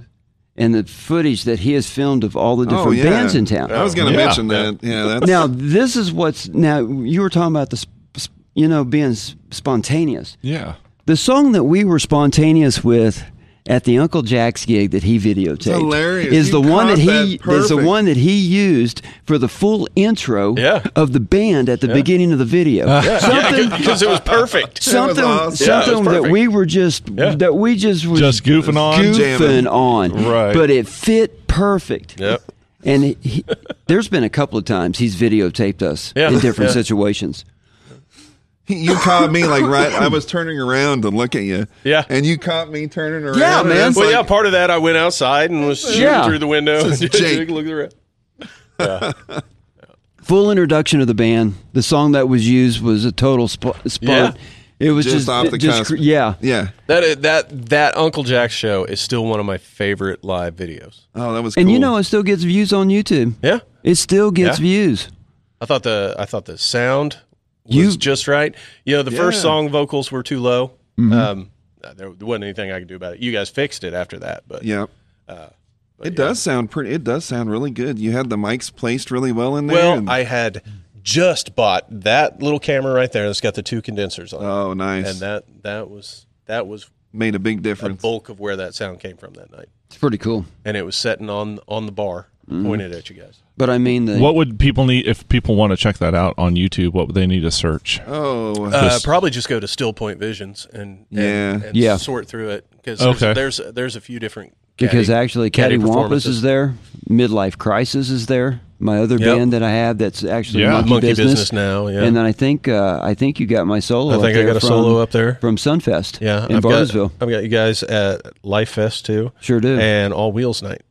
and the footage that he has filmed of all the different oh yeah, bands in town. I was going to Yeah. mention that. Yeah, that's now this is what's now you were talking about the sp- sp- you know being s- spontaneous yeah. the song that we were spontaneous with at the Uncle Jack's gig that he videotaped hilarious. is You the one that caught he that is the perfect. one that he used for the full intro Yeah. of the band at the beginning of the video. Something Because it was perfect. something awesome. Yeah, it was something that perfect. we were just that we just was Just goofing on. goofing Jamming. on. Right. But it fit perfect. Yep. And he, there's been a couple of times he's videotaped us Yeah. in different Yeah. situations. you caught me like right. I was turning around to look at you. Yeah. and you caught me turning around. Yeah, and man. it's Well, like- yeah, part of that I went outside and was shooting Yeah. through the window. and Jake. Look around. Full introduction of the band. The song that was used was a total spot. Yeah. spot. It was Just just, off the just cusp. cr- yeah. yeah. That that that Uncle Jack show is still one of my favorite live videos. Oh, that was. And you cool. know, it still gets views on YouTube. Yeah, It still gets Yeah. views. I thought the I thought the sound was You- just right. You know, the Yeah. Mm-hmm. first song vocals were too low. Um, there wasn't anything I could do about it. You guys fixed it after that, but Yeah. Uh, but it yeah. does sound pretty. It does sound really good. You had the mics placed really well in there. Well, and- I had just bought that little camera right there that's got the two condensers on, oh, it. nice. and that that was that was Made a big a difference. bulk of where that sound came from that night, It's pretty cool. and it was setting on on the bar, Mm-hmm. pointed at you guys. But I mean, the, What would people need if people want to check that out on YouTube? What would they need to search? Oh, Uh, Just- probably just go to Still Point Visions and, and Yeah. and Yeah. sort through it because Okay. there's, there's there's a few different because caddy- actually, caddy Caddy Wampus performances. is there. Midlife Crisis is there. My other Yep. band that I have that's actually Yeah. Monkey, Monkey business. Business now, yeah. And then I think uh, I think you got my solo. I up think I there got a from- solo up there. from Sunfest. yeah, in I've got, Bartlesville. I've got you guys at Life Fest too. Sure do. And All Wheels Night.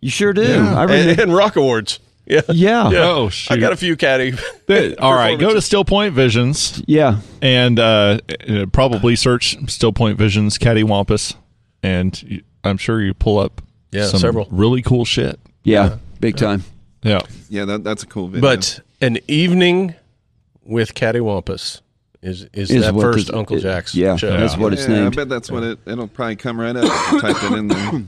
you sure do. I remember. and, and Rock Awards. Yeah. Yeah. Yeah. Oh, shoot. I got a few caddy. They- all right, go to Still Point Visions Yeah. and uh, uh, probably search Still Point Visions Caddy Wampus, and you, I'm sure you pull up Yeah, some several. really cool shit. Yeah. Big time. Yeah, Yeah, that, that's a cool video. But an evening with Cattywampus is is, Is that what first this- Uncle it- Jack's yeah, show. that's what it's yeah, named. I bet that's what it. It'll probably come right up. If you type it in there.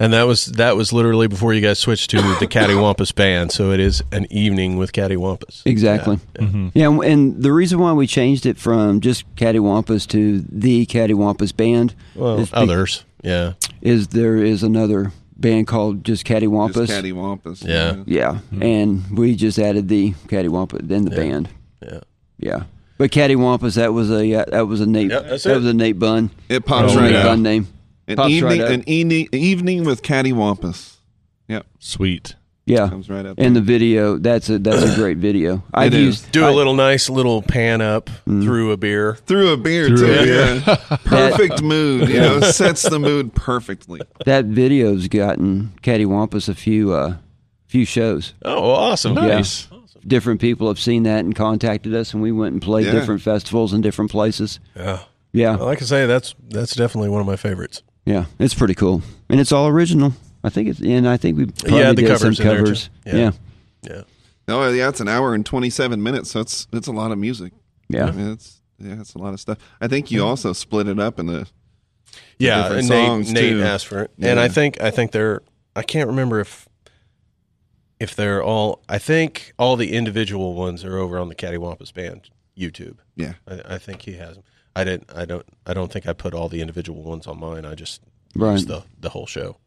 And that was that was literally before you guys switched to the Cattywampus band. So it is an evening with Cattywampus. Exactly. Yeah. Mm-hmm. and- and the reason why we changed it from just Cattywampus to the Cattywampus Band Well, is, be- others, yeah, is there is another band called just Cattywampus. Just cattywampus. Yeah. yeah, and we just added the Cattywampus then the band. Mm-hmm. yeah. Yeah, but Cattywampus that was a yeah, that was a Nate Yeah, that's that it. was a Nate Bun It pops Oh, right Nate yeah. up. Bun name. An Pops evening, right up. an evening, evening with cattywampus. Yep, sweet. yeah, comes right up. and the video that's a that's a great video. I've It is. used Do I- Mm-hmm. a little nice little pan up through a beer. through a beer Through too. a Yeah. Perfect mood. You know, sets the mood perfectly. that video's gotten Cattywampus a few uh few shows. Oh, awesome! Nice. different people have seen that and contacted us, and we went and played Yeah. Oh. different festivals in different places. Yeah. Yeah, Well, like I say, that's that's definitely one of my favorites. yeah, it's pretty cool, and it's all original. I think it's, and I think we probably Yeah, the did covers some in there, too. covers. Yeah. Yeah. Yeah, Oh yeah, it's an hour and twenty seven minutes. So it's it's a lot of music. yeah, I mean, it's yeah, it's a lot of stuff. I think you also split it up in the yeah. different And Nate, songs, Nate too. asked for it, and Yeah. I think I think they're. I can't remember if if they're all. I think all the individual ones are over on the Cattywampus Band YouTube. yeah. I, I think he has them. I didn't. I don't. I don't think I put all the individual ones on mine. I just Right. used the the whole show.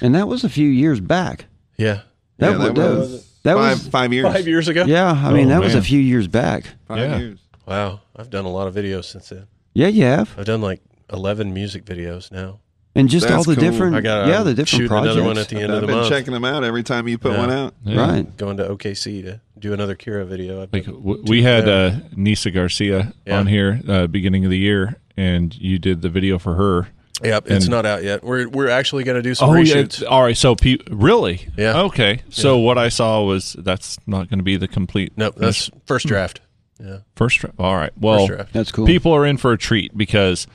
and that was a few years back. Yeah, That Yeah, was that that was was, that five was five years. five years ago. yeah. I mean, Oh, that was a man. few years back. Five Yeah. years. Wow, I've done a lot of videos since then. Yeah, you have, I've done like eleven music videos now. and just all That's the cool. different, I got. um, yeah, the different shooting projects. another one at the end I've of the been month. checking them out every time you put Yeah. one out. Yeah. Right. Going to OKC to do another Kira video. I've Like been- w- we had uh, Nisa Garcia Yeah. on here uh, beginning of the year, and you did the video for her. yep, it's and- Oh, not out yet. We're we're actually going to do some reshoots. All right. So pe- really, Oh, Yeah. Okay. So what I saw was that's not going to be the complete No, that's first draft. Yeah, first draft. All right. hmm. Well, first draft. That's cool. people are in for a treat because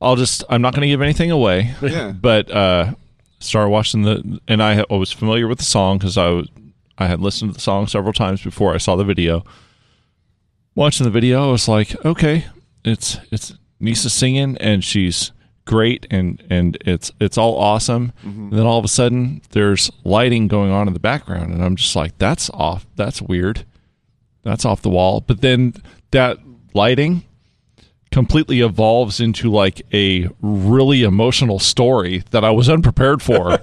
I'll just I'm not going to give anything away. Yeah. But uh, started watching the and I, ha- I was familiar with the song because I was I had listened to the song several times before I saw the video. Watching the video, I was like, okay, it's it's Nisa singing and she's great and and it's it's all awesome. And then all of a sudden, there's lighting going on in the background, and I'm just like, that's off. That's weird. That's off the wall. But then that lighting completely evolves into like a really emotional story that I was unprepared for.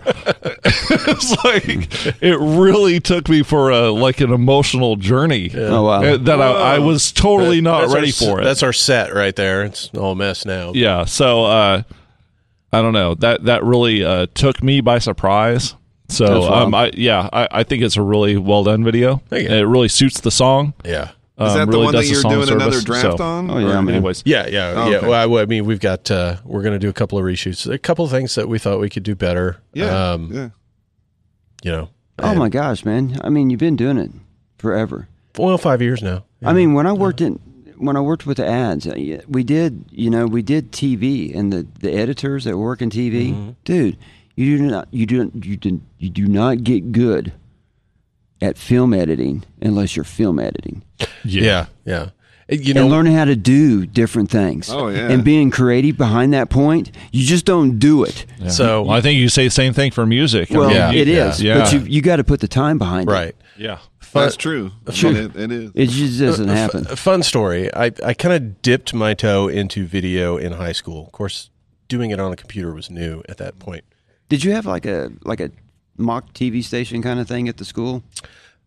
it's like it really took me for a like an emotional journey Oh wow, uh, that I, I was totally not That's our ready s- for it. That's our set right there. It's all a mess now. yeah, so uh, I don't know that that really uh, took me by surprise. That's So wild. um, I, yeah, I, I think it's a really well done video. Thank you. It really suits the song. Yeah. Is Um, that the really one does that you're song doing another service, draft so- on? Oh, yeah, Or- man. Anyways, Yeah, yeah, Oh, yeah. okay. Well, I, I mean, we've got uh, we're going to do a couple of reshoots. A couple of things that we thought we could do better. Yeah. um, yeah. you know. oh my gosh, man! I mean, you've been doing it forever. Well, five years now. I mean, when I worked in when I worked with the ads, uh, yeah, we did you know we did TV and the the editors that work in TV, Mm-hmm. dude, you do not you do you do, you do not get good at film editing unless you're film editing yeah, yeah. Uh, You and know, learning how to do different things. Oh, yeah. and being creative behind that point, you just don't do it. so Well, I think you say the same thing for music. I Well, mean, Yeah. it yeah, is, yeah. but you you got to put the time behind it. right. yeah. That's true. I mean, it, it is. It just doesn't Uh, happen. A fun story. I, I kind of dipped my toe into video in high school. Of course, doing it on a computer was new at that point. Did you have like a like a mock TV station kind of thing at the school?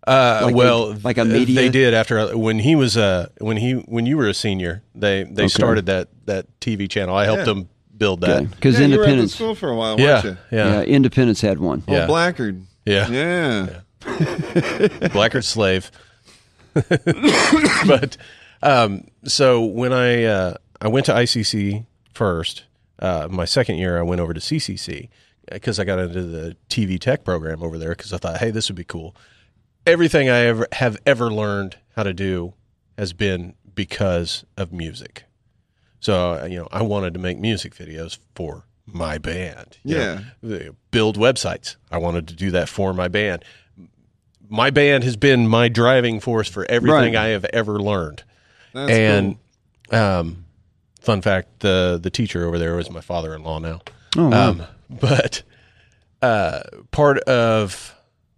Uh, Like a- well, like a th- media- They did after when he was uh when he when you were a senior. They they started that that TV channel. I helped Yeah. them build that. Because yeah, you were at the Uh, Independence, school for a while, Yeah, weren't you? yeah. yeah, Independence had one. Oh, Yeah. Blackard. yeah, Yeah. Blackard slave. but um, so when I uh, I went to ICC first, uh, my second year I went over to CCC because I got into the TV tech program over there because I thought, hey, this would be cool. Everything I ever have ever learned how to do has been because of music. So uh, you know, I wanted to make music videos for my band. you Yeah. know. build websites. I wanted to do that for my band. My band has been my driving force for everything Right. I have ever learned That's and um, fun fact the the teacher over there was my father in law now. Oh, wow. Um, but uh, part of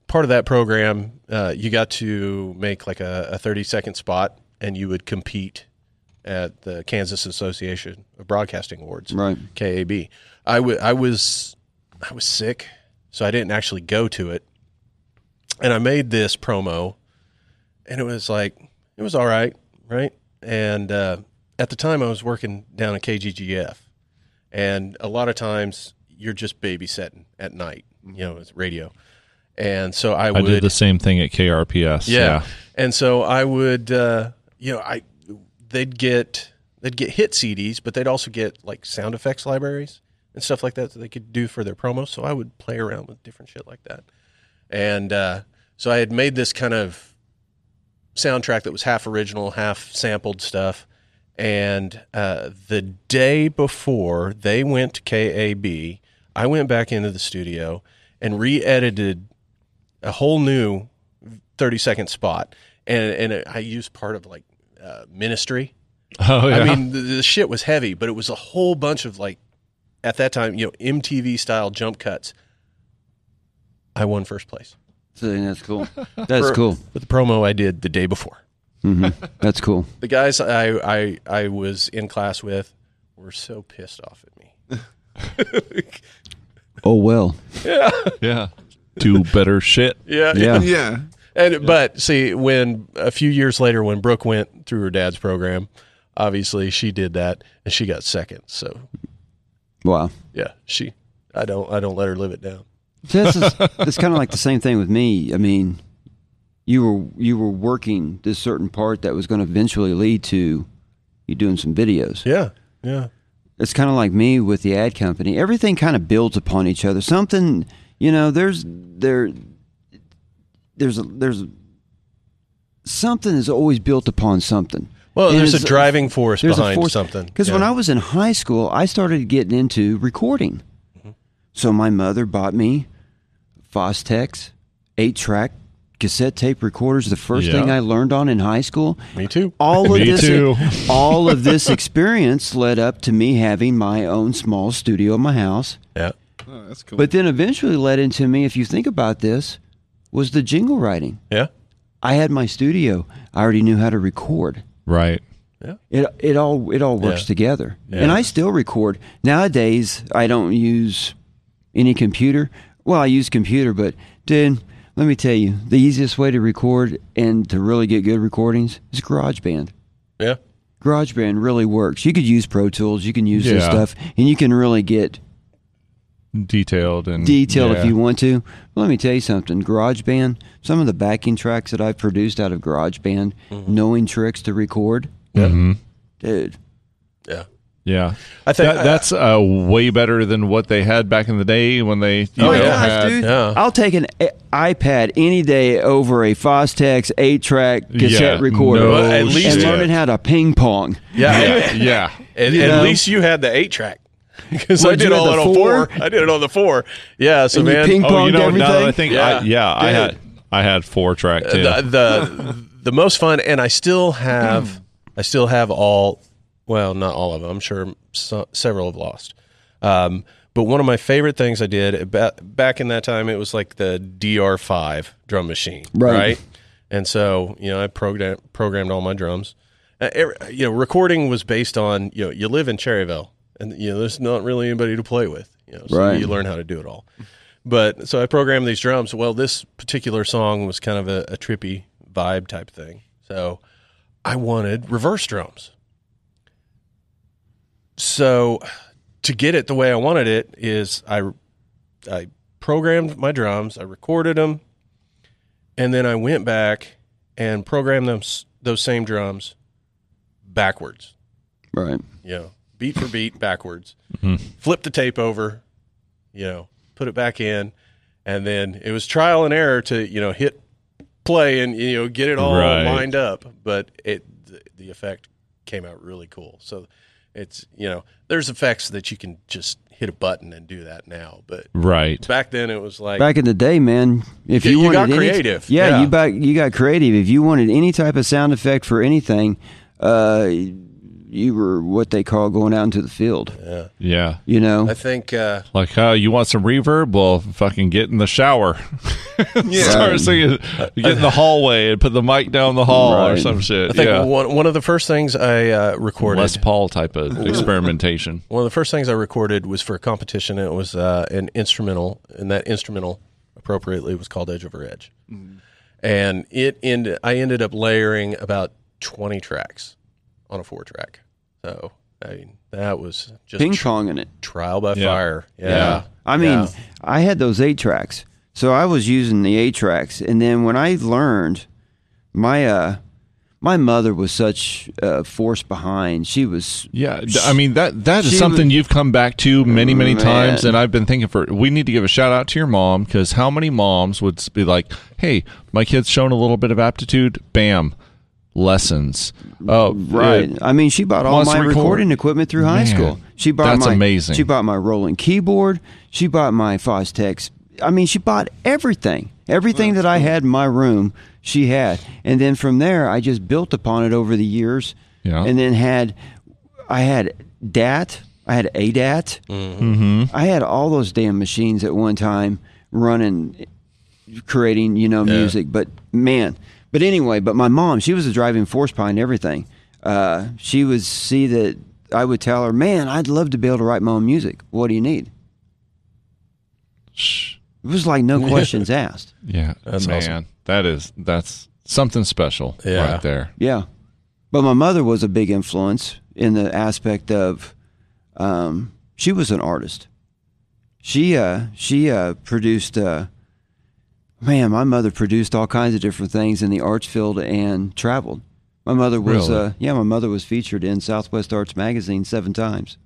part of that program, uh, you got to make like a, a thirty second spot, and you would compete at the Kansas Association of Broadcasting Awards. right. KAB. I wa- I was I was sick, so I didn't actually go to it. And I made this promo, and it was like it was all right, right? And uh, at the time, I was working down at KGGF, and a lot of times you're just babysitting at night, you know, it's radio. And so I, I would did the same thing at KRPS. yeah. And so I would, uh, you know, I they'd get they'd get hit CDs, but they'd also get like sound effects libraries and stuff like that that they could do for their promos. So I would play around with different shit like that. And uh, so I had made this kind of soundtrack that was half original, half sampled stuff. And uh, the day before they went to KAB, I went back into the studio and re-edited a whole new 30 second spot and and i used part of like uh, ministry Oh yeah. i mean the, the shit was heavy but it was a whole bunch of like at that time you know mtv style jump cuts i won first place So that's cool. That's cool. Mm-hmm. with the promo i did the day before That's cool. the guys i i, I was in class with were so pissed off at me Oh well. yeah. Do better shit. yeah Yeah. yeah. And but see, when a few years later, when Brooke went through her dad's program, obviously she did that and she got second. So Wow. yeah, she, I don't, I don't let her live it down. This is it's kind of like the same thing with me. I mean, you were you were working this certain part that was going to eventually lead to you doing some videos. Yeah, yeah, It's kind of like me with the ad company. Everything kind of builds upon each other. Something, you know, there's there there's a, there's a, something is always built upon something. Well, And there's a it's- driving force there's behind a force, something. Because when I was in high school, I started getting into recording. Mm-hmm. So my mother bought me Fostex eight track cassette tape recorders. The first Yeah. thing I learned on in high school. me too. All of Me this, too. all of this experience led up to me having my own small studio in my house. Yeah, Oh, that's cool. But then eventually led into me, if you think about this, was the jingle writing. yeah, I had my studio. I already knew how to record. Right. It it all it all works Yeah. together. Yeah. And I still record. Nowadays I don't use any computer. Well, I use computer, but dude, let me tell you, the easiest way to record and to really get good recordings is GarageBand. yeah. GarageBand really works. You could use Pro Tools, you can use this Yeah. stuff, and you can really get Detailed and detailed yeah. if you want to. Let me tell you something. GarageBand, some of the backing tracks that I've produced out of GarageBand, Mm-hmm. knowing tricks to record. Dude. Yeah. Yeah, I think- That- that's uh, way better than what they had back in the day when they. You Oh, know, yeah. had, dude. yeah. I'll take an i- iPad any day over a Fostex 8 track Yeah, cassette recorder. no At least- and shit. learning how to ping pong. Yeah, yeah. yeah, At, You at know? least you had the eight track because I Well, you did had all the that on four. four? I did it on the four. Yeah, so And you man, ping- Oh, you know, now that I everything? think, Yeah. I, yeah, I had I had four track too. the, the the most fun and i still have i still have all well not all of them i'm sure so, several have lost um, but one of my favorite things i did ba- back in that time it was like the dr5 drum machine right, Right. and so you know i program, programmed all my drums uh, every, you know recording was based on you know you live in cherryville and you know there's not really anybody to play with you know so Right. you learn how to do it all but so I programmed these drums. Well, this particular song was kind of a, a trippy vibe type thing. So I wanted reverse drums. So to get it the way I wanted it is I I programmed my drums, I recorded them, and then I went back and programmed them s- those same drums backwards Right. you know, beat for beat backwards. Flip the tape over, you know, put it back in, and then it was trial and error to you know hit play and you know get it all Right. lined up. But it the, the effect came out really cool. So it's you know there's effects that you can just hit a button and do that now, but Right. back then it was like Back in the day, man, if Yeah, you you wanted got any- creative. yeah, Yeah. you back you got creative. If you wanted any type of sound effect for anything, uh, you were what they call going out into the field. Yeah. You know, I think uh, Like, uh, you want some reverb? Well, fucking get in the shower. Start singing. Get in the hallway and put the mic down the hall or Right. some shit. I think yeah. one one of the first things I uh, recorded Les Paul type of experimentation. One of the first things I recorded was for a competition. And it was uh, an instrumental, and that instrumental, appropriately, was called Edge Over Edge. Mm-hmm. And it ended. I ended up layering about twenty tracks on a four track. So I mean, that was just ping tr- ponging it. trial by Yeah. fire. Yeah. I mean, Yeah. I had those eight tracks, so I was using the eight tracks, and then when I learned, my uh, my mother was such a force behind. She was Yeah, d- I mean that that She is something you've come back to many many times, Man. and I've been thinking for. We need to give a shout out to your mom because how many moms would s- be like, "Hey, my kid's shown a little bit of aptitude. Bam, lessons. Oh, Right. uh, I mean, she bought all Wants to my record. recording equipment through high Man, school. She bought that's my, amazing. She bought my rolling keyboard. She bought my Fostex. I mean, she bought everything. Everything that I had in my room, she had. And then from there, I just built upon it over the years. Yeah. And then had, I had DAT. I had ADAT. Mm-hmm. I had all those damn machines at one time running creating, you know, music. But man, but anyway, but my mom, she was a driving force behind everything. Uh, she would see that I would tell her, "Man, I'd love to be able to write my own music. What do you need?" shh. It was like no questions asked. yeah, That's man, awesome. that is that's something special Yeah. right there. Yeah, but my mother was a big influence in the aspect of um, she was an artist. She uh, she uh, produced. Uh, man, my mother produced all kinds of different things in the arts field and traveled. My mother was Really? uh, yeah, my mother was featured in Southwest Arts Magazine seven times.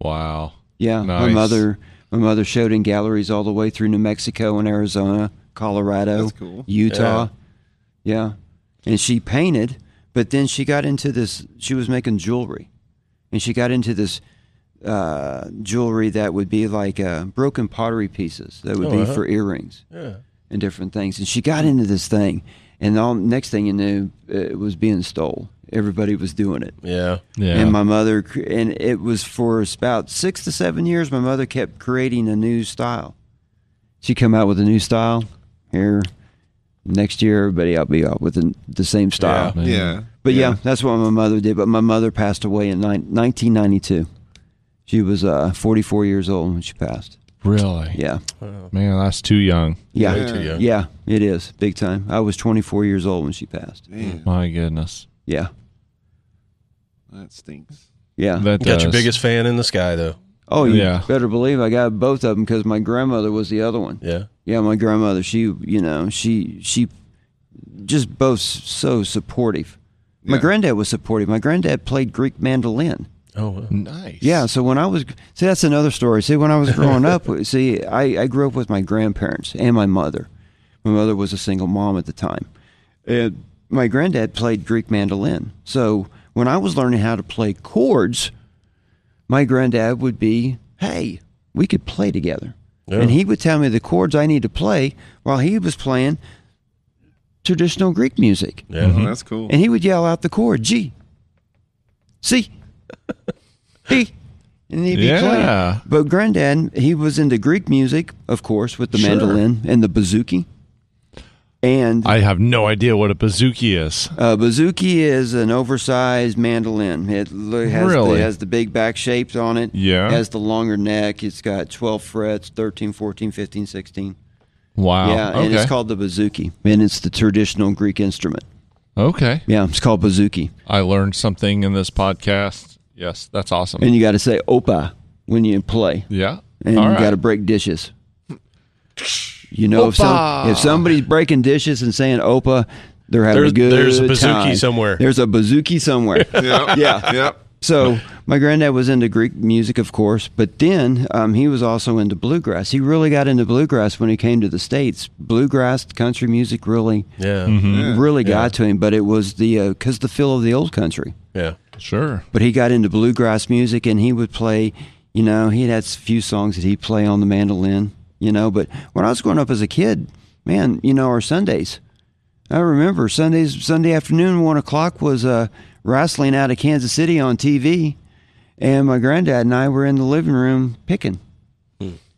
Wow. Yeah, my Nice. mother my mother showed in galleries all the way through New Mexico and Arizona, Colorado, That's cool. Utah. Yeah. And she painted, but then she got into this she was making jewelry. And she got into this uh, jewelry that would be like uh, broken pottery pieces that would Oh, be uh-huh. for earrings Yeah. and different things. And she got into this thing, and all next thing you knew, it was being stole. Everybody was doing it. Yeah. Yeah. And my mother, cr- and it was for about six to seven years. My mother kept creating a new style. She come out with a new style here. Next year, everybody I'll be out with the, the same style. Yeah. Yeah. But yeah. that's what my mother did. But my mother passed away in nine- 1992. She was uh, 44 years old when she passed. really. Yeah. Man, that's too young. Yeah. Way too young. Yeah, it is big time. I was 24 years old when she passed. Man, My goodness. Yeah, that stinks. yeah. That You got your does. biggest fan in the sky though. oh, you Yeah. better believe I got both of them because my grandmother was the other one. Yeah. Yeah, my grandmother. She, you know, she she just both s- so supportive. My Yeah. granddad was supportive. My granddad played Greek mandolin. Oh. wow. Nice. Yeah, so when I was see, that's another story. See, when I was growing up, see, I, I grew up with my grandparents and my mother. My mother was a single mom at the time, and my granddad played Greek mandolin. So when I was learning how to play chords, my granddad would be, "Hey, we could play together," and he would tell me the chords I need to play while he was playing traditional Greek music. Yeah. Oh, that's cool. And he would yell out the chord, G, C, D. And he'd be Yeah. playing. But granddad, he was into Greek music, of course, with the Sure. mandolin and the bouzouki. And I have no idea what a bazooki is. uh, bouzouki is an oversized mandolin. It l- has, Really? the, has the big back shapes on it. Yeah. has the longer neck. It's got 12 frets, 13, 14, 15, 16. Wow. yeah, Oh, okay. and it's called the bouzouki. And it's the traditional Greek instrument. okay. Yeah, it's called bouzouki. I learned something in this podcast. Yes, that's awesome. and you got to say opa when you play, yeah. and All you right. got to break dishes. You know, if, some, Opa. if somebody's breaking dishes and saying opa, they're having There's- a good there's a bazooki time. somewhere. There's a bazooki somewhere. Yep. yeah, yep. So my granddad was into Greek music, of course, but then um, he was also into bluegrass. He really got into bluegrass when he came to the states. Bluegrass country music really, Yeah. Mm-hmm. really got to him. But it was the because the feel of the old country. Yeah. Sure. But he got into bluegrass music, and he would play. You know, he had a few songs that he'd play on the mandolin. You know, but when I was growing up as a kid, man, you know, our Sundays. I remember Sundays, Sunday afternoon, one o'clock was uh, wrestling out of Kansas City on TV, and my granddad and I were in the living room picking.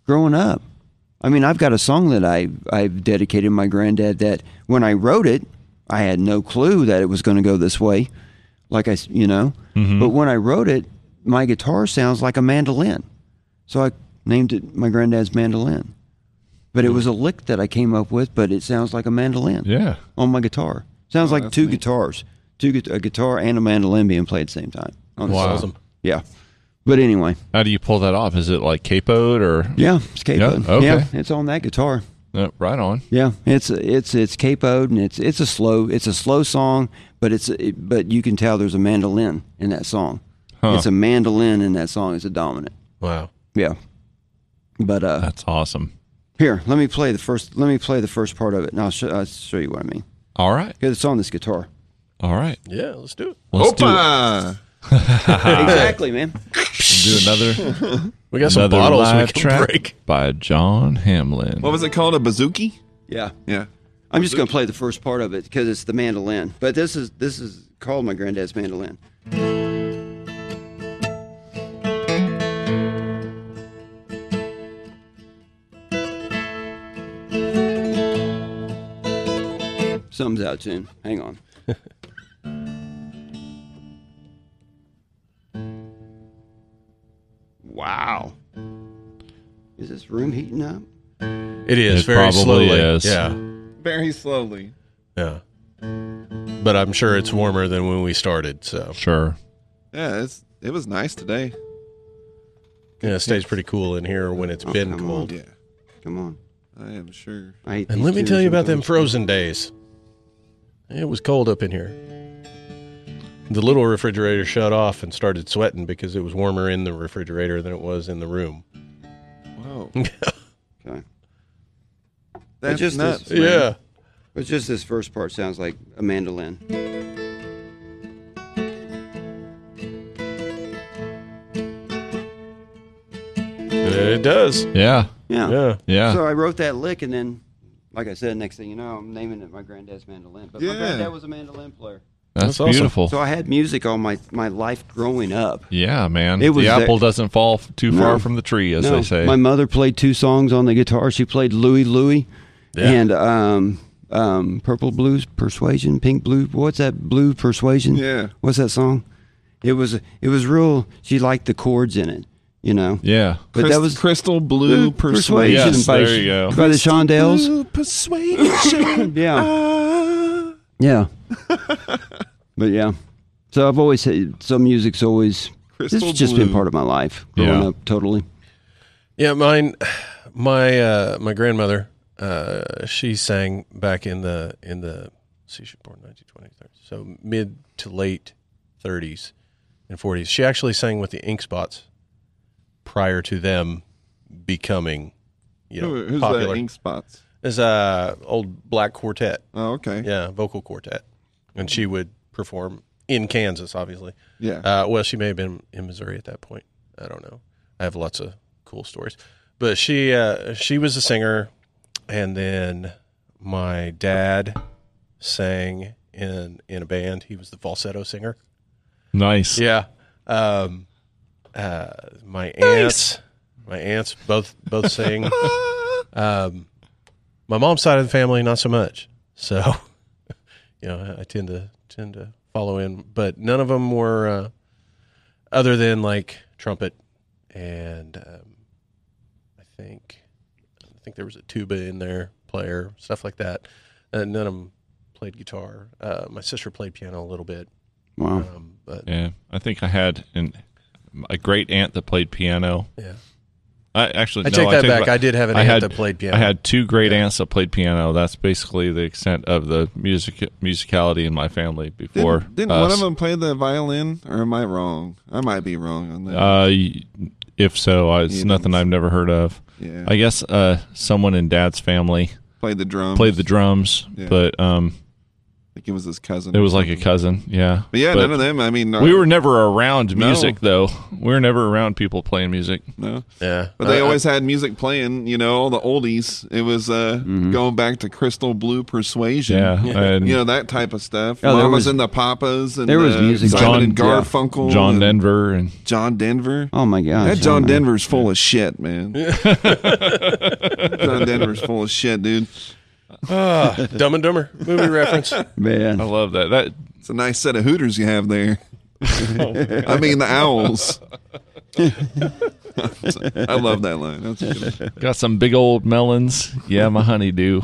Growing up, I mean, I've got a song that I I've dedicated my granddad that when I wrote it, I had no clue that it was going to go this way, like I s- you know, but when I wrote it, my guitar sounds like a mandolin, so I named it my granddad's mandolin. But it was a lick that I came up with, but it sounds like a mandolin Yeah. on my guitar. Sounds Oh, like two guitars, two gu- a guitar and a mandolin being played at the same time. On the Wow. song. Yeah. But anyway, How do you pull that off? Is it like capoed or yeah, it's capoed. Yeah, okay. Yeah, it's on that guitar. No, right on? Yeah, it's it's it's capoed and it's it's a slow it's a slow song, but it's it, but you can tell there's a mandolin in that song. Huh. It's a mandolin in that song. It's a dominant. Wow. Yeah. But uh, That's awesome. here, let me play the first. Let me play the first part of it, and I'll, sh- I'll show you what I mean. All right. Because it's on this guitar. All right. Yeah. Let's do it. Let's do, it. Opa! exactly, man. do another We got some another bottles we live can track break. by John Hamlin. What was it called? A bazooki? Yeah. Yeah. I'm just going to play the first part of it because it's the mandolin. But this is this is called my granddad's mandolin. Something's out of tune. Hang on. wow. Is this room heating up? It is It very probably slowly. is. Yeah. Very slowly. Yeah. But I'm sure it's warmer than when we started. So Sure. Yeah, it's it was nice today. yeah, it stays pretty cool in here when it's been Oh, come on. cold. Yeah, Come on. I am sure. I hate And these let me tunes tell you about them sometimes. frozen days. It was cold up in here. The little refrigerator shut off and started sweating because it was warmer in the refrigerator than it was in the room. Whoa, Okay. that's just nuts. is- man. Yeah. But just this first part sounds like a mandolin. It does. Yeah. Yeah. Yeah. Yeah. So I wrote that lick, and then, like I said, next thing you know, I'm naming it my granddad's mandolin. But my Yeah. granddad was a mandolin player. That's, That's awesome. beautiful. So I had music all my, my life growing up. Yeah, man. It was the the- apple doesn't fall f- too far No. from the tree, as they say. My mother played two songs on the guitar. She played Louie Louie Yeah. and um, um, Purple Blues Persuasion, Pink Blue. What's that Blue Persuasion? Yeah. What's that song? It was it was real. She liked the chords in it, you know. yeah. But Crys- that was crystal blue persuasion. Persuasion. Yes, by, there you go. by the Shondells. Blue persuasion. Yeah. Ah. Yeah. but yeah. So I've always said some music's always Crystal it's just been blue. part of my life growing Yeah. up totally. Yeah, mine, my uh, my grandmother, uh, she sang back in the in the see, she was born nineteen twenty thirty, so mid to late thirties and forties. She actually sang with the Ink Spots prior to them becoming, you know, Who- Who's popular. that? Ink spots. It's a old black quartet, Oh, okay. Yeah. yeah, vocal quartet, and she would perform in Kansas, obviously. Uh, well, she may have been in Missouri at that point. I don't know. I have lots of cool stories, but she uh, she was a singer, and then my dad sang in in a band. He was the falsetto singer. Nice. Yeah. Um, uh, my aunts, my aunts both both sing. um, my mom's side of the family, not so much. So, you know, I tend to tend to follow in, but none of them were uh, other than like trumpet and um, I think I think there was a tuba in there, player stuff like that. Uh, none of them played guitar. Uh, my sister played piano a little bit, Wow. um, but Yeah. I think I had an, a great aunt that played piano. yeah. I actually I no, take that take back. I did have an I aunt had, that played piano. I had two great aunts that played piano. That's basically the extent of the music musicality in my family Didn't, before. didn't us. one of them play the violin, or am I wrong? I might be wrong on that. Uh, y- if so, I, it's Yeah, nothing that's- I've never heard of. yeah, I guess uh, someone in Dad's family played the drum. played the drums, Yeah. but um, I think it was his cousin. it was like a cousin. Yeah, But yeah, But none of them. I mean, we were never around Uh, No. music, though. We were never around people playing music. no. yeah, uh, But they I- I- always had music playing, you know, all the oldies. It was uh, going back to Crystal Blue Persuasion. Mm-hmm. Yeah, and You know, that type of stuff. Mm. Yeah, there Mamas was- and the Papas and there was uh, music. Simon John- and Garfunkel. John and Denver and John Denver. Oh my gosh. that John I- Denver's full of shit, man. John Denver's full of shit, dude. Ah, Dumb and Dumber movie reference. Man. I love that. That It's a nice set of Hooters you have there. I mean, the owls. I love that line. That's a good one. got some big old melons. Yeah, my honeydew.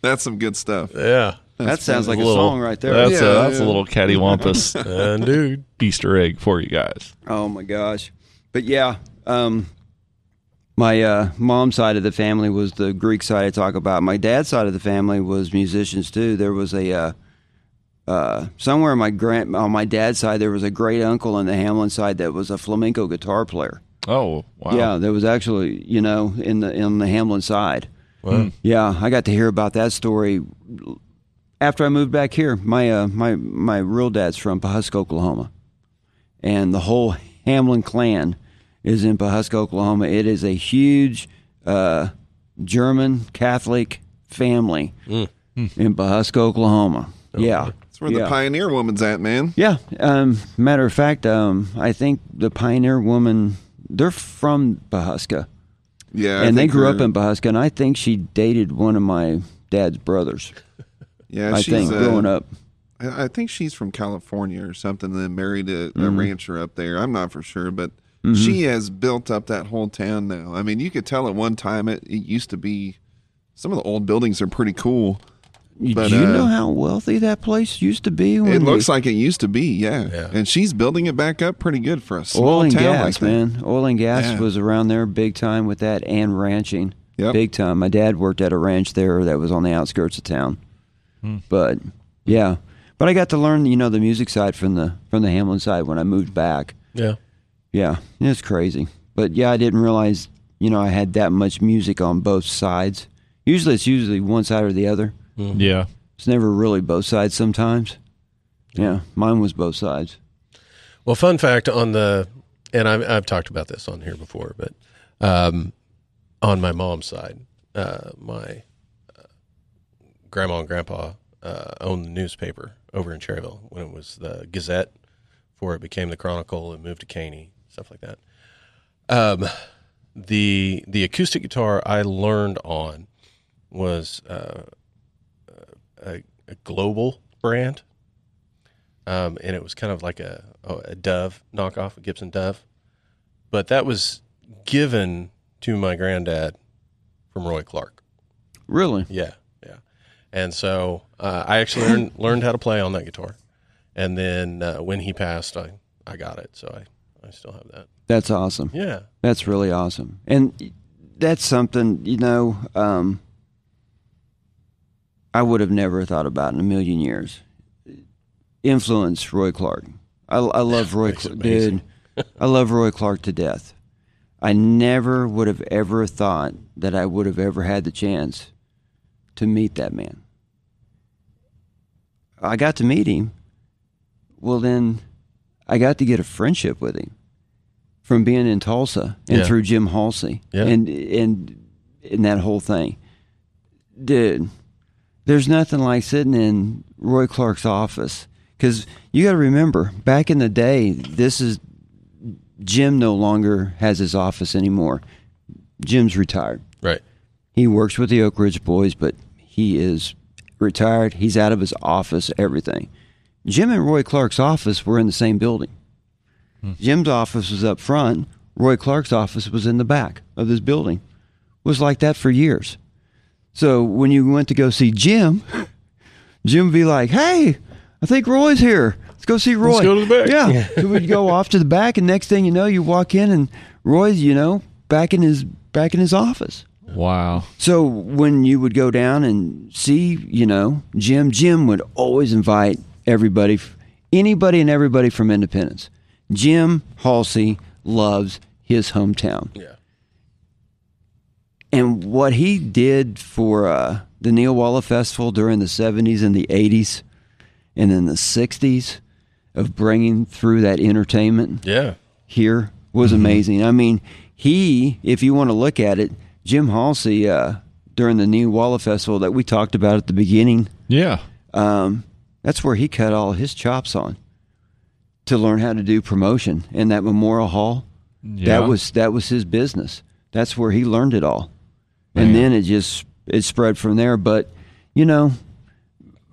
That's some good stuff. Yeah, that sounds like a little- song right there. That's a Yeah, that's a yeah. little cattywampus and dude, Easter egg for you guys. Oh my gosh. But yeah, um, my uh, mom's side of the family was the Greek side I talk about. My dad's side of the family was musicians too. There was a uh, uh, somewhere on my grand on my dad's side there was a great uncle on the Hamlin side that was a flamenco guitar player. Oh wow! Yeah, there was actually you know in the in the Hamlin side. Yeah, I got to hear about that story after I moved back here. My uh, my my real dad's from Pahuska, Oklahoma, and the whole Hamlin clan is in Pahuska, Oklahoma. It is a huge uh, German Catholic family in Pahuska, Oklahoma. Yeah, That's where the Yeah. pioneer woman's at, man. Yeah. Um, matter of fact, um, I think the Pioneer Woman, they're from Pahuska. Yeah. I and they think grew her- up in Pahuska. And I think she dated one of my dad's brothers, Yeah, I she's think, uh, growing up. I I think she's from California or something. Then married a, a Mm-hmm. rancher up there. I'm not for sure, but she has built up that whole town now. I mean, you could tell at one time it, it used to be. Some of the old buildings are pretty cool. You- but, Do you uh, know how wealthy that place used to be? When It we- looks like it used to be, yeah. Yeah. And she's building it back up pretty good for a small oil and town gas, like that. man. Oil and gas Yeah. was around there big time with that and ranching. Yep. Big time. My dad worked at a ranch there that was on the outskirts of town. But yeah. But I got to learn, you know, the music side from the from the Hamlin side when I moved back. yeah, Yeah, it's crazy. But yeah, I didn't realize, you know, I had that much music on both sides. Usually it's usually one side or the other. Yeah. It's never really both sides sometimes. Yeah, mine was both sides. Well, fun fact on the, and I've, I've talked about this on here before, but um, on my mom's side, uh, my uh, grandma and grandpa uh, owned the newspaper over in Cherryville when it was the Gazette, before it became the Chronicle and moved to Caney, stuff like that. Um, the the acoustic guitar I learned on was uh, a, a global brand um, and it was kind of like a a Dove knockoff, a Gibson Dove, but that was given to my granddad from Roy Clark. Really? Yeah, yeah, and so uh, I actually learned, learned how to play on that guitar, and then uh, when he passed, I I got it, so I I still have that. That's awesome. Yeah, That's really awesome. And that's something, you know, um, I would have never thought about in a million years. Influence Roy Clark. I, I love Roy That's Clark. amazing. Dude, I love Roy Clark to death. I never would have ever thought that I would have ever had the chance to meet that man. I got to meet him. Well, then I got to get a friendship with him from being in Tulsa and Yeah. through Jim Halsey Yeah. and and and that whole thing. Dude, there's nothing like sitting in Roy Clark's office because you got to remember back in the day, this is Jim no longer has his office anymore. Jim's retired. right. He works with the Oak Ridge Boys, but he is retired. He's out of his office, everything. Jim and Roy Clark's office were in the same building. Jim's office was up front, Roy Clark's office was in the back of this building. Was like that for years. So when you went to go see Jim, Jim would be like, "Hey, I think Roy's here. Let's go see Roy. go to the back. Yeah. so we'd go off to the back, and next thing you know, you walk in, and Roy's, you know, back in his back in his office. Wow. So when you would go down and see, you know, Jim, Jim would always invite everybody, anybody and everybody from Independence. Jim Halsey loves his hometown. Yeah. And what he did for uh, the Neil Walla Festival during the 70s and the 80s and in the 60s of bringing through that entertainment Yeah. here was amazing. I mean, he, if you want to look at it, Jim Halsey uh, during the Neil Walla Festival that we talked about at the beginning, Yeah. um, that's where he cut all his chops on to learn how to do promotion. And that Memorial Hall, Yeah. that was that was his business. That's where he learned it all, and then it just it spread from there. But you know,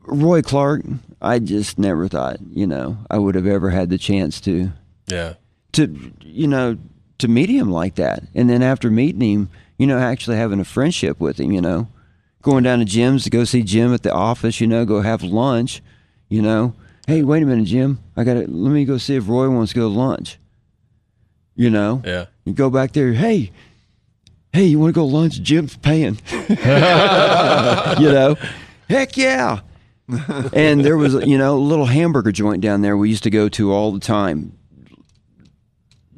Roy Clark, I just never thought you know I would have ever had the chance to Yeah. to you know to meet him like that, and then after meeting him, you know, actually having a friendship with him, you know, going down to Jim's to go see Jim at the office, you know, go have lunch, you know. Hey, wait a minute, Jim. I got to let me go see if Roy wants to go to lunch. You know, Yeah. you go back there, hey, hey, you want to go to lunch? Jim's paying. you know, heck yeah. and there was, you know, a little hamburger joint down there we used to go to all the time.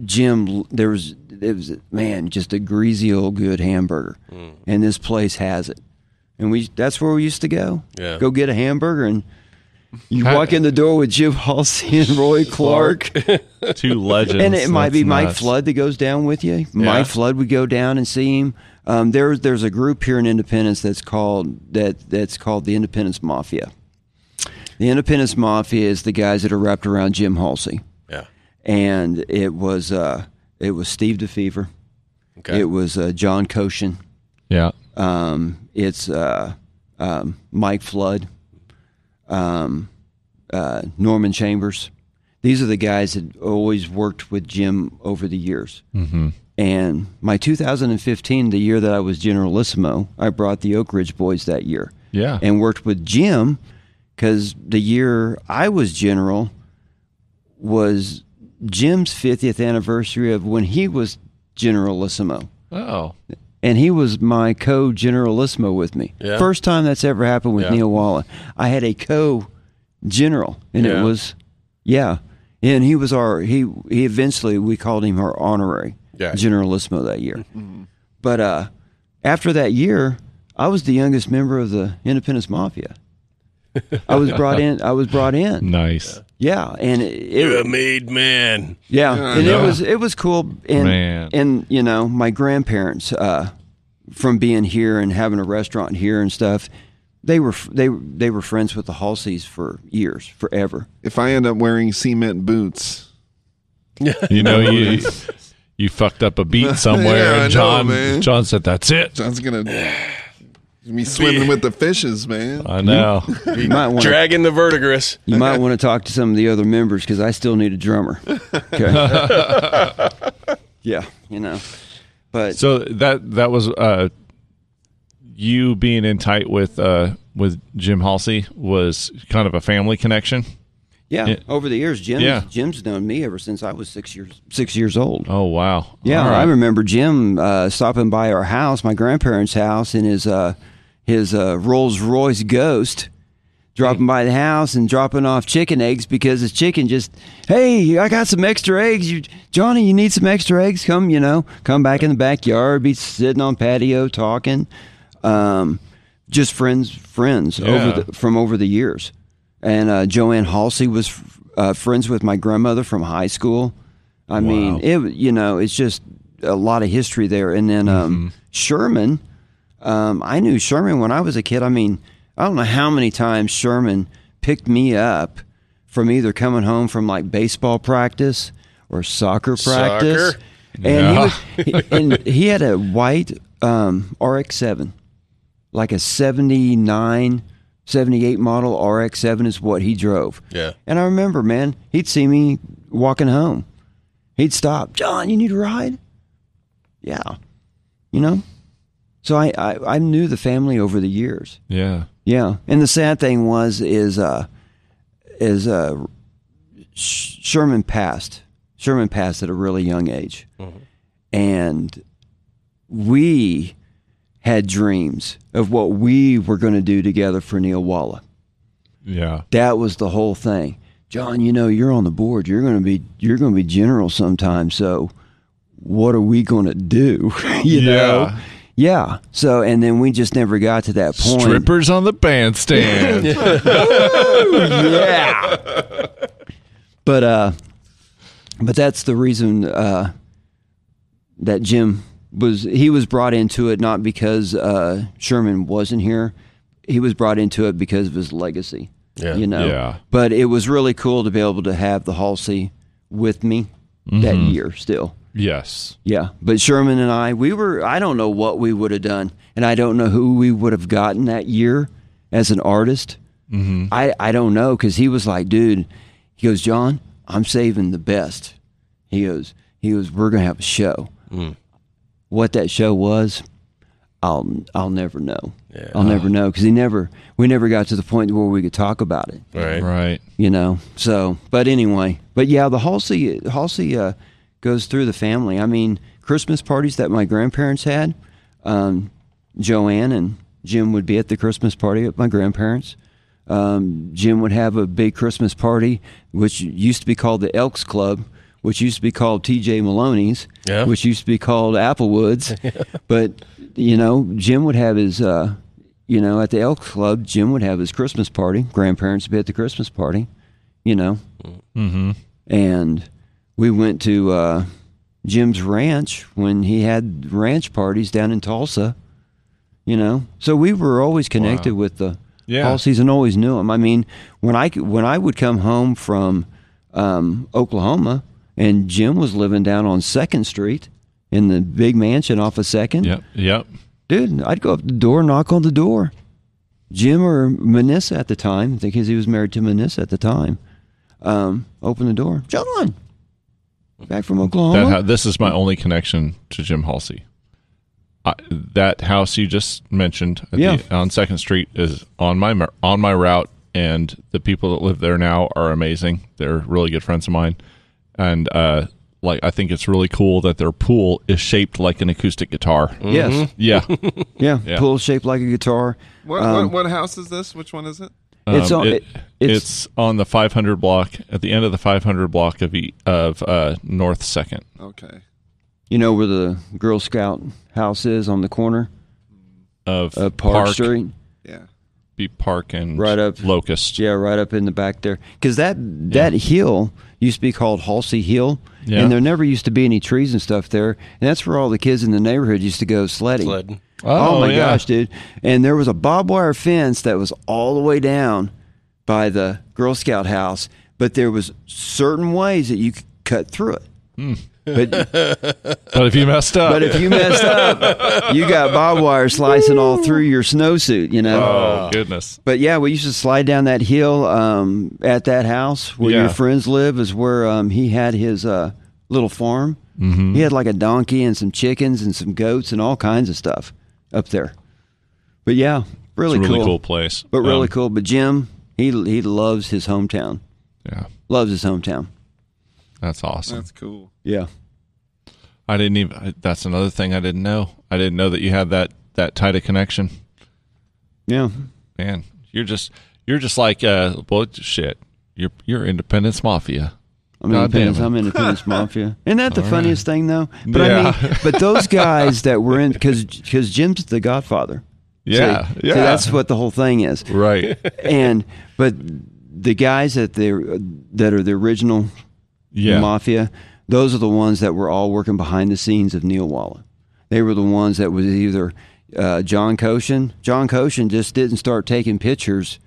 Jim, there was, it was, man, just a greasy old good hamburger. And this place has it. And we, that's where we used to go. Yeah. Go get a hamburger and you walk in the door with Jim Halsey and Roy Clark. Two legends. And it might That's be Mike nuts. Flood that goes down with you. Yeah. Mike Flood would go down and see him. Um, there's there's a group here in Independence that's called that that's called the Independence Mafia. The Independence Mafia is the guys that are wrapped around Jim Halsey, Yeah. and it was uh, it was Steve DeFever, Okay. it was uh, John Koshin, Yeah. um, it's uh, um, Mike Flood, um, uh, Norman Chambers. These are the guys that always worked with Jim over the years. Mm-hmm. And my 2015, the year that I was Generalissimo, I brought the Oak Ridge Boys that year. Yeah. And worked with Jim because the year I was general was Jim's 50th anniversary of when he was Generalissimo Oh. and he was my co generalissimo with me. Yeah. First time that's ever happened with Yeah. Neil Walla. I had a co general, and Yeah. it was, yeah, and he was our he he eventually we called him our honorary Yeah. Mm-hmm. generalissimo that year. But uh, after that year, I was the youngest member of the Independence Mafia. I was brought in. I was brought in. Nice. Yeah, and it, it You're a made man. yeah, and yeah. it was it was cool, and Man. and you know my grandparents uh, from being here and having a restaurant here and stuff, they were they they were friends with the Halseys for years, forever. If I end up wearing cement boots, You know you you fucked up a beat somewhere, Yeah, I and know, John man. John said, "That's it." John's gonna be swimming with the fishes, man. Uh, I know. You might want to, Dragging the verdigris. you might want to talk to some of the other members because I still need a drummer. Okay. yeah, you know, but So that that was uh, you being in tight with uh, with Jim Halsey was kind of a family connection. yeah, it- over the years, Jim Yeah. Jim's known me ever since I was six years six years old. Oh wow! Yeah, All right. I remember Jim uh, stopping by our house, my grandparents' house, in his uh, his uh, Rolls Royce Ghost, dropping by the house and dropping off chicken eggs because his chicken just, hey, I got some extra eggs. You, Johnny, you need some extra eggs? Come, you know, come back in the backyard, be sitting on patio talking, um, just friends, friends Yeah. over the, from over the years. And uh, Joanne Halsey was uh, friends with my grandmother from high school. I mean, it you know, it's just a lot of history there. And then um, Sherman, um, I knew Sherman when I was a kid. I mean, I don't know how many times Sherman picked me up from either coming home from like baseball practice or soccer practice. Soccer? And, he was, and he had a white um, RX-7, like a 79, 78 model RX-7 is what he drove. Yeah. And I remember, man, he'd see me walking home. He'd stop, John, you need a ride? Yeah. You know? So I, I, I knew the family over the years. Yeah. Yeah. And the sad thing was is uh is uh Sh- Sherman passed. Sherman passed at a really young age, and we had dreams of what we were going to do together for Neil Walla. Yeah. That was the whole thing. John, you know, you're on the board. You're going to be you're going to be general sometime. So, what are we going to do? you know. Yeah. Yeah. So, and then we just never got to that point. Strippers on the bandstand. yeah. But uh, but that's the reason uh, that Jim was he was brought into it not because uh, Sherman wasn't here. He was brought into it because of his legacy. Yeah. You know. Yeah. But it was really cool to be able to have the Halsey with me that year still. Yes. Yeah, but Sherman and I, we were, I don't know what we would have done, and I don't know who we would have gotten that year as an artist. Mm-hmm. I, I don't know because he was like, dude, he goes, John, I'm saving the best. He goes, he goes, we're gonna have a show. What that show was, I'll I'll never know. Yeah. I'll never know because he never, we never got to the point where we could talk about it Right. Right. you know. So, but anyway, but yeah, the Halsey Halsey uh, goes through the family. I mean, Christmas parties that my grandparents had, um, Joanne and Jim would be at the Christmas party at my grandparents. Um, Jim would have a big Christmas party, which used to be called the Elks Club, which used to be called T.J. Maloney's, Yeah. which used to be called Applewoods. But you know, Jim would have his. Uh, you know, at the Elks Club, Jim would have his Christmas party. Grandparents would be at the Christmas party you know. Mm-hmm. And we went to uh, Jim's ranch when he had ranch parties down in Tulsa, you know. So we were always connected with the Yeah. Halseys and always knew them. I mean, when I could- when I would come home from um, Oklahoma and Jim was living down on Second Street in the big mansion off of Second, Yep. Yep. dude, I'd go up to the door, knock on the door. Jim or Manissa at the time, because he was married to Manissa at the time, um, open the door. John, back from Oklahoma. That ha- this is my only connection to Jim Halsey. I, that house you just mentioned at Yeah. the, on Second Street is on my mer- on my route, and the people that live there now are amazing. They're really good friends of mine, and uh, like I think it's really cool that their pool is shaped like an acoustic guitar. yes, Yeah, yeah, Mm-hmm. Yeah. Pool shaped like a guitar. What, Um, what what house is this? Which one is it? It's Um, on- it- it- it's, it's- on the 500 block at the end of the 500 block of e- of uh, North Second. Okay. You know where the Girl Scout house is on the corner Of of Park, Street. Yeah. be Park and Right up- Locust. Yeah, right up in the back there. Because that that hill used to be called Halsey Hill, Yeah. and there never used to be any trees and stuff there. And that's where all the kids in the neighborhood used to go sledding. Sled. Oh, Oh, my yeah. gosh, dude! And there was a barbed wire fence that was all the way down by the Girl Scout house, but there was certain ways that you could cut through it. Hmm. But But if you messed up, but if you messed up, you got barbed wire slicing all through your snowsuit, you know. Oh goodness! But yeah, we used to slide down that hill um, at that house where Yeah. your friends live. Is where um, he had his uh, little farm. Mm-hmm. He had like a donkey and some chickens and some goats and all kinds of stuff up there. But yeah, really, it's a really cool, cool, place, But really Um, cool. But Jim, he he loves his hometown. Yeah, Loves his hometown. that's awesome. That's cool. Yeah. I didn't even. I- That's another thing I didn't know. I didn't know that you had that that tight of connection. Yeah. Man, you're just you're just like uh, well, shit. You're you're Independence Mafia. I'm God independence. damn it. I'm independence mafia. Isn't that the funniest thing though? But I Yeah. mean, but those guys that were in because because Jim's the Godfather. See? Yeah, See, yeah. that's what the whole thing is. Right. and but the guys that they that are the original Yeah. mafia, those are the ones that were all working behind the scenes of Neil Walla. They were the ones that was either uh, John Koshin. John Koshin just didn't start taking pictures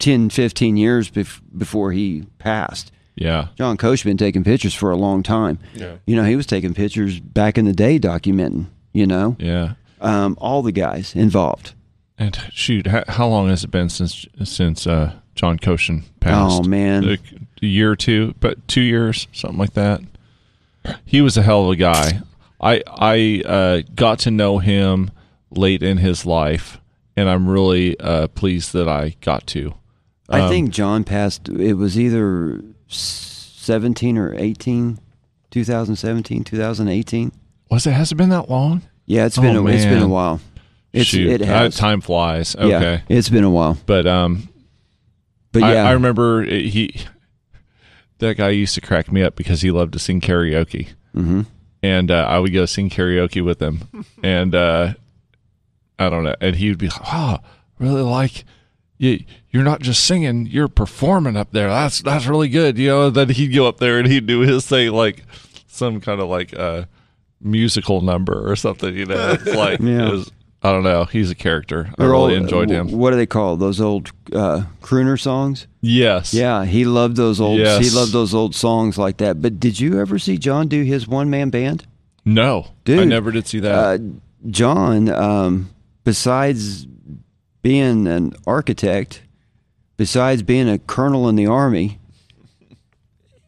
10, 15 years bef- before he passed. yeah. John Koshin been taking pictures for a long time. Yeah. You know, he was taking pictures back in the day, documenting. You know, Yeah. um, all the guys involved. And shoot, how, how long has it been since since uh, John Koshin passed? Oh, man. Like a year or two, but two years, something like that. He was a hell of a guy. I I uh, got to know him late in his life, and I'm really uh, pleased that I got to. I think John passed. It was either s- 17 or 18, 2017, 2018. Was it? Has it been that long? Yeah, it's been Oh, a, it's been a man. while. It's Shoot, it I- has. time flies. Okay, Yeah, it's been a while. but um, But I, yeah, I remember it- he that guy used to crack me up because he loved to sing karaoke, mm-hmm. and uh, I would go sing karaoke with him, and uh, I don't know, and he would be like, "Wow, really like." You, you're not just singing; you're performing up there. That's that's really good, you know. Then he'd go up there and he'd do his thing, like some kind of like uh, musical number or something. You know, it's like Yeah. it was, I don't know. He's a character. I they're really all- uh, enjoyed him. What do they call those old uh, crooner songs? yes. Yeah, he loved those old. He Yes. loved those old songs like that. But did you ever see John do his one man band? No, I Dude, never did see that. Uh, John, um, besides being an architect, besides being a colonel in the army,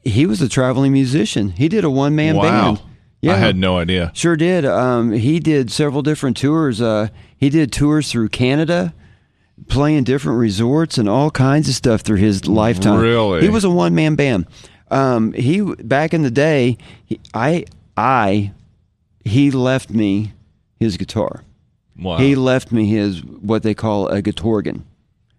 he was a traveling musician. He did a one man wow, band. Yeah, I had no idea. Sure did. Um, he did several different tours. Uh, he did tours through Canada, playing different resorts and all kinds of stuff through his lifetime. Really? he was a one man band. Um, he back in the day, he, I I he left me his guitar. Wow, He left me his what they call a guitorgan,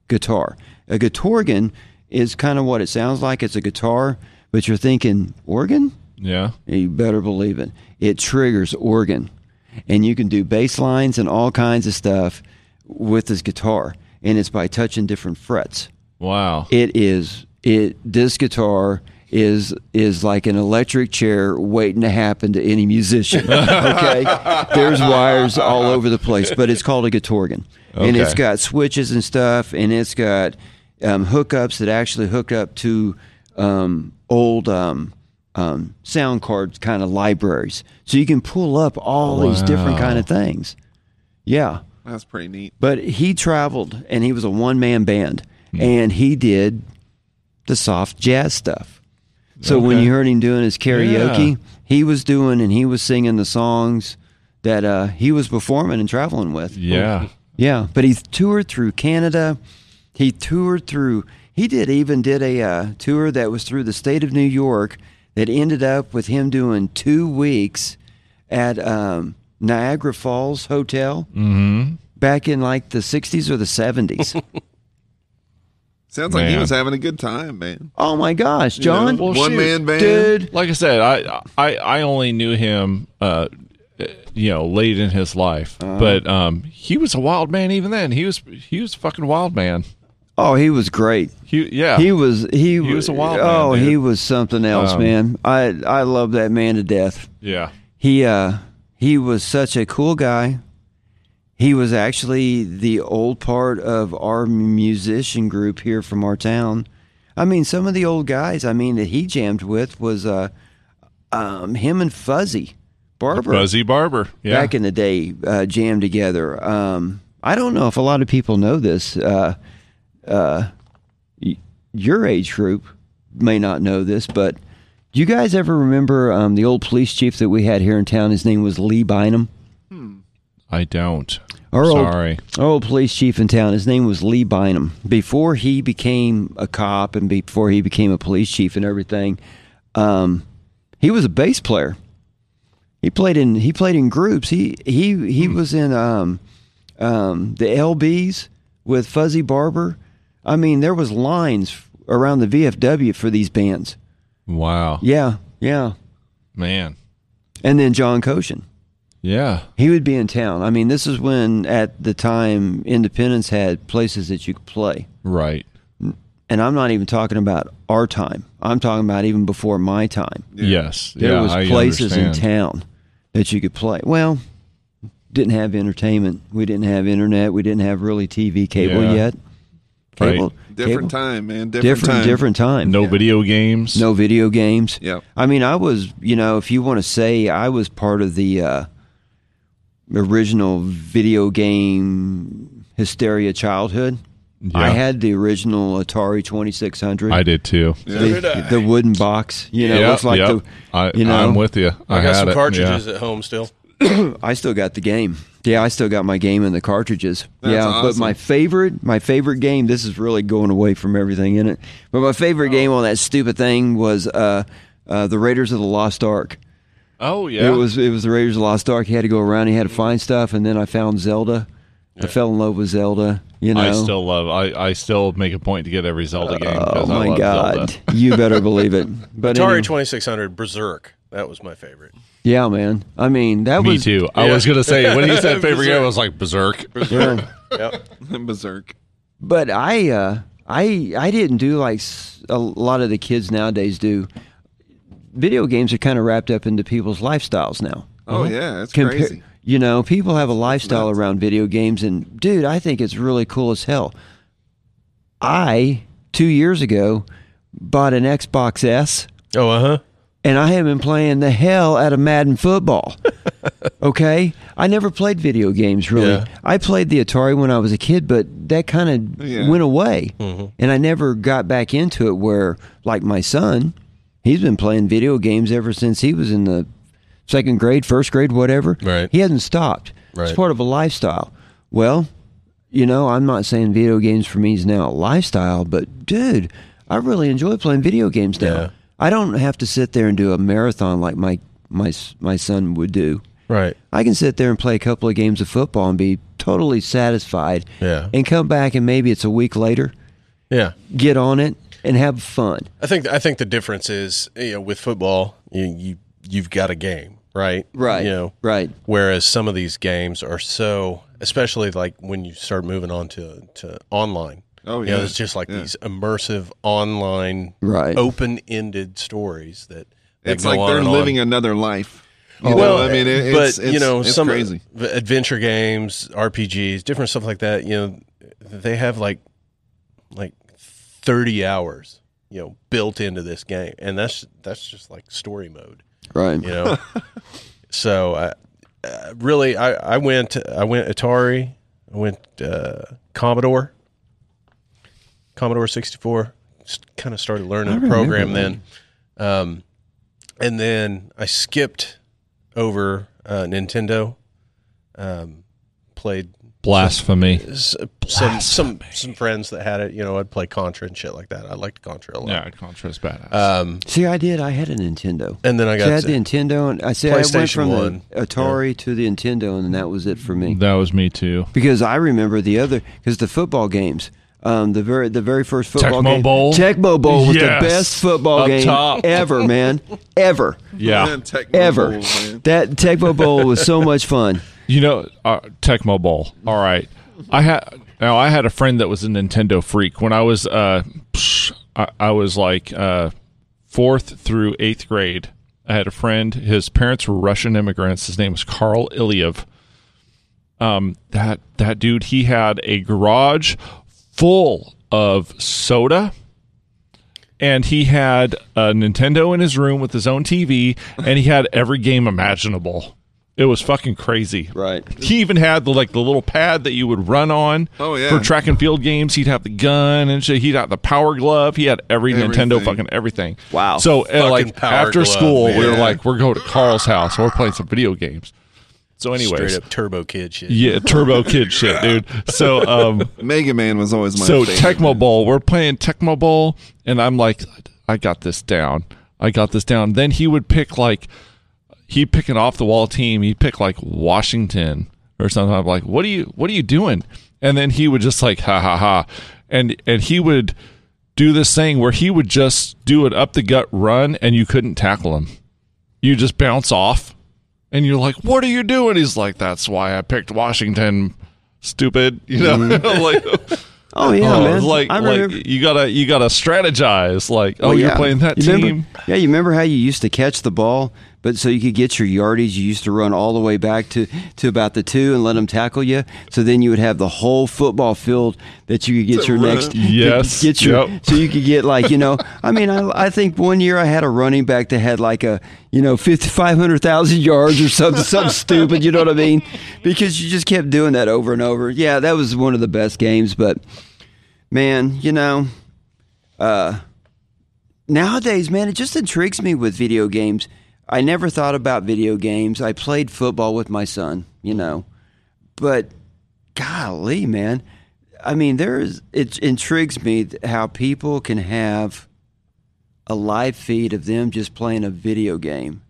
guitar. A guitorgan is kind of what it sounds like. It's a guitar, but you're thinking organ. yeah, You better believe it. It triggers organ, and you can do bass lines and all kinds of stuff with this guitar, and it's by touching different frets. wow, It is it. This guitar is is like an electric chair waiting to happen to any musician. Okay, there's wires all over the place, but it's called a guitorgan, and it's Okay. got switches and stuff, and it's got um, hookups that actually hook up to um, old. Um, um, sound card kind of libraries, so you can pull up all these different kind of things. Yeah, That's pretty neat. but he traveled and he was a one man band and he did the soft jazz stuff. So when you heard him doing his karaoke, Yeah. he was doing and he was singing the songs that uh, he was performing and traveling with. yeah, Yeah, but he toured through Canada. He toured through. He did even did a uh, tour that was through the state of New York that ended up with him doing two weeks at um, Niagara Falls Hotel Mm-hmm. back in like the '60s or the '70s. Sounds like he Man. was having a good time, man. oh my gosh, John, One shoot, man band. dude, Like I said, I I I only knew him, uh, you know, late in his life, Uh-huh. but um, he was a wild man even then. He was he was a fucking wild man. oh, he was great. He yeah He was he, Oh. He was a wild man, Oh, he dude. was something else, Um, man. I I love that man to death. yeah he uh he was such a cool guy he was actually the old part of our musician group here from our town i mean some of the old guys i mean that he jammed with was uh um him and fuzzy barber Buzzy Barber yeah back in the day uh, jammed together. Um, I don't know if a lot of people know this. Uh, uh, y- your age group may not know this, but do you guys ever remember um, the old police chief that we had here in town? His name was Lee Bynum. I don't Our old- sorry our old police chief in town, his name was Lee Bynum. Before he became a cop and before he became a police chief and everything, um, he was a bass player. He played in he played in groups. He he he was in um, um, the LBs with Fuzzy Barber. I mean, there was lines around the VFW for these bands. wow Yeah, yeah. man And then John Koshin. yeah He would be in town. I mean, this is when at the time Independence had places that you could play. right and I'm not even talking about our time. I'm talking about even before my time. yes There yeah, was I places understand. in town that you could play. Well, didn't have entertainment. We didn't have internet. We didn't have really TV cable Yeah. yet. Right. Cable, Different cable? time, man. Different, different, time. different time. no video games no video games. Yep. I mean, I was, you know, if you want to say I was part of the uh, original video game hysteria childhood. I Yeah. had the original Atari 2600. I did too the, the wooden box. You know, Yeah, it's like yeah. the. I, you know, I'm with you. I, I got had some it, cartridges Yeah. at home still. I still got the game. Yeah, I still got my game and the cartridges. That's yeah, but awesome. my favorite, my favorite game. This is really going away from everything in it. But my Oh. favorite game on that stupid thing was uh, uh, the Raiders of the Lost Ark. Oh yeah, It was it was the Raiders of the Lost Ark. He had to go around. He had to find stuff, and then I found Zelda. I fell in love with Zelda. You know, I still love. I, I still make a point to get every Zelda game. oh because I my love God, Zelda. you better believe it. But Atari anyway, 2600 Berserk. That was my favorite. yeah, man. I mean, that Me was too. I Yeah. was gonna say when he said favorite game, I was like Berserk. Yeah. Berserk. but I uh, I I didn't do like s- a lot of the kids nowadays do. Video games are kind of wrapped up into people's lifestyles now. Oh yeah, that's Compa- crazy. You know, people have a lifestyle around video games, and dude, I think it's really cool as hell. I two years ago bought an Xbox S Oh, uh huh. and I have been playing the hell out of Madden football. okay, I never played video games really. Yeah. I played the Atari when I was a kid, but that kind of Yeah. went away, Mm-hmm. and I never got back into it. Where like my son, he's been playing video games ever since he was in the second grade, first grade, whatever. Right. He hasn't stopped. It's Right. part of a lifestyle. Well, you know, I'm not saying video games for me is now a lifestyle, but dude, I really enjoy playing video games now. Yeah. I don't have to sit there and do a marathon like my my my son would do. Right. I can sit there and play a couple of games of football and be totally satisfied. Yeah. And come back and maybe it's a week later, Yeah. get on it and have fun. I think I think the difference is you know, with football, you, you you've got a game, right? You know, Right. whereas some of these games are so, especially like when you start moving on to to online. Oh, You know, yeah. it's just like Yeah. these immersive online, Right. Oh, open-ended stories that. that It's go like on they're and on. living another life. You Oh, well, know, I mean, it, but it's, it's, you know, it's some crazy. the adventure games, RPGs, different stuff like that. You know, they have like like thirty hours, you know, built into this game, and that's that's just like story mode, Right. you know. so I uh, really, I I went I went Atari, I went uh, Commodore, Commodore sixty four. Kind of started learning the program then. Um, and then I skipped over uh, Nintendo. Um, played blasphemy. s- uh, some some some friends that had it. You know, I'd play Contra and shit like that. I liked Contra a lot. Yeah, Contra's badass. Um, See, I did. I had a Nintendo. and then I See, I got had the Nintendo, and I see. I went PlayStation from one. the Atari to the Nintendo, and that was it for me. that was me too. because I remember the other because the football games. Um, the very the very first Tecmo football game, Bowl? Tecmo Bowl was Yes. the best football Up game top. ever, man, ever, Yeah, Man, Tecmo ever. Bowl, Oh, man. that Tecmo Bowl was so much fun. you know, uh, Tecmo Bowl. All right, I had now I had a friend that was a Nintendo freak when I was uh, psh, I, I was like uh, fourth through eighth grade. I had a friend. His parents were Russian immigrants. His name was Carl Iliev. Um, that that dude, he had a garage full of soda and he had a Nintendo in his room with his own TV, and he had every game imaginable. It was fucking crazy. Right. He even had the like the little pad that you would run on. Oh, yeah. For track and field games, he'd have the gun and shit. He'd have the power glove. He had every Nintendo Everything. fucking everything. Wow. So uh, like power after glove, school, we were man. like, we're going to Carl's house. We're playing some video games. So anyways, straight up Turbo Kid shit. yeah, Turbo Kid shit, dude. So um. Mega Man was always my So favorite. Tecmo Bowl, we're playing Tecmo Bowl, and I'm like, I got this down. I got this down. Then he would pick like he'd pick an off the wall team. He'd pick like Washington or something. I'm like, what are you what are you doing? And then he would just like ha ha ha, and and he would do this thing where he would just do an up the gut run, and you couldn't tackle him. You just bounce off, and you're like, what are you doing? He's like, that's why I picked Washington. Stupid, you know, Mm. like Oh yeah, Oh, man. Like, I like remember. you gotta you gotta strategize. Like, oh, you're yeah. playing that You team. remember- yeah, you remember how you used to catch the ball, but so you could get your yardage, you used to run all the way back to, to about the two and let them tackle you. So then you would have the whole football field that you could get your run. next. Yes. Get your, Yep. So you could get like, you know, I mean, I, I think one year I had a running back that had like a, you know, 50 500,000 yards or something, something stupid, you know what I mean? Because you just kept doing that over and over. Yeah, that was one of the best games, but man, you know, uh, nowadays, man, it just intrigues me with video games. I never thought about video games. I played football with my son, you know, but golly, man, I mean, there is it intrigues me how people can have a live feed of them just playing a video game,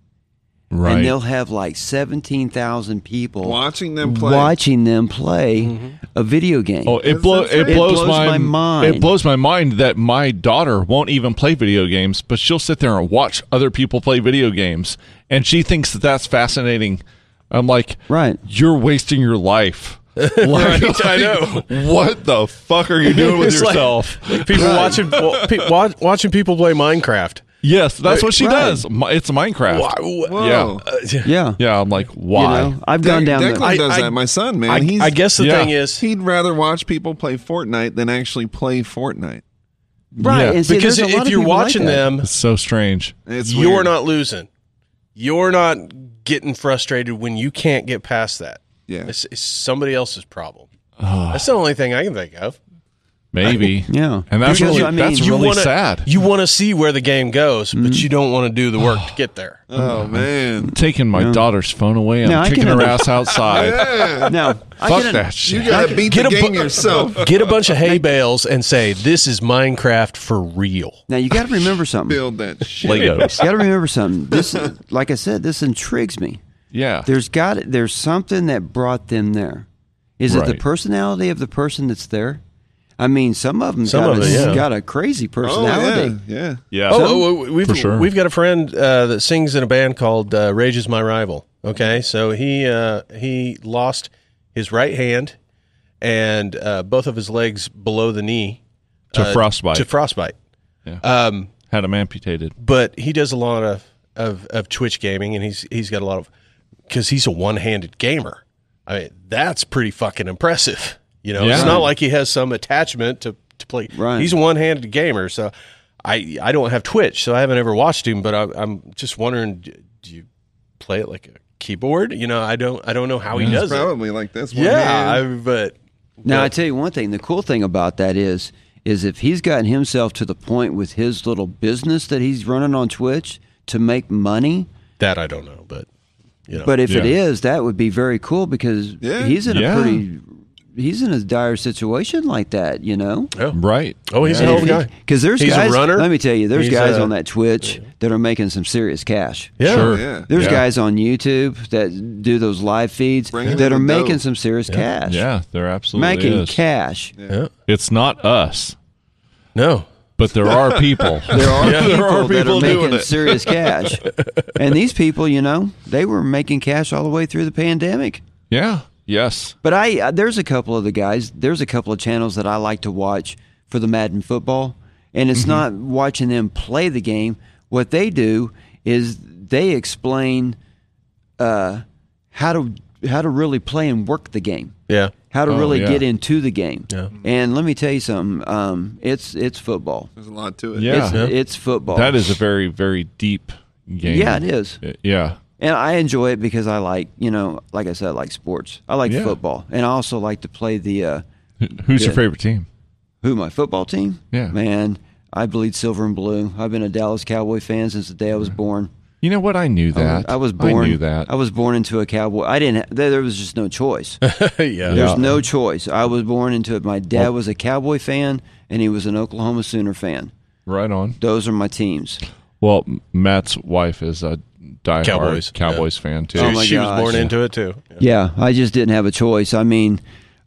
Right. and they'll have like seventeen thousand people Watching them play. watching them play Mm-hmm. a video game. Oh, it, blow, it, It blows blows my, my mind. It blows my mind that my daughter won't even play video games, but she'll sit there and watch other people play video games, and she thinks that that's fascinating. I'm like, Right. You're wasting your life. Like, I know. What the fuck are you doing with It's like- yourself? People watching well, pe- wa- watching people play Minecraft. yes, that's what she Right. does. Mi- It's Minecraft. Whoa. Yeah. yeah, Yeah, I'm like, why? You know, I've De- gone down. Declan the, I- does I- that. My son, man, I, he's, I guess the yeah. thing is he'd rather watch people play Fortnite than actually play Fortnite. right, Yeah. and see, because there's a lot if of you're people like watching that. them, It's so strange. It's you're weird. not losing. You're not getting frustrated when you can't get past that. Yeah. It's, it's somebody else's problem. that's the only thing I can think of. Maybe. Yeah. And that's Because, really, I mean, that's you really wanna, sad. You want to see where the game goes, Mm-hmm. but you don't want to do the work to get there. Oh man, taking my daughter's phone away. I'm No, I kicking can her under- ass outside. No, I Fuck can- that shit. you gotta beat Get the a bu- game yourself, Get a bunch of hay bales and say this is Minecraft for real. Now you got to remember something. build that shit. Legos. You got to remember something. This, like I said, this intrigues me. Yeah. There's got there's something that brought them there. Is it the Right. personality of the person that's there? I mean, some of them Some got, of a, it, yeah. got a crazy Oh yeah, personality. yeah. yeah. Oh, oh, oh, we've For sure. we've got a friend uh, that sings in a band called uh, Rage Is My Rival. Okay, so he uh, he lost his right hand and uh, both of his legs below the knee to uh, frostbite. To frostbite. Um, Had them amputated. but he does a lot of, of, of Twitch gaming, and he's he's got a lot of because he's a one handed gamer. I mean, that's pretty fucking impressive. You know, it's Yeah. not like he has some attachment to to play. Right. He's a one handed gamer, so I I don't have Twitch, so I haven't ever watched him. But I, I'm just wondering, d- do you play it like a keyboard? You know, I don't I don't know how he does it. Probably like this. One Yeah, hand. I, but Now I tell you one thing. The cool thing about that is, is if he's gotten himself to the point with his little business that he's running on Twitch to make money. that I don't know. But you know, But if it Yeah. is, that would be very cool because Yeah. he's in Yeah. a pretty, he's in a dire situation like that, you know. Right. oh, he's a hell of a guy. Because there's He's a guys, runner. Let me tell you, there's He's guys a- on that Twitch that are making some serious cash. Yeah. Sure. Yeah. There's uh, Yeah. guys on YouTube that do those live feeds Bring in that the are making dough. some serious cash. Yeah, there absolutely making is. cash. Yeah. it's not us, No. but there are people. There are people, are people that are doing making it. serious cash, and these people, you know, they were making cash all the way through the pandemic. yeah. Yes. But I uh, there's a couple of the guys. There's a couple of channels that I like to watch for the Madden football, and Mm-hmm. it's not watching them play the game. What they do is they explain uh, how to how to really play and work the game, Yeah. how to Oh, really yeah. get into the game. Yeah. And let me tell you something. Um, it's it's football. There's a lot to it. Yeah. It's, it's football. That is a very, very deep game. yeah, it is. Uh, Yeah. And I enjoy it because I like, you know, like I said, I like sports. I like Yeah. football, and I also like to play the uh, Wh- Who's your favorite team? Who, my football team? Yeah. Man, I bleed silver and blue. I've been a Dallas Cowboy fan since the day I was born. You know what? I knew that. I was born. I knew that. I was born into a Cowboy. I didn't, ha- there there was just no choice. yeah. There's no choice. I was born into it. My dad was a Cowboy fan, and he was an Oklahoma Sooner fan. right on. Those are my teams. Well, M- Matt's wife is a diehard Cowboys, Cowboys. Cowboys fan too. Oh my she was gosh. born into it too. Yeah, I just didn't have a choice. I mean,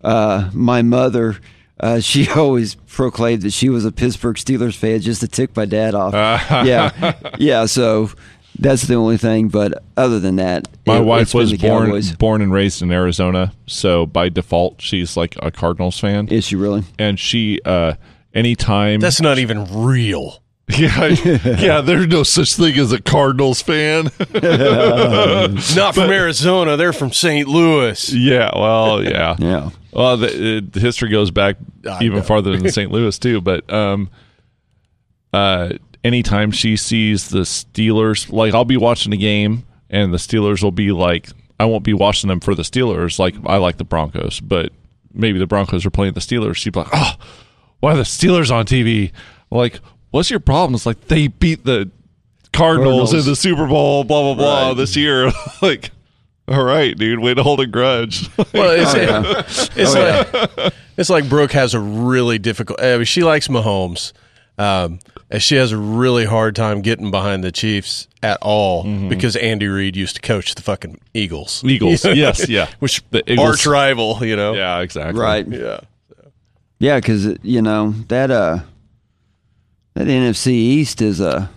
uh, my mother, uh, she always proclaimed that she was a Pittsburgh Steelers fan just to tick my dad off. yeah, yeah. So that's the only thing. But other than that, My it- it's wife been was the born Cowboys. born and raised in Arizona, so by default she's like a Cardinals fan. Is she really? and she uh anytime That's not even real. yeah, yeah, there's no such thing as a Cardinals fan. Not from Arizona. They're from St. Louis. yeah, well, yeah. Yeah. Well, the, uh, the history goes back even farther than St. Louis too. But um, uh, anytime she sees the Steelers, like I'll be watching a game, and the Steelers will be like, I won't be watching them for the Steelers. Like I like the Broncos, but maybe the Broncos are playing the Steelers. She'd be like, Oh, why are the Steelers on TV? I'm Like, what's your problem? It's like they beat the Cardinals, Cardinals. in the Super Bowl, blah blah blah this year. like, all right, dude, way to hold a grudge. Well, it's, yeah. Oh, it's like it's like Brooke has a really difficult. I mean, she likes Mahomes, um, and she has a really hard time getting behind the Chiefs at all because Andy Reid used to coach the fucking Mm-hmm. Eagles, Eagles, yes, yeah, which The Eagles. arch rival, you know. yeah, exactly. right. yeah. Yeah, because you know that uh that NFC East is uh,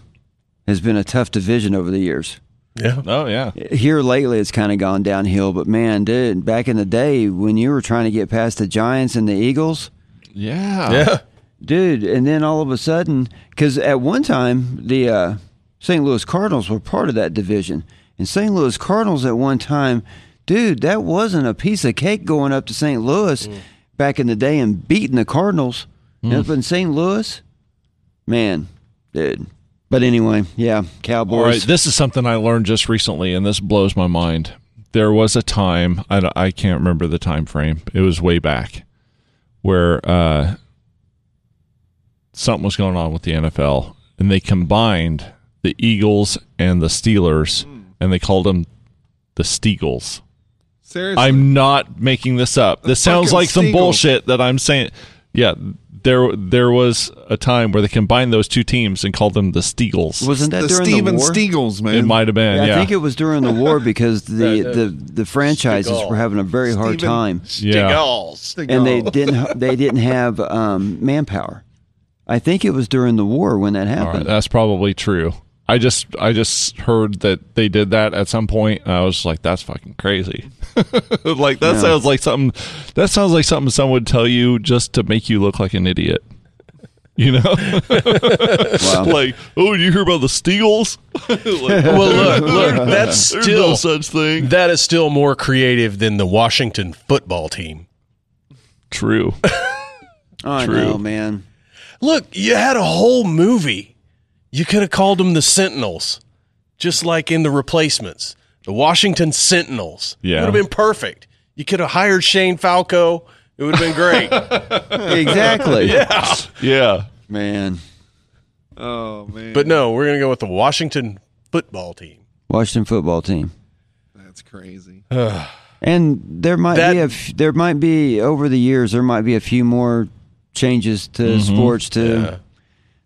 has been a tough division over the years. Yeah. Oh yeah, Here lately, it's kind of gone downhill. But man, dude, back in the day when you were trying to get past the Giants and the Eagles, yeah, Yeah. dude, and then all of a sudden, because at one time the uh, St. Louis Cardinals were part of that division, and St. Louis Cardinals at one time, dude, that wasn't a piece of cake going up to St. Louis Mm. back in the day and beating the Cardinals And up in St. Louis, man, dude. But anyway, yeah, All right, Cowboys. this is something I learned just recently, and this blows my mind. There was a time I, don't- I can't remember the time frame. It was way back where uh, something was going on with the NFL, and they combined the Eagles and the Steelers, and they called them the Steagles. Seriously, I'm not making this up. This sounds fucking like some Steagles. bullshit that I'm saying. Yeah, there there was a time where they combined those two teams and called them the Steagles. Wasn't that the during Steven the war? Steagles, man. it might have been. Yeah, Yeah, uh, I think it was during the war because the, the, the franchises Stegall. were having a very hard Steven- time. yeah. and they didn't they didn't have um, manpower. I think it was during the war when that All right, happened. that's probably true. I just I just heard that they did that at some point, and I was like, "That's fucking crazy." like that sounds like something. That sounds like something someone would tell you just to make you look like an idiot. You know, Wow. like oh, you hear about the Steagles? Well, look, look, that's There's still no such thing. that is still more creative than the Washington football team. True. Oh, I know, man. Look, you had a whole movie. You could have called them the Sentinels, just like in the replacements. The Washington Sentinels. Yeah. Would have been perfect. You could have hired Shane Falco. It would have been great. Exactly. Yeah. Man. Oh man, but no, we're going to go with the Washington football team. Washington football team. that's crazy. And there might be a f- there might be over the years there might be a few more changes to Mm-hmm. sports to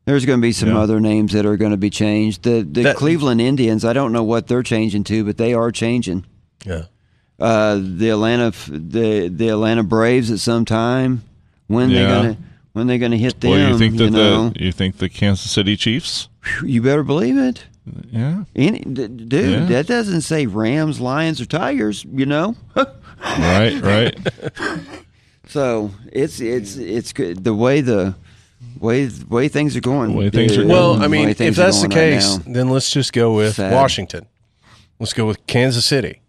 There's going to be some other names that are going to be changed. The the That- Cleveland Indians, I don't know what they're changing to, but they are changing. Yeah. uh, the Atlanta f- the the Atlanta Braves at some time. When they Yeah. gonna when they gonna hit them? Well, you think that know? the you think the Kansas City Chiefs? you better believe it. Yeah. Any, d- d- dude, Yeah. that doesn't say Rams, Lions, or Tigers. You know, Right. Right. so it's it's it's good. The way the way way things are going. The way things are dude, going. Well, I the mean, way if things are that's the going right case, now. then let's just go with Sad. Washington. Let's go with Kansas City.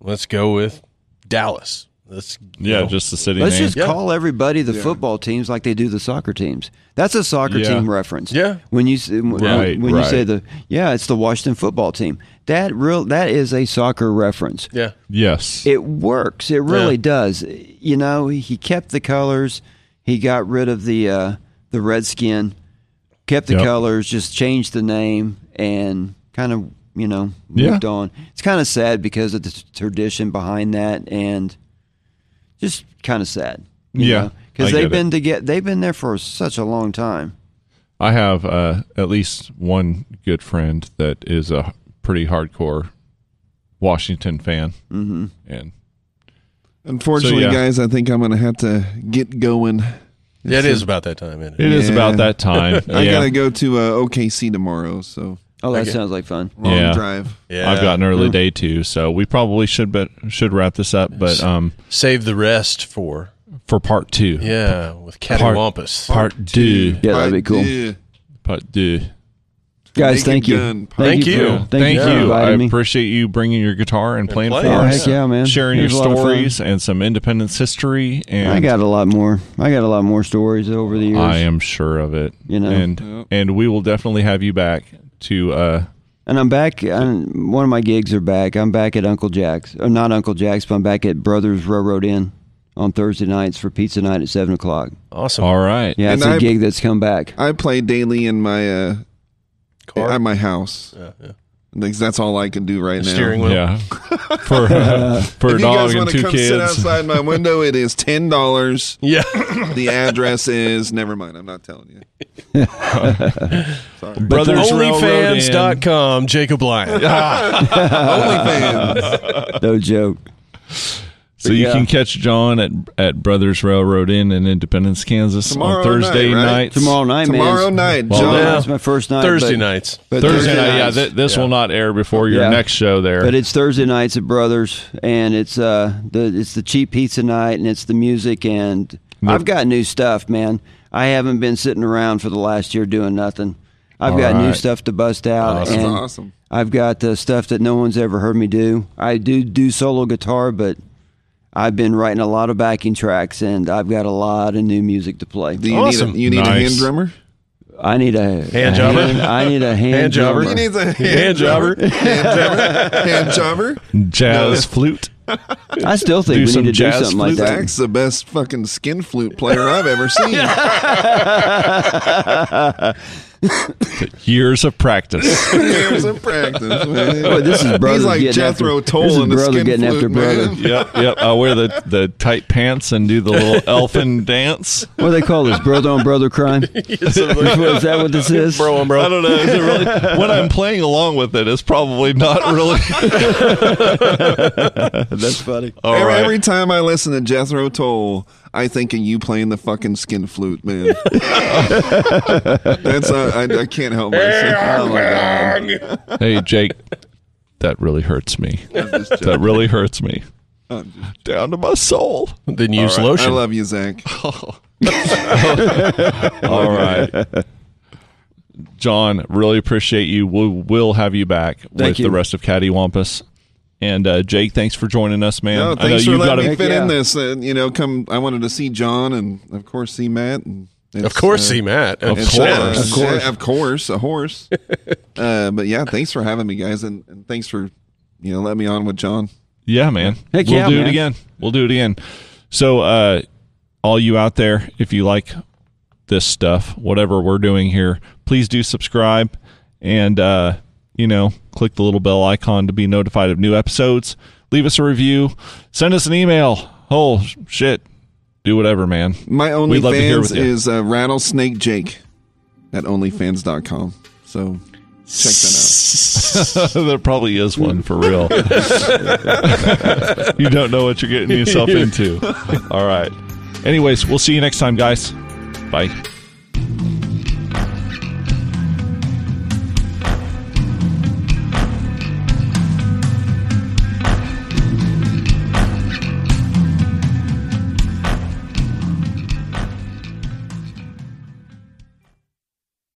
Let's go with Dallas. Let's Yeah. Just the city let's name. just Yeah. call everybody the football teams like they do the soccer teams. That's a soccer Yeah. team reference. Yeah. When you s- when, Right, when you say right. the yeah, it's the Washington football team. That real that is a soccer reference. yeah. yes. It works. It really does. You know, he kept the colors. He got rid of the uh, the red skin. Kept the Yep. colors. Just changed the name and kind of you know Yeah. moved on. It's kind of sad because of the t- tradition behind that, and just kind of sad. you Yeah, know? I because get they've it. been to get they've been there for such a long time. I have uh, at least one good friend that is a pretty hardcore Washington fan, mm-hmm. and Unfortunately, So, yeah. guys, I think I'm gonna have to get going. Yeah, it is about that time, isn't it? it is Yeah. about that time. I yeah. gotta go to uh, OKC tomorrow, so Oh, that Okay. sounds like fun. long Yeah. drive. Yeah. I've got an early day too, so we probably should be, should wrap this up, but um, Save the rest for for part two, yeah with Catawampus. part, two, Yeah, that'd be cool, Yeah. part two. Naked guys. Thank you. Gun. Thank you. for- Thank for you. I inviting me. appreciate you bringing your guitar and playing playing. for Oh, course. us, heck yeah, man! sharing It was a your lot of fun. stories and some Independence history. And I got a lot more. I got a lot more stories over the years. I am sure of it. You know? and and we will definitely have you back to uh And I'm back. I'm, one of my gigs are back. I'm back at Uncle Jack's. Or not Uncle Jack's, but I'm back at Brothers Railroad Inn on Thursday nights for pizza night at 7 o'clock. Awesome. all right. Yeah, it's And a I- gig that's come back. I play daily in my uh, car? at my house. yeah, yeah. Like, That's all I can do right now. Steering wheel. yeah, for for if a you guys dog want and to two come sit kids. outside my window, it is ten dollars. Yeah. The address is never mind. I'm not telling you. Sorry. Brothers Railroad Inn. Onlyfans.com, Jacob Lyon. OnlyFans. No joke. So you Yeah. can catch John at at Brothers Railroad Inn in Independence, Kansas Tomorrow on Thursday night, right? nights. Tomorrow night, Tomorrow man. night, Well, John. yeah. That's my first night. Thursday but- nights. but Thursday night. Yeah, nights. th- this will not air before your Yeah. next show. There, But it's Thursday nights at Brothers, and it's uh the it's the cheap pizza night, and it's the music, and I've got new stuff, man. I haven't been sitting around for the last year doing nothing. I've All got new right. stuff to bust out, That's and awesome. I've got uh, stuff that no one's ever heard me do. I do do solo guitar, but I've been writing a lot of backing tracks, and I've got a lot of new music to play. Do you Awesome. need a, you need a Nice. hand drummer? I need a Hand a jobber? hand- I need a hand, Hand jobber? jobber. He needs a hand, Hand jobber. Hand jobber. hand jobber. jazz flute. I still think Do we some need to do jazz something like flute that. Zach's the best fucking skin flute player I've ever seen. Years of practice. Years of practice, man. Boy, this is brother He's like getting Jethro after, Tull this is in the brother skin getting flute, after brother. man. yep, yep. I wear the the tight pants and do the little elfin dance. What do they call this? Brother on brother crime? is that what this is? Bro on bro. I don't know. Is it really, when I'm playing along with it, it's probably not really. That's funny. All every, right. every time I listen to Jethro Tull, I think of you playing the fucking skin flute, man. That's uh, I, I can't help myself. Oh hey, Jake, that really hurts me. That really hurts me. Down to my soul. Then use I lotion. love you, Zach. All right. John, really appreciate you. We will have you back with you. the rest of Caddy Wampus. And uh, Jake, thanks for joining us, man. No, I know Oh, thanks for you've got letting me a, fit Heck, in yeah. this. And you know, come. I wanted to see John and of course see Matt. And of course, see Matt. Of course. of Of course, of course, a horse. uh, but yeah, thanks for having me, guys, and, and thanks for you know letting me on with John. yeah, man. Heck we'll yeah, do man. it again. We'll do it again. So, uh, all you out there, if you like this stuff, whatever we're doing here, please do subscribe and uh, you know click the little bell icon to be notified of new episodes. Leave us a review. Send us an email. Oh sh- shit, do whatever, man. My We'd love to hear OnlyFans with you. is uh, Rattlesnake Jake at OnlyFans.com. So check that there probably is one for real. you don't know what you're getting yourself into. All right. Anyways, we'll see you next time, guys. Bye.